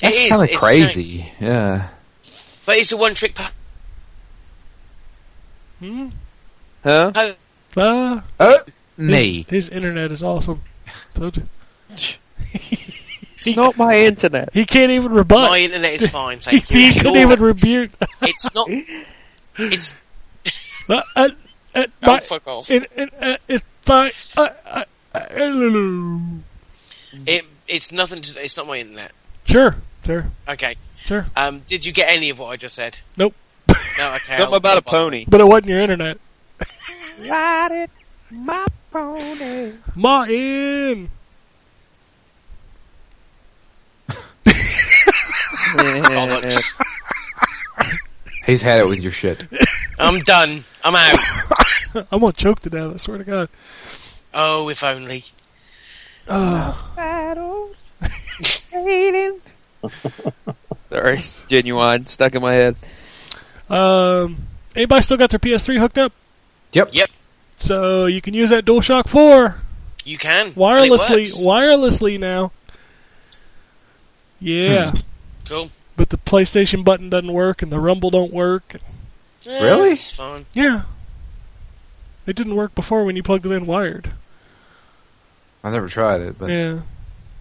Speaker 4: That's
Speaker 5: it is it's
Speaker 4: kinda
Speaker 5: a shame.
Speaker 4: crazy. Yeah.
Speaker 5: but it's a one trick
Speaker 3: Hmm?
Speaker 6: Huh?
Speaker 5: pony.
Speaker 3: Uh,
Speaker 4: Uh,
Speaker 3: his,
Speaker 4: nay.
Speaker 3: his internet is awesome. Told you.
Speaker 6: It's not my internet.
Speaker 3: He can't even
Speaker 5: My
Speaker 3: rebut.
Speaker 5: internet is fine,
Speaker 3: He
Speaker 5: thank you.
Speaker 3: couldn't
Speaker 5: Your-
Speaker 3: even rebuke.
Speaker 5: it's not. It's
Speaker 3: Uh, uh, uh,
Speaker 8: Oh,
Speaker 3: my-
Speaker 8: fuck off.
Speaker 3: It, it, uh, it's fine. Uh, uh, uh,
Speaker 5: it, It's nothing to. It's not my internet.
Speaker 3: sure, sure,
Speaker 5: Okay.
Speaker 3: sure.
Speaker 5: Um, did you get any of what I just said?
Speaker 3: Nope.
Speaker 5: No. Okay.
Speaker 6: Something
Speaker 5: I'll-
Speaker 6: about a
Speaker 5: I'll-
Speaker 6: pony.
Speaker 3: But it wasn't your internet. Ride it, my pony. Martin.
Speaker 4: He's had it with your shit.
Speaker 5: I'm done. I'm out.
Speaker 3: I'm gonna choke to death. I swear to God.
Speaker 5: Oh, if only.
Speaker 3: Uh,
Speaker 6: Sorry. Genuine. Stuck in my head.
Speaker 3: um, anybody still got their PS3 hooked up?
Speaker 4: Yep.
Speaker 5: Yep.
Speaker 3: So you can use that DualShock 4
Speaker 5: You can and it
Speaker 3: wirelessly.
Speaker 5: works.
Speaker 3: Wirelessly now. Yeah,
Speaker 5: Cool.
Speaker 3: but the PlayStation button doesn't work, and the Rumble don't work.
Speaker 5: Eh,
Speaker 4: Really?
Speaker 5: It's fine.
Speaker 3: Yeah, it didn't work before when you plugged it in wired.
Speaker 4: I never tried it, but
Speaker 3: Yeah.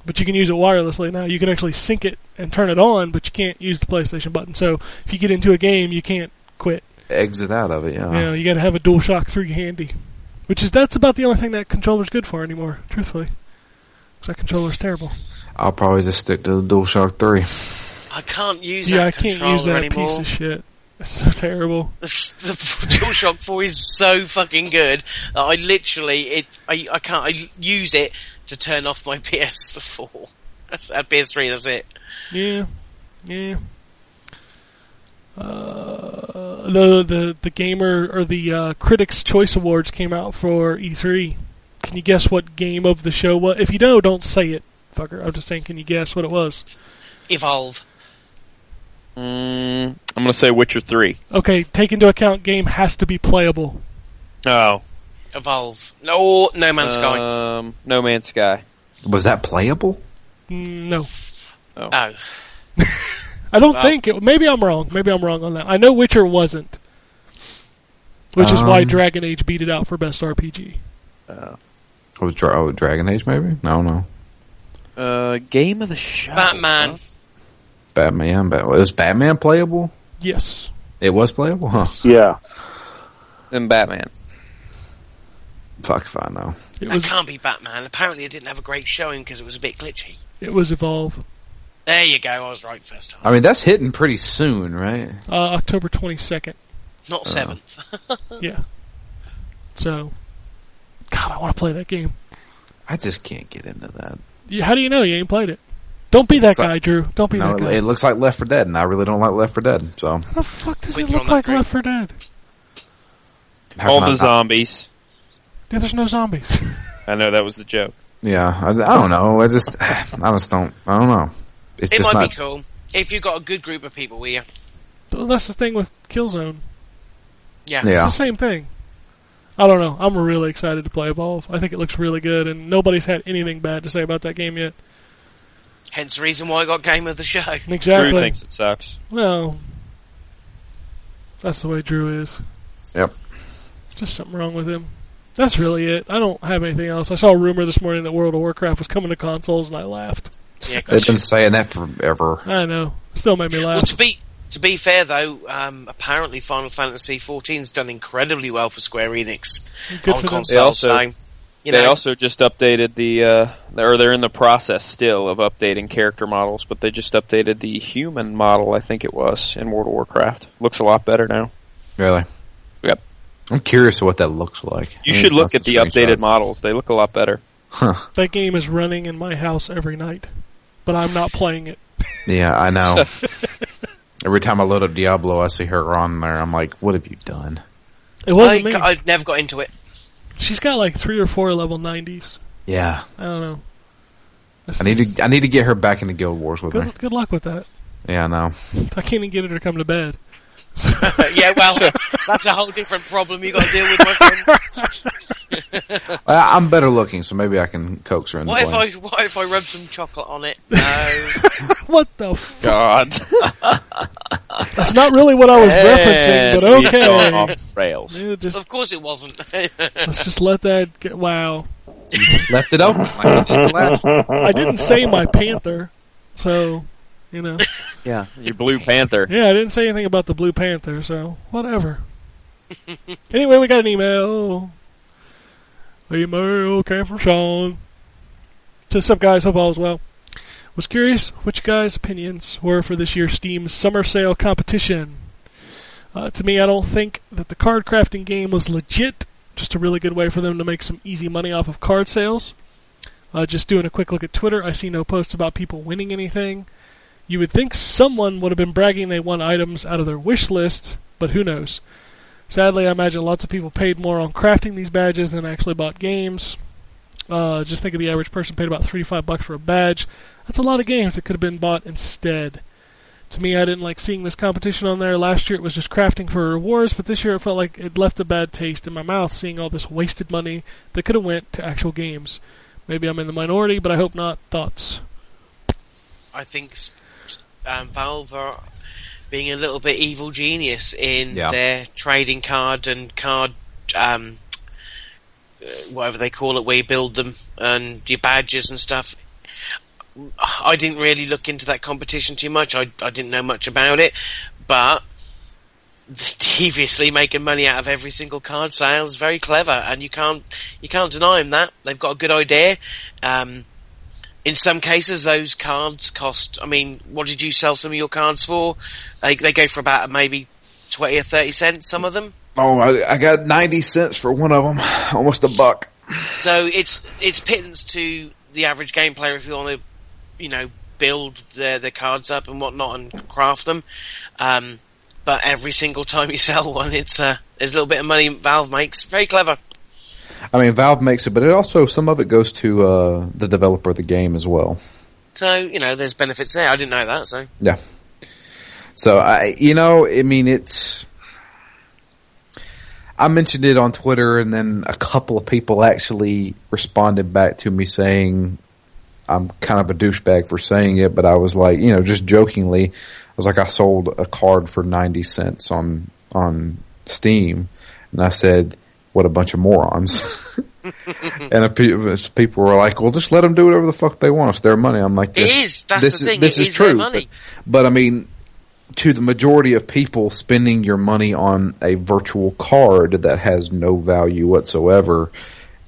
Speaker 3: But you can use it wirelessly now. You can actually sync it and turn it on, but you can't use the PlayStation button. So if you get into a game, you can't quit.
Speaker 4: exit out of it. Yeah.
Speaker 3: You know, you got to have a DualShock 3 handy, which is that's about the only thing that controller's good for anymore, truthfully. 'Cause that controller's terrible.
Speaker 4: I'll probably just stick to the DualShock Three.
Speaker 5: I can't use
Speaker 3: yeah,
Speaker 5: that
Speaker 3: I can't
Speaker 5: controller
Speaker 3: use that
Speaker 5: anymore.
Speaker 3: piece of shit. It's so terrible.
Speaker 5: the DualShock 4 is so fucking good that I literally it I, I can't I use it to turn off my PS4. That's uh, PS3. That's it.
Speaker 3: Yeah, yeah. Uh, the the the gamer or the uh, Critics Choice Awards came out for E3. Can you guess what game of the show was? If you know, don't say it, fucker. I'm just saying. Can you guess what it was?
Speaker 5: Evolve.
Speaker 6: Mm, I'm going to say Witcher 3.
Speaker 3: Okay, take into account game has to be playable.
Speaker 6: Oh,
Speaker 5: Evolve. No, oh, No Man's Sky.
Speaker 6: Um, no Man's Sky.
Speaker 4: Was that playable?
Speaker 3: Mm, No,
Speaker 5: Oh,
Speaker 3: I don't
Speaker 6: Wow.
Speaker 3: think it. Maybe I'm wrong. Maybe I'm wrong on that. I know Witcher wasn't, which is why
Speaker 4: Um.
Speaker 3: Dragon Age beat it out for best RPG.
Speaker 4: Oh, Dra- oh Dragon Age maybe? I don't know.
Speaker 6: Uh, Game of the Show.
Speaker 5: Batman.
Speaker 6: huh?
Speaker 4: Batman, Bat- was Batman playable?
Speaker 3: Yes,
Speaker 4: It was playable, huh?
Speaker 7: Yeah.
Speaker 6: And Batman.
Speaker 4: Fuck if I know.
Speaker 3: it
Speaker 5: that
Speaker 3: was.
Speaker 5: can't be Batman. Apparently, it didn't have a great showing because it was a bit glitchy.
Speaker 3: It was Evolve.
Speaker 5: There you go. I was right first time.
Speaker 4: I mean, that's hitting pretty soon, right?
Speaker 3: Uh, October twenty second.
Speaker 5: Not seventh.
Speaker 3: Yeah. So, God, I want to play that game.
Speaker 4: I just can't get into that.
Speaker 3: You- How do you know you ain't played it? Don't be that
Speaker 4: It's like-
Speaker 3: guy, Drew. Don't be
Speaker 4: No,
Speaker 3: that
Speaker 4: it,
Speaker 3: guy.
Speaker 4: it looks like Left for Dead, and I really don't like Left for Dead. So
Speaker 3: How the fuck does
Speaker 5: We
Speaker 3: it
Speaker 5: throw
Speaker 3: look
Speaker 5: that
Speaker 3: like
Speaker 5: great-
Speaker 3: Left 4 Dead?
Speaker 4: how
Speaker 6: All
Speaker 4: can I
Speaker 6: the
Speaker 4: not-
Speaker 6: zombies.
Speaker 3: Dude, there's no zombies.
Speaker 6: I know that was the joke.
Speaker 4: Yeah, I, I don't know. I just, I just don't. I don't know. It's
Speaker 5: it
Speaker 4: just
Speaker 5: might
Speaker 4: not.
Speaker 5: be cool if you've got a good group of people with you.
Speaker 3: Well, That's the thing with Killzone.
Speaker 5: Yeah.
Speaker 3: It's
Speaker 4: Yeah,
Speaker 3: the same thing. I don't know. I'm really excited to play Evolve. I think it looks really good, and nobody's had anything bad to say about that game yet.
Speaker 5: Hence the reason why I got game of the show.
Speaker 3: Exactly.
Speaker 6: Drew thinks it sucks.
Speaker 3: Well, that's the way Drew is.
Speaker 4: Yep.
Speaker 3: Just something wrong with him. That's really it. I don't have anything else. I saw a rumor this morning that World of Warcraft was coming to consoles, and I laughed.
Speaker 5: Yeah,
Speaker 4: they've been saying that forever.
Speaker 3: I know. Still made me
Speaker 5: Well,
Speaker 3: laugh.
Speaker 5: to be to be fair though, um, apparently Final Fantasy XIV's done incredibly well for Square Enix
Speaker 3: Good
Speaker 5: on
Speaker 3: for them.
Speaker 6: They
Speaker 5: console.
Speaker 6: also-
Speaker 5: so you
Speaker 6: they
Speaker 5: know,
Speaker 6: also just updated the, uh, or they're in the process still of updating character models, but they just updated the human model, I think it was, in World of Warcraft. Looks a lot better now.
Speaker 4: Really.
Speaker 6: Yep.
Speaker 4: I'm curious what that looks like.
Speaker 6: You
Speaker 4: I mean,
Speaker 6: should
Speaker 4: it's
Speaker 6: look
Speaker 4: not
Speaker 6: at the
Speaker 4: screenshots.
Speaker 6: updated models. They look a lot better.
Speaker 3: That game is running in my house every night, but I'm not playing it.
Speaker 4: Yeah, I know. Every time I load up Diablo, I see her on there. I'm like, what have you done?
Speaker 3: It
Speaker 5: I,
Speaker 3: wasn't me.
Speaker 5: I never got into it.
Speaker 3: She's got like three or four level 90s.
Speaker 4: Yeah,
Speaker 3: I don't know.
Speaker 4: I need to. I need to get her back into Guild Wars with me.
Speaker 3: Good, good luck with that.
Speaker 4: Yeah, I know.
Speaker 3: I can't even get her to come to bed.
Speaker 5: yeah, well, that's, that's a whole different problem you got to deal with. My friend.
Speaker 4: I, I'm better looking, so maybe I can coax her into
Speaker 5: What if
Speaker 4: playing.
Speaker 5: I what if I rub some chocolate on it? No,
Speaker 3: What the? F-
Speaker 6: God.
Speaker 3: That's not really what I was referencing, but
Speaker 6: And we've gone
Speaker 3: okay.
Speaker 6: off rails.
Speaker 3: Yeah, just,
Speaker 5: of course it wasn't.
Speaker 3: let's just let that. Get, wow,
Speaker 4: You just left it open like you did the last one.
Speaker 3: I didn't say my panther, so you know.
Speaker 6: Yeah. Your Blue Panther.
Speaker 3: Yeah, I didn't say anything about the blue panther, so whatever. anyway, we got an email. Email came from Sean. What's up, guys? Hope all is well. Was curious what you guys' opinions were for this year's Steam Summer Sale competition. Uh, to me, I don't think that the card crafting game was legit. Just a really good way for them to make some easy money off of card sales. Uh, just doing a quick look at Twitter, I see no posts about people winning anything. You would think someone would have been bragging they won items out of their wish list, but who knows? Sadly, I imagine lots of people paid more on crafting these badges than actually bought games. Uh, just think of the average person paid about three to five bucks for a badge. That's a lot of games that could have been bought instead. To me, I didn't like seeing this competition on there. Last year it was just crafting for rewards, but this year it felt like it left a bad taste in my mouth seeing all this wasted money that could have went to actual games. Maybe I'm in the minority, but I hope not. Thoughts?
Speaker 5: I think s- s- um, Valve are being a little bit evil genius in
Speaker 4: Yeah.
Speaker 5: their trading card and card, um, uh, whatever they call it, where you build them and your badges and stuff. I didn't really look into that competition too much. I, I didn't know much about it, but deviously making money out of every single card sale is very clever, and you can't you can't deny them that they've got a good idea. Um, in some cases, those cards cost. I mean, what did you sell some of your cards for? They they go for about maybe twenty or thirty cents. Some of them.
Speaker 4: Oh, I, I got ninety cents for one of them, almost a buck.
Speaker 5: So it's it's pittance to the average game player if you want to, you know, build their their cards up and whatnot and craft them. Um, but every single time you sell one, it's uh, there's a little bit of money Valve makes. Very clever.
Speaker 4: I mean, Valve makes it, but it also some of it goes to uh, the developer of the game as well.
Speaker 5: So you know, there's benefits there. I didn't know that. So
Speaker 4: Yeah. So I, you know, I mean, it's. I mentioned it on Twitter, and then a couple of people actually responded back to me saying, "I'm kind of a douchebag for saying it," but I was like, you know, just jokingly, I was like, I sold a card for ninety cents on on Steam, and I said, "What a bunch of morons." and a pe- people were like, "Well, just let them do whatever the fuck they want. It's their money." I'm like,
Speaker 5: It is. That's
Speaker 4: this
Speaker 5: the thing.
Speaker 4: This
Speaker 5: It
Speaker 4: is
Speaker 5: is their
Speaker 4: true.
Speaker 5: money.
Speaker 4: But, but I mean, to the majority of people, spending your money on a virtual card that has no value whatsoever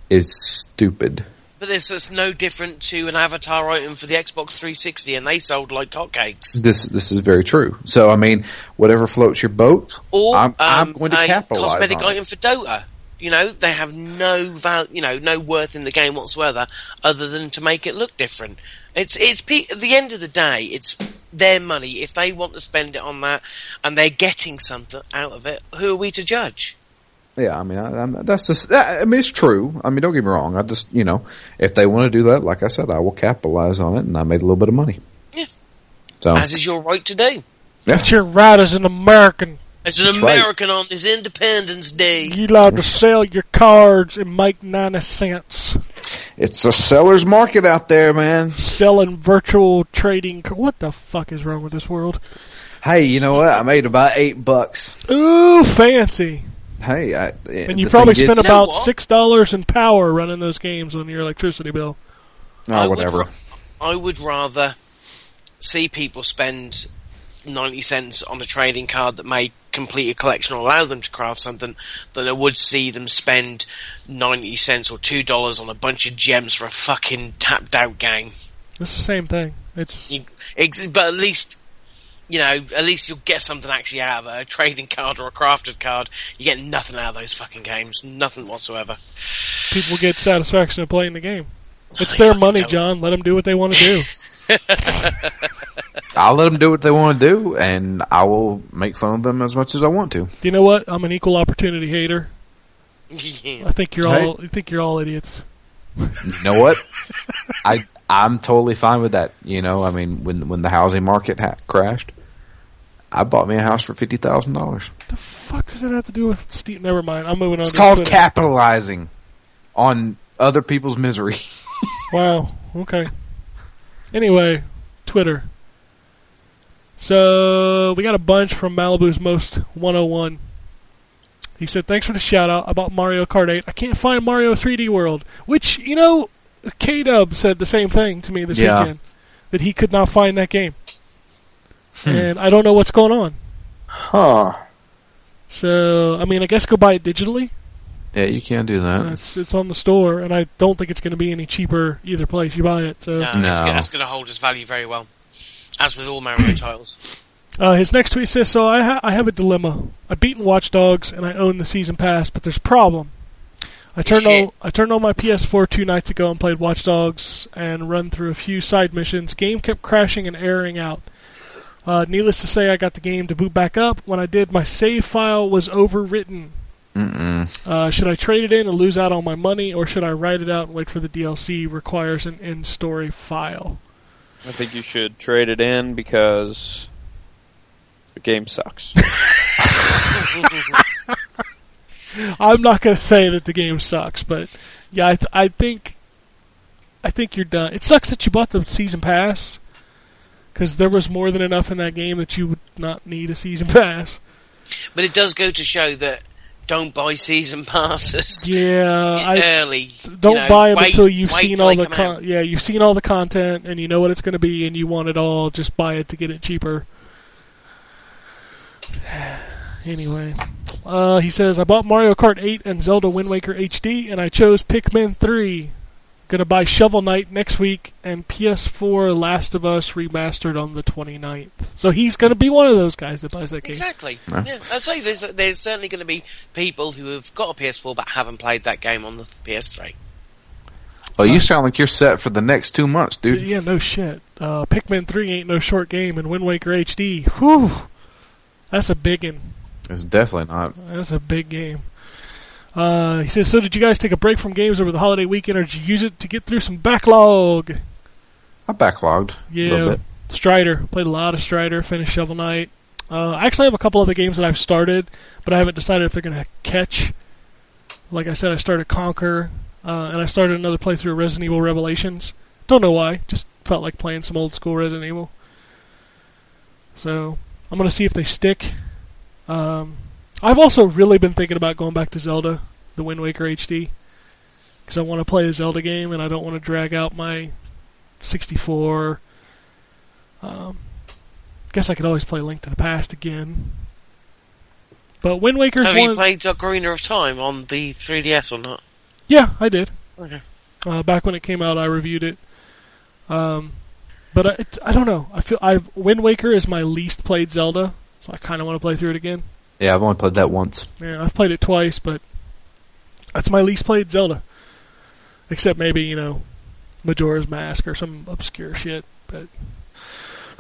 Speaker 4: is stupid.
Speaker 5: But this it's no different to an avatar item for the Xbox 360, and they sold like hotcakes.
Speaker 4: This this is very true. So I mean, whatever floats your boat,
Speaker 5: Or
Speaker 4: I'm, I'm
Speaker 5: um,
Speaker 4: going to
Speaker 5: a
Speaker 4: capitalize
Speaker 5: cosmetic
Speaker 4: on.
Speaker 5: item
Speaker 4: It.
Speaker 5: for Dota. You know, they have no val, you know, no worth in the game whatsoever, other than to make it look different. It's it's pe- at the end of the day, it's their money. If they want to spend it on that, and they're getting something out of it, who are we to judge?
Speaker 4: Yeah, I mean, I, I'm, that's just. I I mean, it's true. I mean, don't get me wrong. I just you know, if they want to do that, like I said, I will capitalize on it, and I made a little bit of money.
Speaker 5: Yeah.
Speaker 4: So
Speaker 5: As is your right to do.
Speaker 3: That's your right as an American.
Speaker 5: As an
Speaker 4: That's right.
Speaker 5: American on this Independence Day,
Speaker 3: You allowed to sell your cards and make 90 cents
Speaker 4: it's a seller's market out there, man.
Speaker 3: selling virtual trading. car- What the fuck is wrong with this world?
Speaker 4: Hey, you know what? I made about eight bucks.
Speaker 3: Ooh, fancy.
Speaker 4: Hey, I,
Speaker 3: And you probably spent
Speaker 5: You know
Speaker 3: about
Speaker 5: what?
Speaker 3: $6 in power running those games on your electricity bill.
Speaker 5: I
Speaker 4: oh,
Speaker 5: would
Speaker 4: whatever.
Speaker 5: ra- I would rather see people spend 90 cents on a trading card that may complete a collection or allow them to craft something than I would see them spend 90 cents or $2 on a bunch of gems for a fucking tapped out game.
Speaker 3: It's the same thing. It's
Speaker 5: You, ex- but at least, you know, at least you'll get something actually out of it. a trading card or a crafted card. You get nothing out of those fucking games. Nothing whatsoever.
Speaker 3: people get satisfaction of playing the game. It's
Speaker 5: They
Speaker 3: their
Speaker 5: fucking
Speaker 3: money,
Speaker 5: don't.
Speaker 3: John. Let them do what they want to do.
Speaker 4: I'll let them do what they want to do, and I will make fun of them as much as I want to.
Speaker 3: do you know what? I'm an equal opportunity hater. I
Speaker 5: yeah.
Speaker 3: think you're
Speaker 4: Hey.
Speaker 3: all. I think you're all idiots.
Speaker 4: You know what? I I'm totally fine with that. You know, I mean, when when the housing market ha- crashed, I bought me a house for fifty thousand dollars.
Speaker 3: What the fuck does that have to do with Steve? Never mind. I'm moving on.
Speaker 4: It's
Speaker 3: to
Speaker 4: called
Speaker 3: Twitter.
Speaker 4: capitalizing on other people's misery.
Speaker 3: Wow. Okay. Anyway, Twitter. So we got a bunch from Malibu's Most 101. He said, "Thanks for the shout out about Mario Kart 8. I can't find Mario 3D World, which you know, K Dub said the same thing to me this
Speaker 4: Yeah.
Speaker 3: weekend that he could not find that game, and I don't know what's going on.
Speaker 7: Huh.
Speaker 3: So I mean, I guess go buy it digitally.
Speaker 4: yeah, you can't do that.
Speaker 3: It's it's on the store, and I don't think it's going to be any cheaper either place you buy it.
Speaker 5: No,
Speaker 3: So
Speaker 5: it's
Speaker 4: No.
Speaker 5: go- that's going to hold its value very well. As with all Mario titles.
Speaker 3: Uh, his next tweet says, "So I, ha- I have a dilemma. I've beaten Watch Dogs and I own the season pass, but there's a problem. I turned
Speaker 5: Shit.
Speaker 3: on I turned on my PS4 two nights ago and played Watch Dogs and run through a few side missions. Game kept crashing and erroring out. Uh, needless to say, I got the game to boot back up. When I did, my save file was overwritten.
Speaker 4: Mm-mm.
Speaker 3: Uh, should I trade it in and lose out on my money, or should I write it out and wait for the DLC? Requires an in story file.
Speaker 6: I think you should trade it in because the game sucks.
Speaker 3: I'm not going to say that the game sucks, but yeah, I, th- I think I think you're done. It sucks that you bought the season pass because there was more than enough in that game that you would not need a season pass.
Speaker 5: But it does go to show that don't buy season passes
Speaker 3: Yeah, I
Speaker 5: early.
Speaker 3: don't
Speaker 5: you know,
Speaker 3: buy them
Speaker 5: wait-
Speaker 3: until you've
Speaker 5: wait
Speaker 3: seen
Speaker 5: till they
Speaker 3: all the
Speaker 5: come
Speaker 3: con-
Speaker 5: out.
Speaker 3: yeah you've seen all the content and you know what it's going to be and you want it all. Just buy it to get it cheaper. Anyway, uh, he says I bought Mario Kart 8 and Zelda Wind Waker HD, and I chose Pikmin 3. Gonna buy Shovel Knight next week and PS4 Last of Us remastered on the 29th. So he's gonna be one of those guys that buys that game.
Speaker 5: Exactly. Yeah, I say there's there's certainly going to be people who have got a PS4 but haven't played that game on the PS3.
Speaker 4: Well, you sound like you're set for the next two months, dude.
Speaker 3: Yeah, no shit. Uh, Pikmin 3 ain't no short game, and Wind Waker HD, whew, that's a big one.
Speaker 4: It's definitely not.
Speaker 3: That's a big game. Uh, he says, so did you guys take a break from games over the holiday weekend, or did you use it to get through some backlog?
Speaker 4: I backlogged a little
Speaker 3: Yeah,
Speaker 4: bit.
Speaker 3: Strider. Played a lot of Strider, finished Shovel Knight. Uh, I actually have a couple other games that I've started, but I haven't decided if they're going to catch. Like I said, I started Conquer, uh, and I started another playthrough of Resident Evil Revelations. Don't know why, just felt like playing some old school Resident Evil. So I'm going to see if they stick. Um, I've also really been thinking about going back to Zelda, the Wind Waker HD, because I want to play a Zelda game and I don't want to drag out my 64. Um, guess I could always play Link to the Past again. But Wind Waker's
Speaker 5: Have
Speaker 3: one.
Speaker 5: Oh, you played Ocarina of Time on the 3DS or not?
Speaker 3: yeah, I did.
Speaker 5: Okay.
Speaker 3: Uh, back when it came out, I reviewed it. Um, but I, it, I don't know. I feel I Wind Waker is my least played Zelda, so I kind of want to play through it again.
Speaker 4: Yeah, I've only played that once.
Speaker 3: Yeah, I've played it twice, but that's my least played Zelda. Except maybe, you know, Majora's Mask or some obscure shit. But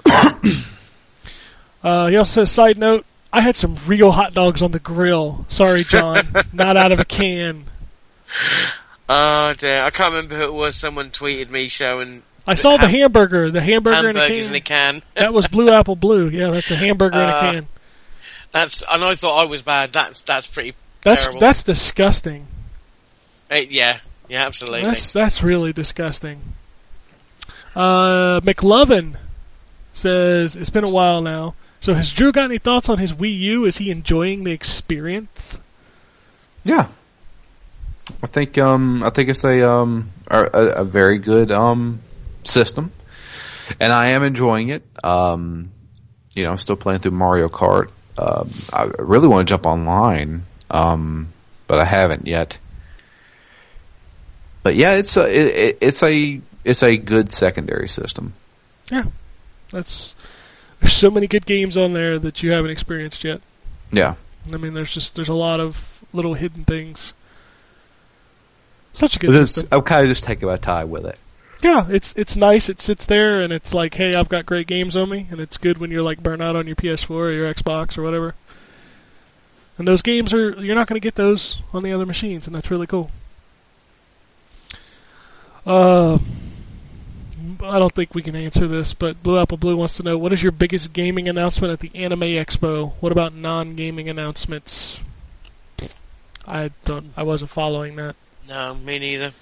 Speaker 3: uh, he also says, side note, I had some real hot dogs on the grill. Sorry, John, not out of a can.
Speaker 5: Oh dear, I can't remember who it was. Someone tweeted me showing
Speaker 3: I saw the hamburger, the hamburger in a
Speaker 5: hamburgers
Speaker 3: can.
Speaker 5: in a can.
Speaker 3: that was Blue Apple Blue. Yeah, that's a hamburger
Speaker 5: Uh,
Speaker 3: in a can.
Speaker 5: That's and I thought I was bad. That's that's pretty.
Speaker 3: That's
Speaker 5: terrible.
Speaker 3: that's disgusting.
Speaker 5: eh, yeah, yeah, absolutely.
Speaker 3: That's that's really disgusting. Uh, McLovin says it's been a while now. So has Drew got any thoughts on his Wii U? Is he enjoying the experience?
Speaker 4: Yeah, I think um, I think it's a um, a, a a very good um, system, and I am enjoying it. Um, you know, I'm still playing through Mario Kart. Um, I really want to jump online, um, but I haven't yet. But yeah, it's a it, it- it's a it's a good secondary system.
Speaker 3: Yeah, that's there's so many good games on there that you haven't experienced yet.
Speaker 4: Yeah,
Speaker 3: I mean, there's just there's a lot of little hidden things. Such a good
Speaker 4: But it's-
Speaker 3: system.
Speaker 4: I'm kind of just taking my time with it.
Speaker 3: Yeah, it's it's nice. It sits there and it's like, hey, I've got great games on me, and it's good when you're like burnt out on your PS4 or your Xbox or whatever. And those games are you're not going to get those on the other machines, and that's really cool. Uh, I don't think we can answer this, but Blue Apple Blue wants to know what is your biggest gaming announcement at the Anime Expo? What about non-gaming announcements? I don't. I wasn't following that.
Speaker 5: No, me neither.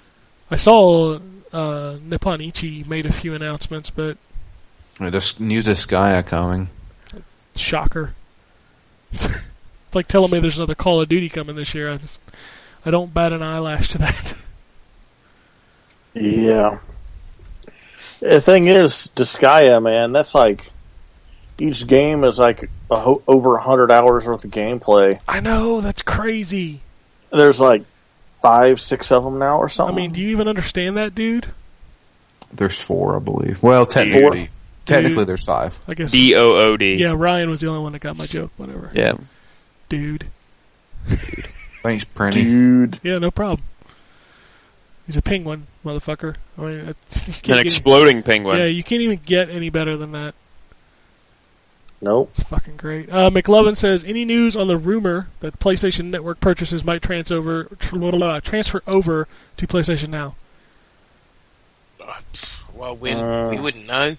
Speaker 3: I saw uh, Nippon Ichi made a few announcements, but
Speaker 4: This new Disgaea coming.
Speaker 3: shocker. it's like telling me there's another Call of Duty coming this year. I just I don't bat an eyelash to that.
Speaker 7: Yeah. The thing is, Disgaea, man, that's like each game is like a ho- over hundred hours worth of gameplay.
Speaker 3: I know that's crazy.
Speaker 7: There's like five, six of them now, or
Speaker 3: I
Speaker 7: something.
Speaker 3: mean, do you even understand that, dude?
Speaker 4: There's four, I believe. Well, technically, technically there's five.
Speaker 3: I guess.
Speaker 6: D O O D.
Speaker 3: yeah, Ryan was the only one that got my joke. Whatever,
Speaker 6: Yeah.
Speaker 3: dude.
Speaker 4: Thanks, Prinny.
Speaker 7: dude,
Speaker 3: Yeah, no problem. He's a penguin, motherfucker. I mean, it's, you can't
Speaker 6: An
Speaker 3: get-
Speaker 6: exploding penguin.
Speaker 3: yeah, you can't even get any better than that.
Speaker 7: nope.
Speaker 3: It's fucking great. Uh, McLovin says, any news on the rumor that PlayStation Network purchases might trans over, tr- blah, blah, blah, transfer over to PlayStation Now?
Speaker 5: Well, we
Speaker 7: Uh.
Speaker 5: we wouldn't know.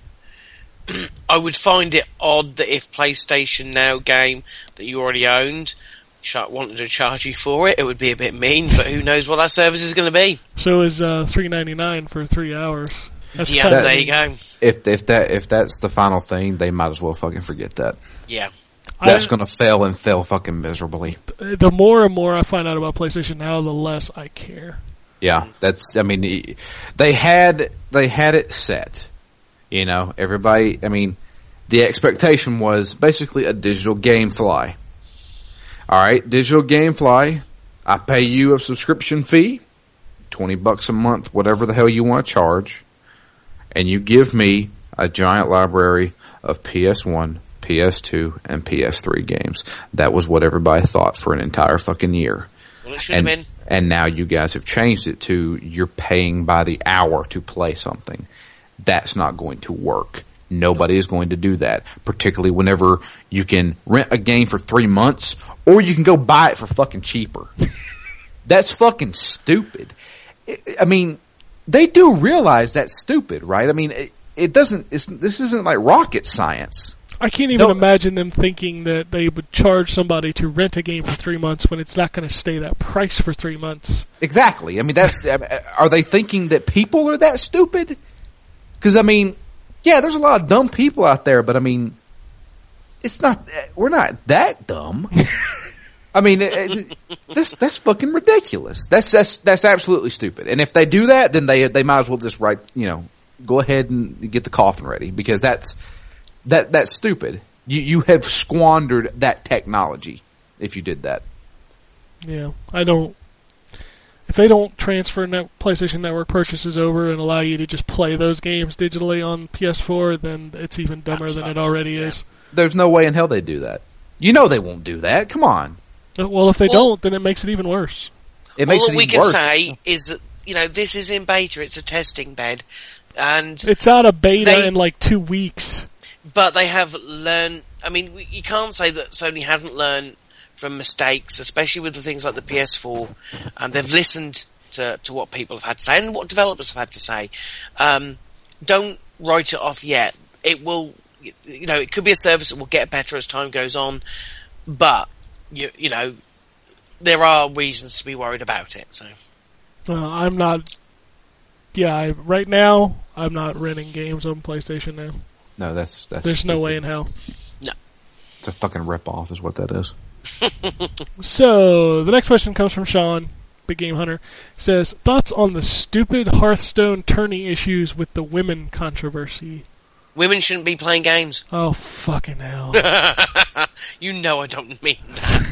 Speaker 5: I would find it odd that if PlayStation Now game that you already owned cha- wanted to charge you for it, it would be a bit mean. But who knows what that service is going to be?
Speaker 3: So is uh, three ninety nine for three hours. That's
Speaker 5: yeah,
Speaker 3: kinda-
Speaker 5: there you go.
Speaker 4: If if that if that's the final thing, they might as well fucking forget that.
Speaker 5: Yeah,
Speaker 3: I-
Speaker 4: That's gonna fail and fail fucking miserably.
Speaker 3: the more and more I find out about PlayStation Now, the less I care.
Speaker 4: Yeah, that's. I mean, e- they had they had it set. You know, everybody. I mean, the expectation was basically a digital GameFly. All right, digital GameFly. I pay you a subscription fee, twenty bucks a month, whatever the hell you want to charge, and you give me a giant library of PS1, PS2, and PS3 games. That was what everybody thought for an entire fucking year
Speaker 5: that's what it should have
Speaker 4: and,
Speaker 5: been.
Speaker 4: and now you guys have changed it to you're paying by the hour to play something. That's not going to work. Nobody is going to do that, particularly whenever you can rent a game for three months or you can go buy it for fucking cheaper. That's fucking stupid. I- I mean, they do realize that's stupid, right? I mean, it, it doesn't, it's, this isn't like rocket science.
Speaker 3: I can't even
Speaker 4: No.
Speaker 3: imagine them thinking that they would charge somebody to rent a game for three months when it's not going to stay that price for three months.
Speaker 4: Exactly. I mean, that's I mean, are they thinking that people are that stupid? Because I mean, yeah, there's a lot of dumb people out there, but I mean, it's not we're not that dumb. I mean, it, it, that's that's fucking ridiculous. That's that's that's absolutely stupid. And if they do that, then they they might as well just write you know go ahead and get the coffin ready because that's that that's stupid. You you have squandered that technology if you did that.
Speaker 3: Yeah, I don't. If they don't transfer net, PlayStation Network purchases over and allow you to just play those games digitally on PS4, then it's even dumber
Speaker 4: That's
Speaker 3: than it
Speaker 4: fucked.
Speaker 3: already
Speaker 4: Yeah.
Speaker 3: is.
Speaker 4: There's no way in hell they do that. You know they won't do that. Come on,
Speaker 3: Uh, Well, if they
Speaker 5: Well-
Speaker 3: don't, then it makes it even worse.
Speaker 4: it makes
Speaker 5: All
Speaker 4: it
Speaker 5: we
Speaker 4: even
Speaker 5: can
Speaker 4: worse.
Speaker 5: say is that you know this is in beta; it's a testing bed, and
Speaker 3: It's out of beta
Speaker 5: They-
Speaker 3: in like two weeks.
Speaker 5: but they have learned. I mean, we- you can't say that Sony hasn't learned from mistakes, especially with the things like the PS4. Um, they've listened to, to what people have had to say and what developers have had to say. Um, don't write it off yet. It will, y- you know, it could be a service that will get better as time goes on, but you, you know, there are reasons to be worried about it. So.
Speaker 3: Uh, I'm not. Yeah, I, right now I'm not renting games on PlayStation now.
Speaker 4: no, that's that's
Speaker 3: There's no
Speaker 4: stupid.
Speaker 3: way in hell.
Speaker 4: It's a fucking ripoff, is what that is.
Speaker 3: So the next question comes from Sean, Big Game Hunter. Says thoughts on the stupid Hearthstone tourney issues with the women controversy.
Speaker 5: Women shouldn't be playing games.
Speaker 3: Oh fucking hell!
Speaker 5: You know I don't mean that.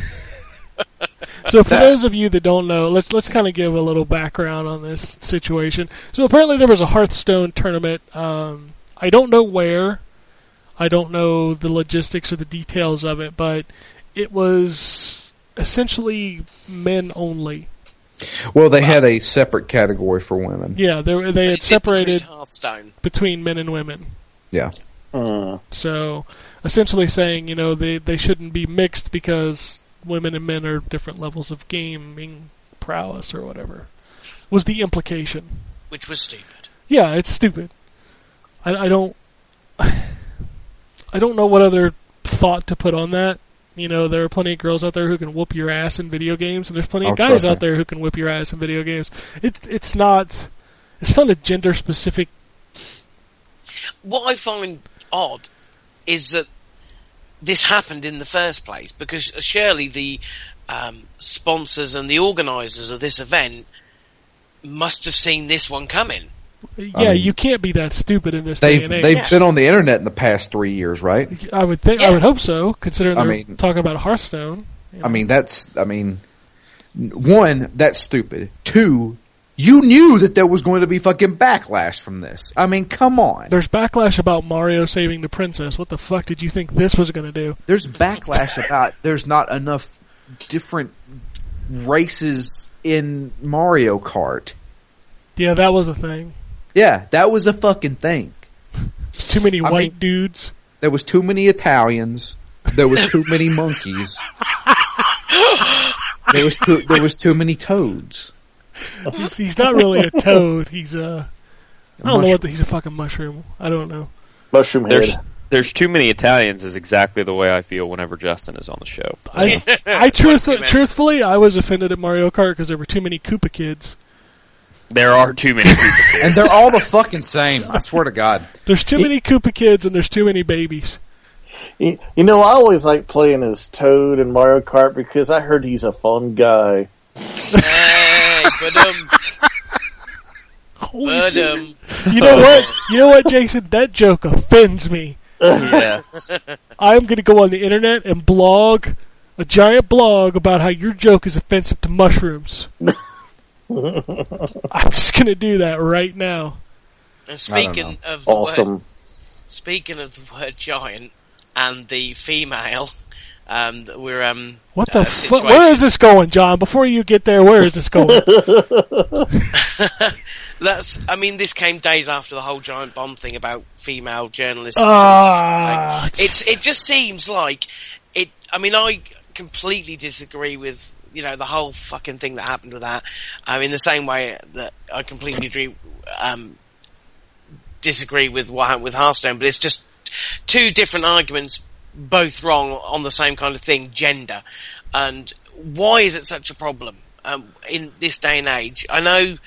Speaker 3: so for those of you that don't know, let's let's kind of give a little background on this situation. So apparently there was a Hearthstone tournament. Um, I don't know where. I don't know the logistics or the details of it, but it was essentially men only.
Speaker 4: Well, they had a separate category for women.
Speaker 3: Yeah, they they had
Speaker 5: It's separated
Speaker 3: separated
Speaker 5: Hearthstone.
Speaker 3: between men and women.
Speaker 4: Yeah,
Speaker 7: Mm.
Speaker 3: So essentially saying, you know, they, they shouldn't be mixed because women and men are different levels of gaming prowess or whatever was the implication.
Speaker 5: which was stupid.
Speaker 3: Yeah, it's stupid. I, I don't I don't know what other thought to put on that. You know, there are plenty of girls out there who can whoop your ass in video games, and there's plenty
Speaker 4: Oh,
Speaker 3: of guys
Speaker 4: trust me.
Speaker 3: out there who can whip your ass in video games. It, it's not it's not a gender specific.
Speaker 5: What I find odd is that this happened in the first place because surely the um, sponsors and the organisers of this event must have seen this one coming.
Speaker 3: Yeah,
Speaker 4: mean,
Speaker 3: you can't be that stupid in this day
Speaker 4: they've
Speaker 3: and age.
Speaker 4: they've
Speaker 5: Yeah.
Speaker 4: been on the internet in the past three years, right?
Speaker 3: I would think. I
Speaker 5: Yeah.
Speaker 3: would hope so, considering
Speaker 4: I
Speaker 3: they're
Speaker 4: mean-
Speaker 3: talking about Hearthstone.
Speaker 4: I mean, that's I mean, n- one, that's stupid. Two, you knew that there was going to be fucking backlash from this. I mean, come on.
Speaker 3: There's backlash about Mario saving the princess. What the fuck did you think this was going to do?
Speaker 4: there's backlash about there's not enough different races in Mario Kart.
Speaker 3: Yeah, that was a thing.
Speaker 4: Yeah, that was a fucking thing.
Speaker 3: Too many
Speaker 4: I
Speaker 3: white
Speaker 4: mean-
Speaker 3: dudes.
Speaker 4: There was too many Italians. There was too many monkeys. There was too there was too many toads. uh-huh.
Speaker 3: He's, he's not really a toad. He's a. I don't know what the, he's a fucking mushroom. I don't know.
Speaker 7: Mushroom head.
Speaker 6: There's there's too many Italians is exactly the way I feel whenever Justin is on the show.
Speaker 3: I, I truth,
Speaker 5: Mushroom head.
Speaker 3: truthfully, I was offended at Mario Kart because there were too many Koopa kids.
Speaker 6: There are too many people.
Speaker 4: And they're all the fucking same. I swear to God.
Speaker 3: There's too many Koopa kids and there's too many babies.
Speaker 7: You, you know, I always like playing as Toad in Mario Kart because I heard he's a fun guy.
Speaker 5: Hey, ba-dum,
Speaker 3: Holy shit.
Speaker 5: ba-dum.
Speaker 3: You know what? You know what, Jason? That joke offends me.
Speaker 6: yeah.
Speaker 3: I'm going to go on the internet and blog a giant blog about how your joke is offensive to mushrooms. I'm just going to do that right now.
Speaker 5: And speaking of the
Speaker 7: Awesome.
Speaker 5: word, speaking of the word giant and the female, um, that we're um,
Speaker 3: What the
Speaker 5: Uh,
Speaker 3: fuck? Where is this going, John? Before you get there, where is this going?
Speaker 5: That's. I mean, this came days after the whole giant bomb thing about female journalists.
Speaker 3: Ah.
Speaker 5: and so on. So it's. It just seems like it. I mean, I completely disagree with you know the whole fucking thing that happened with that. I mean, the same way that I completely agree, um, disagree with what happened with Hearthstone, but it's just two different arguments, both wrong on the same kind of thing, gender, and why is it such a problem um, in this day and age? I know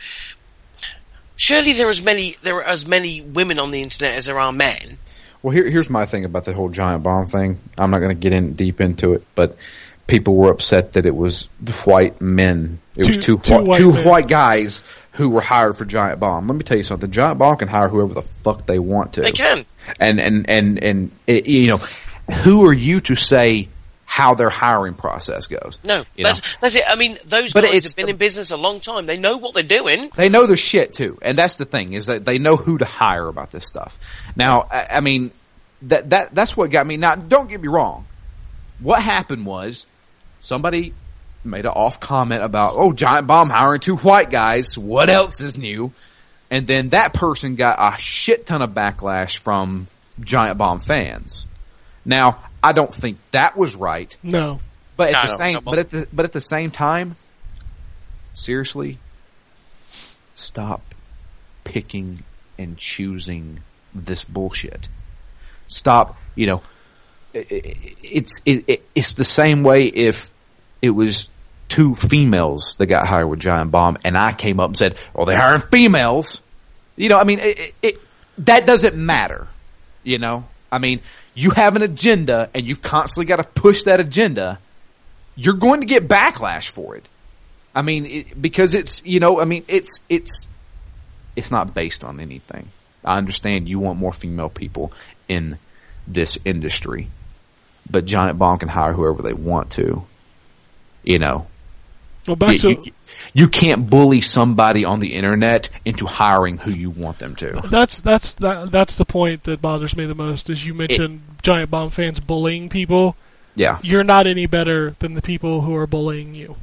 Speaker 5: surely there are as many there are as many women on the internet as there are men.
Speaker 4: Well, here, here's my thing about the whole giant bomb thing. I'm not going to get in deep into it, but people were upset that it was the white men. It was
Speaker 3: Two-
Speaker 4: two
Speaker 3: two
Speaker 4: whi-
Speaker 3: white
Speaker 4: two
Speaker 3: men.
Speaker 4: white guys who were hired for giant bomb. Let me tell you something. Giant bomb can hire whoever the fuck they want to.
Speaker 5: They can.
Speaker 4: And and and and it, you know, who are you to say how their hiring process goes?
Speaker 5: No,
Speaker 4: You
Speaker 5: that's
Speaker 4: know?
Speaker 5: that's it. I mean, those
Speaker 4: But
Speaker 5: guys
Speaker 4: it's-
Speaker 5: have been in business a long time. They know what they're doing.
Speaker 4: They know their shit too, and that's the thing is that they know who to hire about this stuff. Now, I, I mean, that that that's what got me. Now, don't get me wrong. What happened was somebody made an off comment about, "Oh, giant bomb hiring two white guys. What else is new?" And then that person got a shit ton of backlash from giant bomb fans. Now, I don't think that was right.
Speaker 3: No.
Speaker 4: But at
Speaker 5: No,
Speaker 4: the
Speaker 5: no,
Speaker 4: same,
Speaker 5: that
Speaker 4: but at the but at the same time, seriously, stop picking and choosing this bullshit. Stop. You know, i- i- it's it, it, it's the same way if it was two females that got hired with Giant Bomb, and I came up and said, "Well, they're hiring females." You know, I mean, it, it, it that doesn't matter. You know, I mean, you have an agenda, and you've constantly got to push that agenda. You're going to get backlash for it. I mean, it, because it's you know, I mean, it's it's it's not based on anything. I understand you want more female people in this industry, but Giant Bomb can hire whoever they want to. You know,
Speaker 3: Well, back
Speaker 4: you,
Speaker 3: to
Speaker 4: you- you can't bully somebody on the internet into hiring who you want them to.
Speaker 3: that's that's that, that's the point that bothers me the most. Is you mentioned giant bomb fans bullying people.
Speaker 4: Yeah,
Speaker 3: You're not any better than the people who are bullying you.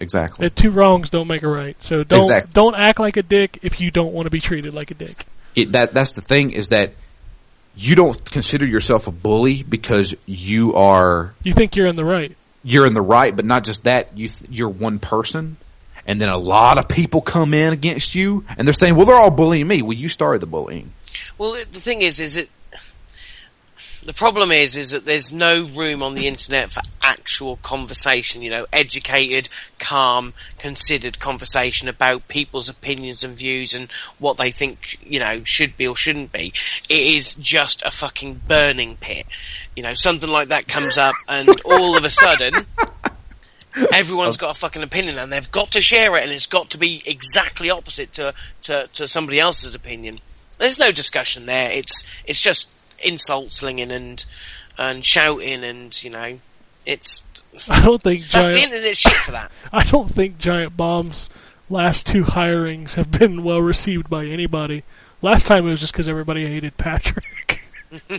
Speaker 4: exactly.
Speaker 3: That two wrongs don't make a right. So don't
Speaker 4: Exact-
Speaker 3: don't act like a dick if you don't want to be treated like a dick.
Speaker 4: it, that that's the thing is that you don't consider yourself a bully because you are
Speaker 3: You think you're in the right.
Speaker 4: you're in the right, but not just that you th- you're one person, and then a lot of people come in against you, and they're saying, "Well, they're all bullying me." Well, you started the bullying.
Speaker 5: Well, it- the thing is, is it the problem is, is that there's no room on the internet for actual conversation. You know, educated, calm, considered conversation about people's opinions and views and what they think you know should be or shouldn't be. It is just a fucking burning pit. You know, something like that comes up, and all of a sudden. Everyone's got a fucking opinion, and they've got to share it, and it's got to be exactly opposite to, to, to somebody else's opinion. There's no discussion there. It's it's just insult slinging and and shouting, and you know, it's
Speaker 3: I don't think
Speaker 5: that's
Speaker 3: giant.
Speaker 5: the internet shit for that.
Speaker 3: I don't think Giant Bomb's last two hirings have been well received by anybody. Last time it was just because everybody hated Patrick. and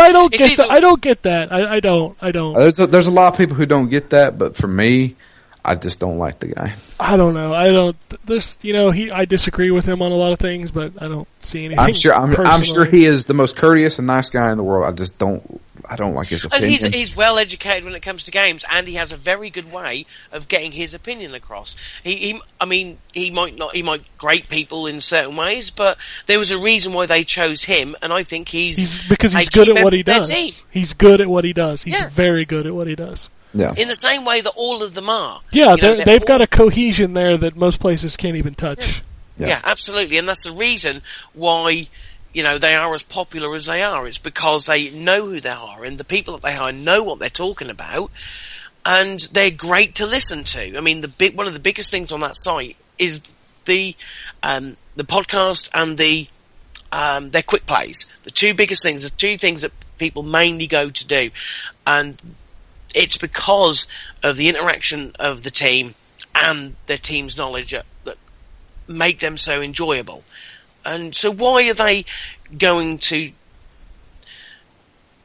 Speaker 3: I don't
Speaker 5: It's
Speaker 3: get
Speaker 5: either-
Speaker 3: that. I don't get that. I, I don't. I don't.
Speaker 4: Uh, There's a, there's a lot of people who don't get that, but for me, I just don't like the guy.
Speaker 3: I don't know. I don't. There's, you know, he. I disagree with him on a lot of things, but I don't see anything.
Speaker 4: I'm sure I'm, I'm
Speaker 3: personally.
Speaker 4: sure he is the most courteous and nice guy in the world. I just don't I don't like his
Speaker 5: And
Speaker 4: opinion.
Speaker 5: he's he's well educated when it comes to games, and he has a very good way of getting his opinion across. He, he I mean, he might not he might grate people in certain ways, but there was a reason why they chose him, and I think he's,
Speaker 3: He's because
Speaker 5: a
Speaker 3: he's
Speaker 5: key
Speaker 3: good at
Speaker 5: member
Speaker 3: what he
Speaker 5: of their
Speaker 3: does.
Speaker 5: team.
Speaker 3: He's good at what he does. He's
Speaker 5: Yeah.
Speaker 3: very good at what he does.
Speaker 4: yeah.
Speaker 5: In the same way that all of them are.
Speaker 3: Yeah,
Speaker 5: You know,
Speaker 3: they
Speaker 5: they're
Speaker 3: they've
Speaker 5: all
Speaker 3: got a cohesion there that most places can't even touch.
Speaker 4: Yeah.
Speaker 5: Yeah. absolutely, and that's the reason why you know they are as popular as they are. It's because they know who they are, and the people that they hire know what they're talking about, and they're great to listen to. I mean, the big one of the biggest things on that site is the um, the podcast and the um, their quick plays. The two biggest things, the two things that people mainly go to do, and it's because of the interaction of the team and their team's knowledge that that make them so enjoyable. And so, why are they going to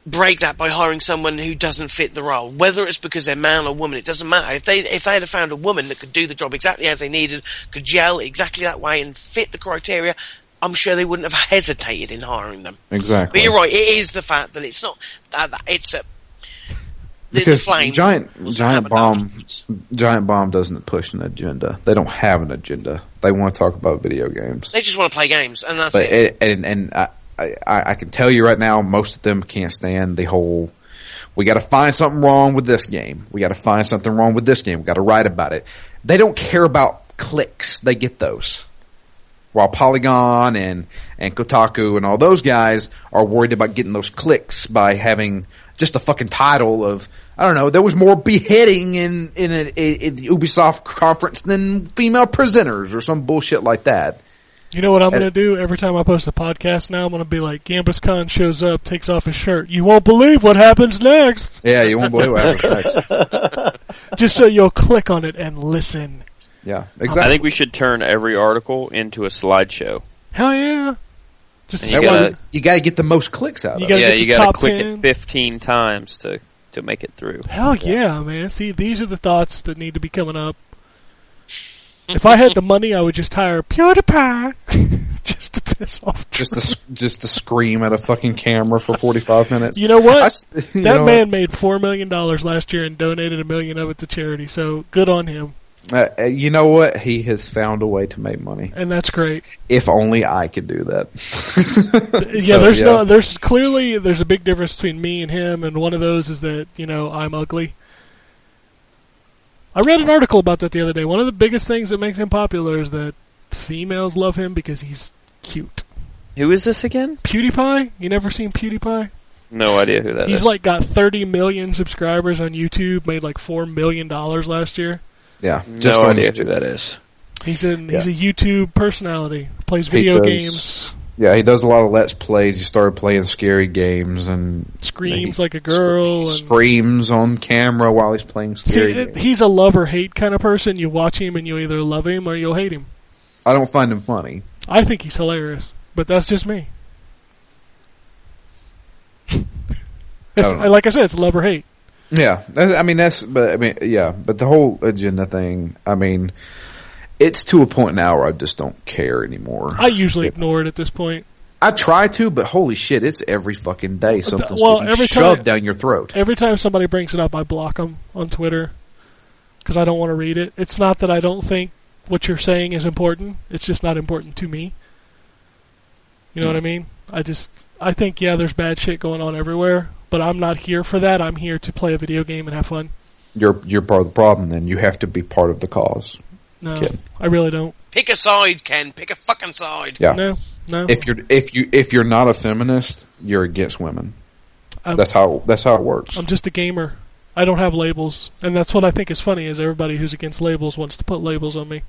Speaker 5: break that by hiring someone who doesn't fit the role? Whether it's because they're man or woman, it doesn't matter. If they if they had found a woman that could do the job exactly as they needed, could gel exactly that way, and fit the criteria. I'm sure they wouldn't have hesitated in hiring them.
Speaker 4: Exactly.
Speaker 5: But you're right; it is the fact that it's not that, that- it's a the, the
Speaker 4: because
Speaker 5: flame
Speaker 4: giant
Speaker 5: was
Speaker 4: giant
Speaker 5: hammered
Speaker 4: bomb
Speaker 5: afterwards.
Speaker 4: giant bomb doesn't push an agenda. They don't have an agenda. They want to talk about video games.
Speaker 5: They just want to play games, and that's
Speaker 4: But
Speaker 5: it.
Speaker 4: it, and and I, I, I, I can tell you right now, most of them can't stand the whole. We got to find something wrong with this game. We got to find something wrong with this game. We got to write about it. They don't care about clicks. They get those. While Polygon and and Kotaku and all those guys are worried about getting those clicks by having just a fucking title of I don't know. There was more beheading in in a, a, a Ubisoft conference than female prisoners or some bullshit like that.
Speaker 3: You know what I'm
Speaker 4: And-
Speaker 3: going to do every time I post a podcast now? I'm going to be like, Gambus Khan shows up, takes off his shirt. You won't believe what happens next.
Speaker 4: Yeah, you won't believe what happens next.
Speaker 3: Just so you'll click on it and listen.
Speaker 4: Yeah,
Speaker 6: I
Speaker 4: exactly.
Speaker 6: think we should turn every article into a slideshow.
Speaker 3: Hell yeah. Just
Speaker 6: You
Speaker 3: you
Speaker 4: That way
Speaker 6: gotta-
Speaker 4: you got to get the most clicks out
Speaker 3: You
Speaker 4: of it.
Speaker 3: gotta
Speaker 6: yeah,
Speaker 3: get
Speaker 6: you
Speaker 3: the
Speaker 6: gotta
Speaker 3: top
Speaker 6: click
Speaker 3: 10.
Speaker 6: it 15 times to to make it through.
Speaker 3: Hell yeah, man. See, these are the thoughts that need to be coming up. If I had the money, I would just hire PewDiePie just to piss off.
Speaker 4: Just to s- just to scream at a fucking camera for forty five minutes.
Speaker 3: You know what?
Speaker 4: I s- you
Speaker 3: that
Speaker 4: know
Speaker 3: man made four million dollars last year and donated a million of it to charity. So good on him,
Speaker 4: what? Uh, uh, you know what? He has found a way to make money.
Speaker 3: and that's great.
Speaker 4: If only I could do that.
Speaker 3: yeah,
Speaker 4: So,
Speaker 3: there's
Speaker 4: yeah.
Speaker 3: no, there's clearly there's a big difference between me and him, and one of those is that you know I'm ugly. I read an article about that the other day. One of the biggest things that makes him popular is that females love him because he's cute.
Speaker 6: Who is this again?
Speaker 3: PewDiePie? You never seen PewDiePie?
Speaker 6: No idea who that is.
Speaker 3: He's like got 30 million subscribers on YouTube, made like four million dollars last year.
Speaker 4: Yeah,
Speaker 6: no
Speaker 4: just on
Speaker 6: idea
Speaker 4: YouTube.
Speaker 6: who that is.
Speaker 3: He's in he's a YouTube personality, plays
Speaker 4: He
Speaker 3: video
Speaker 4: does.
Speaker 3: games,
Speaker 4: Yeah, he does a lot of let's plays. He started playing scary games and
Speaker 3: screams
Speaker 4: he
Speaker 3: like a girl.
Speaker 4: sc-
Speaker 3: and,
Speaker 4: screams on camera while he's playing
Speaker 3: See,
Speaker 4: scary
Speaker 3: it,
Speaker 4: games.
Speaker 3: he's a love or hate kind of person. You watch him and you either love him or you'll hate him.
Speaker 4: I don't find him funny.
Speaker 3: I think he's hilarious, but that's just me.
Speaker 4: don't know.
Speaker 3: like I said, it's love or hate.
Speaker 4: Yeah, that's, I mean that's, but I mean yeah, but the whole agenda thing. I mean, it's to a point now where I just don't care anymore.
Speaker 3: I usually
Speaker 4: Yeah.
Speaker 3: ignore it at this point.
Speaker 4: I try to, but holy shit, it's every fucking day something's
Speaker 3: well,
Speaker 4: getting
Speaker 3: every
Speaker 4: shoved
Speaker 3: time-
Speaker 4: down your throat.
Speaker 3: Every time somebody brings it up, I block them on Twitter because I don't want to read it. It's not that I don't think what you're saying is important; it's just not important to me. You know what I mean? I just I think yeah, there's bad shit going on everywhere, but I'm not here for that. I'm here to play a video game and have fun.
Speaker 4: You're you're part of the problem. Then you have to be part of the cause.
Speaker 3: No,
Speaker 4: Okay.
Speaker 3: I really don't.
Speaker 5: Pick a side, Ken. Pick a fucking side.
Speaker 4: Yeah.
Speaker 3: No, no.
Speaker 4: If you're if you if you're not a feminist, you're against women.
Speaker 3: I'm-
Speaker 4: that's how that's how it works.
Speaker 3: I'm just a gamer. I don't have labels, and that's what I think is funny is everybody who's against labels wants to put labels on me.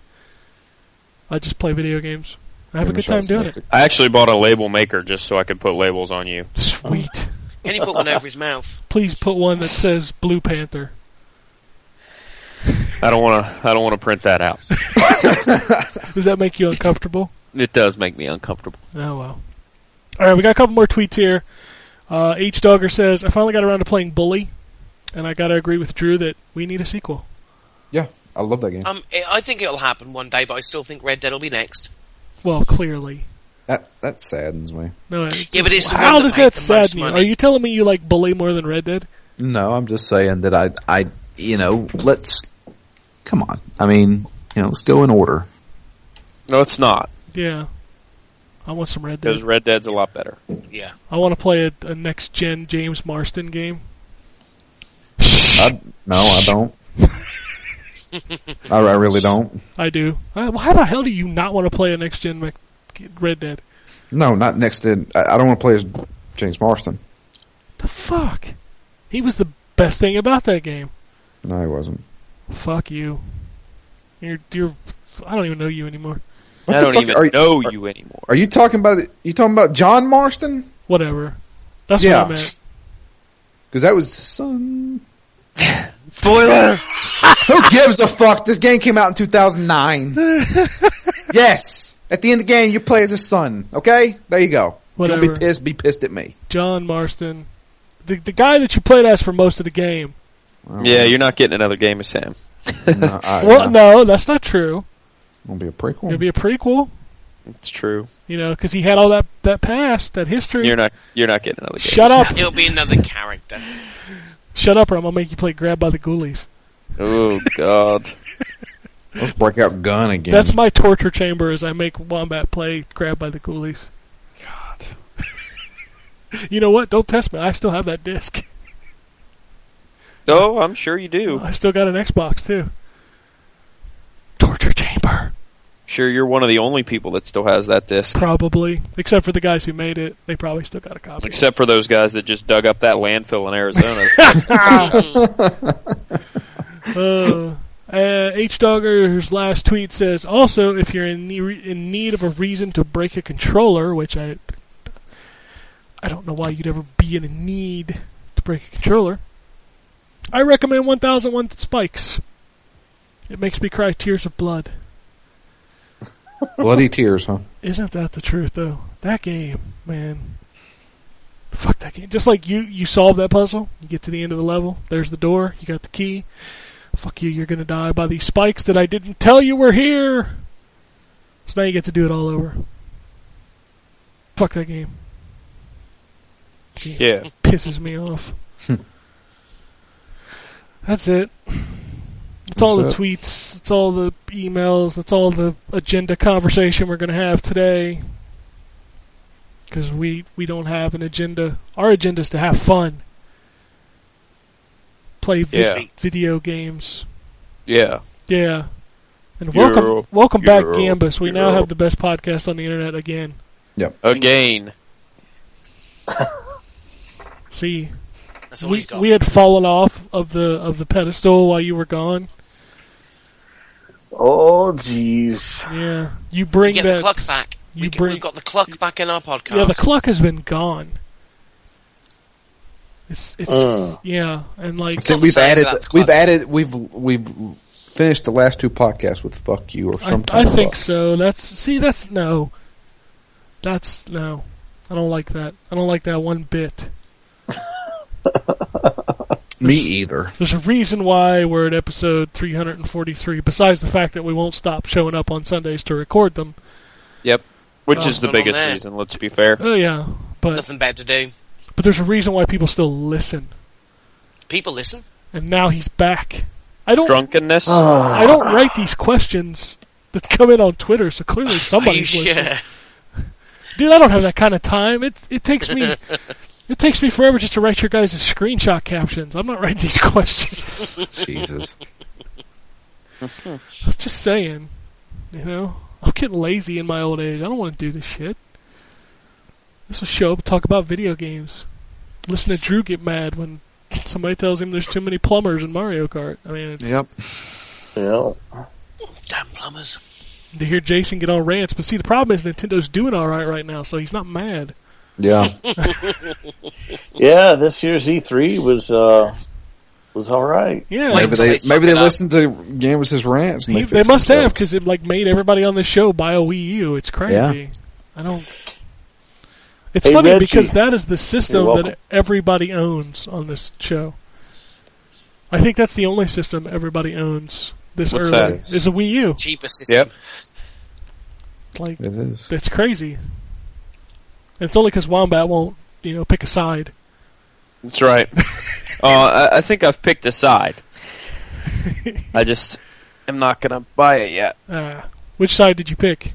Speaker 3: I just play video games. I have a good time doing it.
Speaker 6: I actually bought a label maker just so I could put labels on you.
Speaker 3: Sweet.
Speaker 5: Can you put one over his mouth?
Speaker 3: Please put one that says Blue Panther.
Speaker 6: I don't want to. I don't want to print that out.
Speaker 3: Does that make you uncomfortable?
Speaker 6: It does make me uncomfortable.
Speaker 3: Oh well. All right, we got a couple more tweets here. Uh, H Dogger says, "I finally got around to playing Bully, and I gotta agree with Drew that we need a sequel."
Speaker 4: Yeah, I love that game.
Speaker 5: Um, i I think it'll happen one day, but I still think Red Dead will be next.
Speaker 3: Well, clearly,
Speaker 4: that that saddens me.
Speaker 3: no. it-
Speaker 5: Yeah, but it's the
Speaker 3: how
Speaker 5: one that
Speaker 3: does
Speaker 5: made
Speaker 3: that
Speaker 5: the most
Speaker 3: sadden you?
Speaker 5: money.
Speaker 3: Are you telling me you like Bully more than Red Dead?
Speaker 4: No, I'm just saying that I I you know let's come on. I mean you know let's go in order.
Speaker 6: No, it's not
Speaker 3: Yeah. I want some Red Dead.
Speaker 6: because Red Dead's a lot better.
Speaker 5: Yeah.
Speaker 3: I want to play a, a next gen James Marston game.
Speaker 4: I, no, I don't. I, I really don't.
Speaker 3: I do. I, why the hell do you not want to play a next gen Mac- Red Dead?
Speaker 4: No, not next in. I, I don't want to play as James Marston.
Speaker 3: The fuck? He was the best thing about that game.
Speaker 4: No, he wasn't.
Speaker 3: Fuck you. You're you're. I don't even know you anymore.
Speaker 4: What
Speaker 6: I
Speaker 4: the
Speaker 6: don't
Speaker 4: fuck
Speaker 6: even
Speaker 4: are you-
Speaker 6: know
Speaker 4: are-
Speaker 6: you anymore.
Speaker 4: Are you talking about you talking about John Marston?
Speaker 3: Whatever. That's
Speaker 4: Yeah.
Speaker 3: what I meant.
Speaker 4: Because that was his son.
Speaker 6: Spoiler.
Speaker 4: Who gives a fuck? This game came out in 2009. yes. At the end of the game, you play as his son. Okay, there you go. If you
Speaker 3: Whatever.
Speaker 4: Don't be pissed. Be pissed at me.
Speaker 3: John Marston, the the guy that you played as for most of the game.
Speaker 6: Yeah, you're not getting another game of Sam.
Speaker 4: No, I,
Speaker 3: Well, no, that's not true.
Speaker 4: Gonna be a prequel.
Speaker 3: It'll be a prequel.
Speaker 6: It's true.
Speaker 3: You know, because he had all that that past, that history.
Speaker 6: You're not. You're not getting another game.
Speaker 3: Shut up.
Speaker 5: It'll be another character.
Speaker 3: Shut up, or I'm gonna make you play Grab by the Ghoulies.
Speaker 6: Oh God.
Speaker 4: Let's break out gun again.
Speaker 3: That's my torture chamber. Is I make Wombat play Grab by the Ghoulies.
Speaker 6: God.
Speaker 3: You know what? Don't test me. I still have that disc.
Speaker 6: Oh, I'm sure you do.
Speaker 3: I still got an Xbox too. Torture chamber,
Speaker 6: Sure, you're one of the only people that still has that disc,
Speaker 3: probably. Except for the guys who made it, they probably still got a copy.
Speaker 6: except for those guys that just dug up that landfill in Arizona.
Speaker 3: uh, uh, H Dogger's last tweet says, "Also, if you're in ne- in need of a reason to break a controller, which I I don't know why you'd ever be in a need to break a controller, I recommend 1001 Spikes. It makes me cry tears of blood.
Speaker 4: Bloody tears, huh?
Speaker 3: Isn't that the truth, though? That game, man." Fuck that game. Just like you, you solve that puzzle, you get to the end of the level, there's the door, you got the key, fuck you, you're gonna die by these spikes that I didn't tell you were here. So now you get to do it all over. Fuck that game. Game
Speaker 6: yeah.
Speaker 3: pisses me off. That's it. That's all the
Speaker 4: That's
Speaker 3: tweets. That's all the emails. That's all the agenda conversation we're gonna have today. Because we we don't have an agenda. Our agenda is to have fun, play vid-
Speaker 6: Yeah.
Speaker 3: video games,
Speaker 6: Yeah.
Speaker 3: yeah. And welcome,
Speaker 6: Yeah.
Speaker 3: welcome back,
Speaker 6: Yeah.
Speaker 3: Gambus. We now
Speaker 6: Yeah.
Speaker 3: have the best podcast on the internet again.
Speaker 6: Again.
Speaker 3: See,
Speaker 5: That's all
Speaker 3: we,
Speaker 5: he's got.
Speaker 3: we had fallen off of the of the pedestal while you were gone.
Speaker 7: Oh, jeez.
Speaker 3: Yeah, you bring
Speaker 5: We get
Speaker 3: that.
Speaker 5: the clock back.
Speaker 3: you
Speaker 5: We get,
Speaker 3: bring-
Speaker 5: we've got the clock back in our podcast.
Speaker 3: yeah, the clock has been gone. It's it's
Speaker 7: Uh.
Speaker 3: yeah, and like
Speaker 4: I think we've
Speaker 5: Sorry
Speaker 4: added,
Speaker 5: about that,
Speaker 4: we've
Speaker 5: Clive.
Speaker 4: added, we've we've finished the last two podcasts with "fuck you" or
Speaker 3: I,
Speaker 4: some
Speaker 3: I
Speaker 4: kind of
Speaker 3: think
Speaker 4: fuck.
Speaker 3: so. That's see, that's no, that's no. I don't like that. I don't like that one bit.
Speaker 4: Me either.
Speaker 3: There's a reason why we're at episode 343. Besides the fact that we won't stop showing up on Sundays to record them.
Speaker 6: Yep. Which
Speaker 3: Oh,
Speaker 6: is
Speaker 5: going
Speaker 6: the
Speaker 5: on
Speaker 6: biggest
Speaker 5: there?
Speaker 6: reason, let's be fair.
Speaker 3: Oh yeah, but
Speaker 5: Nothing better to do.
Speaker 3: but there's a reason why people still listen.
Speaker 5: People listen.
Speaker 3: And now he's back. I don't
Speaker 6: Drunkenness?
Speaker 3: I don't write these questions that come in on Twitter, so clearly somebody's
Speaker 5: Are you
Speaker 3: listening.
Speaker 5: sure?
Speaker 3: Dude, I don't have that kind of time. It it takes me it takes me forever just to write your guys' screenshot captions. I'm not writing these questions.
Speaker 4: Jesus.
Speaker 3: I'm just saying. You know? I'm getting lazy in my old age. I don't want to do this shit. This will show up talk about video games. Listen to Drew get mad when somebody tells him there's too many plumbers in Mario Kart. I mean, it's,
Speaker 4: Yep.
Speaker 7: Yeah.
Speaker 5: Damn plumbers.
Speaker 3: to hear Jason get on rants. But see, the problem is Nintendo's doing all right right now, so he's not mad.
Speaker 4: Yeah.
Speaker 7: Yeah, this year's E3 was uh was all right.
Speaker 3: Yeah,
Speaker 5: Wait,
Speaker 4: Maybe
Speaker 5: until
Speaker 4: they
Speaker 5: they fuck
Speaker 4: maybe they
Speaker 5: it up.
Speaker 4: listened to Gambus's rants. And
Speaker 3: he-
Speaker 4: they,
Speaker 3: they
Speaker 4: fixed
Speaker 3: must have
Speaker 4: themselves.
Speaker 3: because it like made everybody on this show buy a Wii U. It's crazy. I don't. It's
Speaker 7: Hey,
Speaker 3: funny
Speaker 7: Reggie.
Speaker 3: because that is the system
Speaker 7: You're welcome.
Speaker 3: that everybody owns on this show. I think that's the only system everybody owns this
Speaker 6: What's
Speaker 3: early.
Speaker 6: that?
Speaker 3: Is a Wii U.
Speaker 5: Cheaper system.
Speaker 6: Yep.
Speaker 3: Like
Speaker 4: it is.
Speaker 3: it's crazy. It's only because Wombat won't you know pick a side.
Speaker 6: That's right. uh, I, I think I've picked a side. I just am not going to buy it yet.
Speaker 3: Uh, which side did you pick?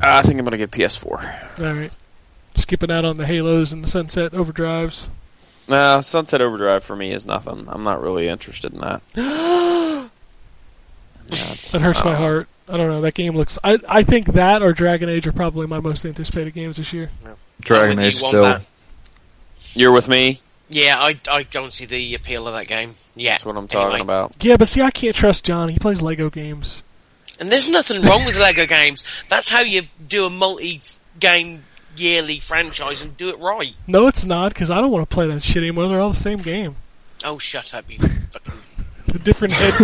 Speaker 6: I think I'm going to get PS4.
Speaker 3: All right, skipping out on the Halos and the Sunset Overdrives.
Speaker 6: Nah, Sunset Overdrive for me is nothing. I'm not really interested in that.
Speaker 3: That hurts my heart. I don't know. That game looks. I I think that or Dragon Age are probably my most anticipated games this year.
Speaker 4: Dragon
Speaker 5: Would you
Speaker 4: Age
Speaker 5: want
Speaker 4: still.
Speaker 5: that?
Speaker 6: You're with me?
Speaker 5: Yeah, I, I don't see the appeal of that game. Yeah,
Speaker 6: That's what I'm talking about.
Speaker 3: Yeah, but see, I can't trust John. He plays Lego games.
Speaker 5: And there's nothing wrong with Lego games. That's how you do a multi-game yearly franchise and do it right.
Speaker 3: No, it's not because I don't want to play that shit anymore. They're all the same game.
Speaker 5: Oh, shut up, you fucking
Speaker 3: The different heads.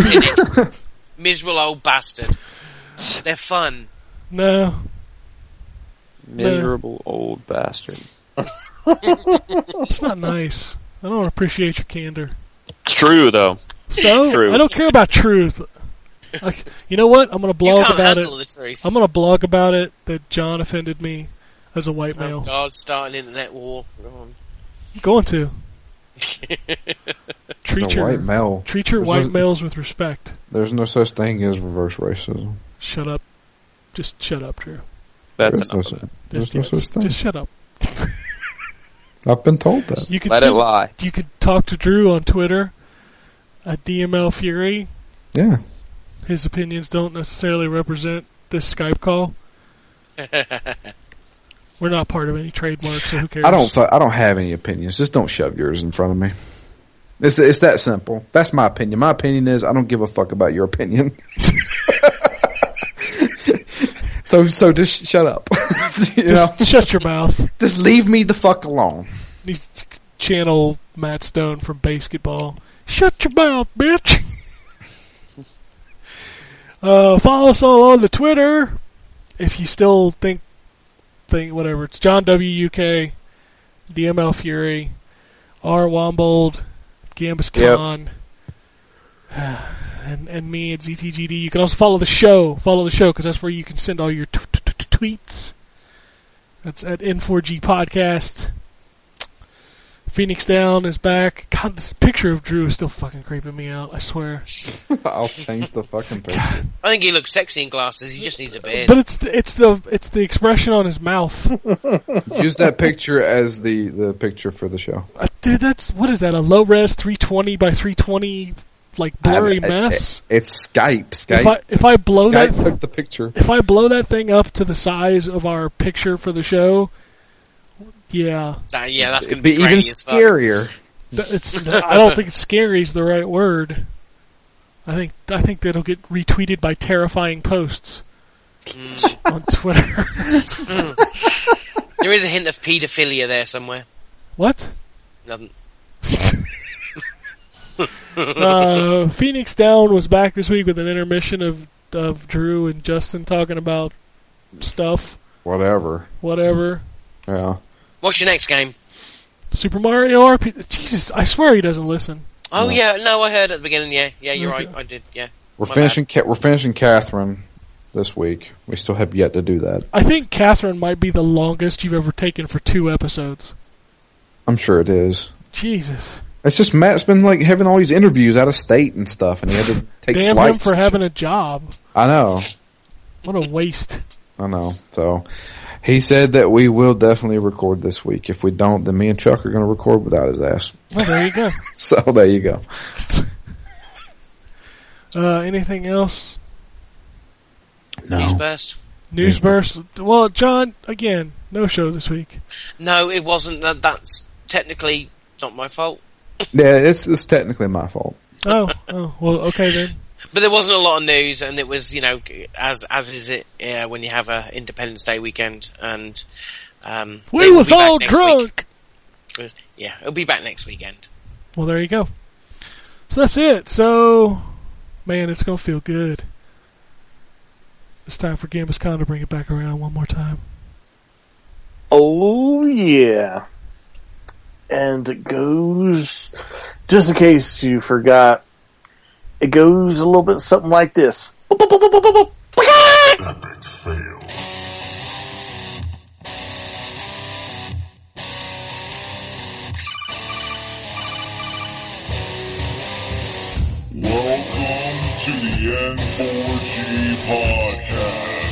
Speaker 5: cynic, miserable old bastard. They're fun.
Speaker 3: no,
Speaker 6: Miserable old bastard.
Speaker 3: it's not nice. I don't appreciate your candor.
Speaker 6: It's true, though.
Speaker 3: So
Speaker 6: True.
Speaker 3: I don't care about truth. Like, you know what? I'm gonna
Speaker 5: You
Speaker 3: blog
Speaker 5: can't
Speaker 3: about it.
Speaker 5: handle the truth.
Speaker 3: I'm gonna blog about it that John offended me as a white
Speaker 5: oh,
Speaker 3: male.
Speaker 5: God, start an internet war. Go on.
Speaker 3: Going to
Speaker 4: It's
Speaker 3: treat
Speaker 4: a
Speaker 3: your
Speaker 4: white male.
Speaker 3: treat your
Speaker 4: There's
Speaker 3: white
Speaker 4: no-
Speaker 3: males with respect.
Speaker 4: There's no such thing as reverse racism.
Speaker 3: Shut up. Just shut up, Drew.
Speaker 6: That's
Speaker 4: There's no
Speaker 6: enough of
Speaker 4: such,
Speaker 6: that.
Speaker 3: Just,
Speaker 4: there's no
Speaker 3: yeah,
Speaker 4: such
Speaker 3: just,
Speaker 4: thing.
Speaker 3: just shut up.
Speaker 4: I've been told that.
Speaker 3: You could
Speaker 6: Let it
Speaker 3: send-
Speaker 6: lie.
Speaker 3: you could talk to Drew on Twitter at DML Fury.
Speaker 4: Yeah.
Speaker 3: His opinions don't necessarily represent this Skype call. We're not part of any trademark, so who cares?
Speaker 4: I don't. Th- I don't have any opinions. Just don't shove yours in front of me. It's it's that simple. That's my opinion. My opinion is I don't give a fuck about your opinion. so so just shut up. you know,
Speaker 3: Just shut your mouth.
Speaker 4: just leave me the fuck alone.
Speaker 3: Needs to channel Matt Stone from basketball. Shut your mouth, bitch. uh, follow us all on the Twitter. If you still think, think whatever. It's John W UK, DML Fury, R Wombold, Gambus
Speaker 6: Yep.
Speaker 3: Khan, and and me at ZTGD. You can also follow the show. Follow the show because that's where you can send all your t- t- t- tweets. That's at N4G Podcast. Phoenix Down is back. God, this picture of Drew is still fucking creeping me out. I swear.
Speaker 4: I'll change the fucking picture.
Speaker 5: I think he looks sexy in glasses. He just needs a beard.
Speaker 3: But it's the, it's the it's the expression on his mouth.
Speaker 4: Use that picture as the the picture for the show.
Speaker 3: Uh, Dude, that's what is that? A low res 320 by 320 like blurry
Speaker 4: I- I-
Speaker 3: mess.
Speaker 4: It's Skype. Skype.
Speaker 3: if I if I blow
Speaker 4: Skype
Speaker 3: that
Speaker 4: took the picture.
Speaker 3: if I blow that thing up to the size of our picture for the show, yeah,
Speaker 5: That- yeah, that's going
Speaker 4: It'd
Speaker 5: to
Speaker 4: be
Speaker 5: be,
Speaker 4: even
Speaker 5: grainy as fuck.
Speaker 4: scarier.
Speaker 3: Th- it's I don't think scary is the right word. I think I think that'll get retweeted by terrifying posts
Speaker 4: Hmm.
Speaker 3: on Twitter.
Speaker 5: There is a hint of paedophilia there somewhere.
Speaker 3: what?
Speaker 5: Nothing.
Speaker 3: uh, Phoenix Down was back this week with an intermission of of Drew and Justin talking about stuff,
Speaker 4: Whatever.
Speaker 3: whatever.
Speaker 4: Yeah.
Speaker 5: What's your next game?
Speaker 3: Super Mario RPG. Jesus, I swear he doesn't listen.
Speaker 5: Oh
Speaker 4: No.
Speaker 5: yeah, no, I heard at the beginning. Yeah, yeah, you're
Speaker 3: Okay.
Speaker 5: right. I did. Yeah,
Speaker 4: We're
Speaker 5: My
Speaker 4: finishing. Ca- we're finishing Catherine this week. We still have yet to do that.
Speaker 3: I think Catherine might be the longest you've ever taken for two episodes.
Speaker 4: I'm sure it is.
Speaker 3: Jesus,
Speaker 4: It's just Matt's been like having all these interviews out of state and stuff, and he had to take
Speaker 3: damn
Speaker 4: flights.
Speaker 3: him for having a job.
Speaker 4: I know.
Speaker 3: What a waste.
Speaker 4: I know. So he said that we will definitely record this week. If we don't, then me and Chuck are going to record without his ass.
Speaker 3: Well, there you go.
Speaker 4: So there you go.
Speaker 3: Uh, anything else?
Speaker 5: news
Speaker 4: No.
Speaker 5: burst.
Speaker 3: News burst. Well, John, again, no show this week.
Speaker 5: No, it wasn't. That, that's technically not my fault.
Speaker 4: Yeah, it's it's technically my fault.
Speaker 3: Oh, oh, well, okay then.
Speaker 5: But there wasn't a lot of news, and it was you know as as is it uh, when you have a Independence Day weekend, and um,
Speaker 3: We
Speaker 5: it will
Speaker 3: was
Speaker 5: be back
Speaker 3: all
Speaker 5: next week.
Speaker 3: drunk.
Speaker 5: Yeah, it'll be back next weekend.
Speaker 3: Well, there you go. So that's it. So, man, it's going to feel good. It's time for Gambus Con to bring it back around one more time.
Speaker 7: Oh yeah. And it goes just in case you forgot, it goes a little bit something like this.
Speaker 9: Welcome to the N4G Podcast.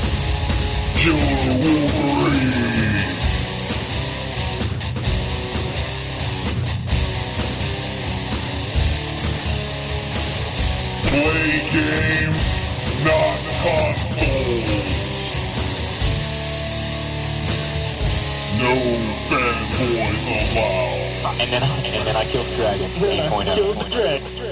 Speaker 9: Killer Wolverine. Play games, not consoles. No fanboys allowed.
Speaker 10: And then I, and then I killed the dragon. Then I killed the dragon.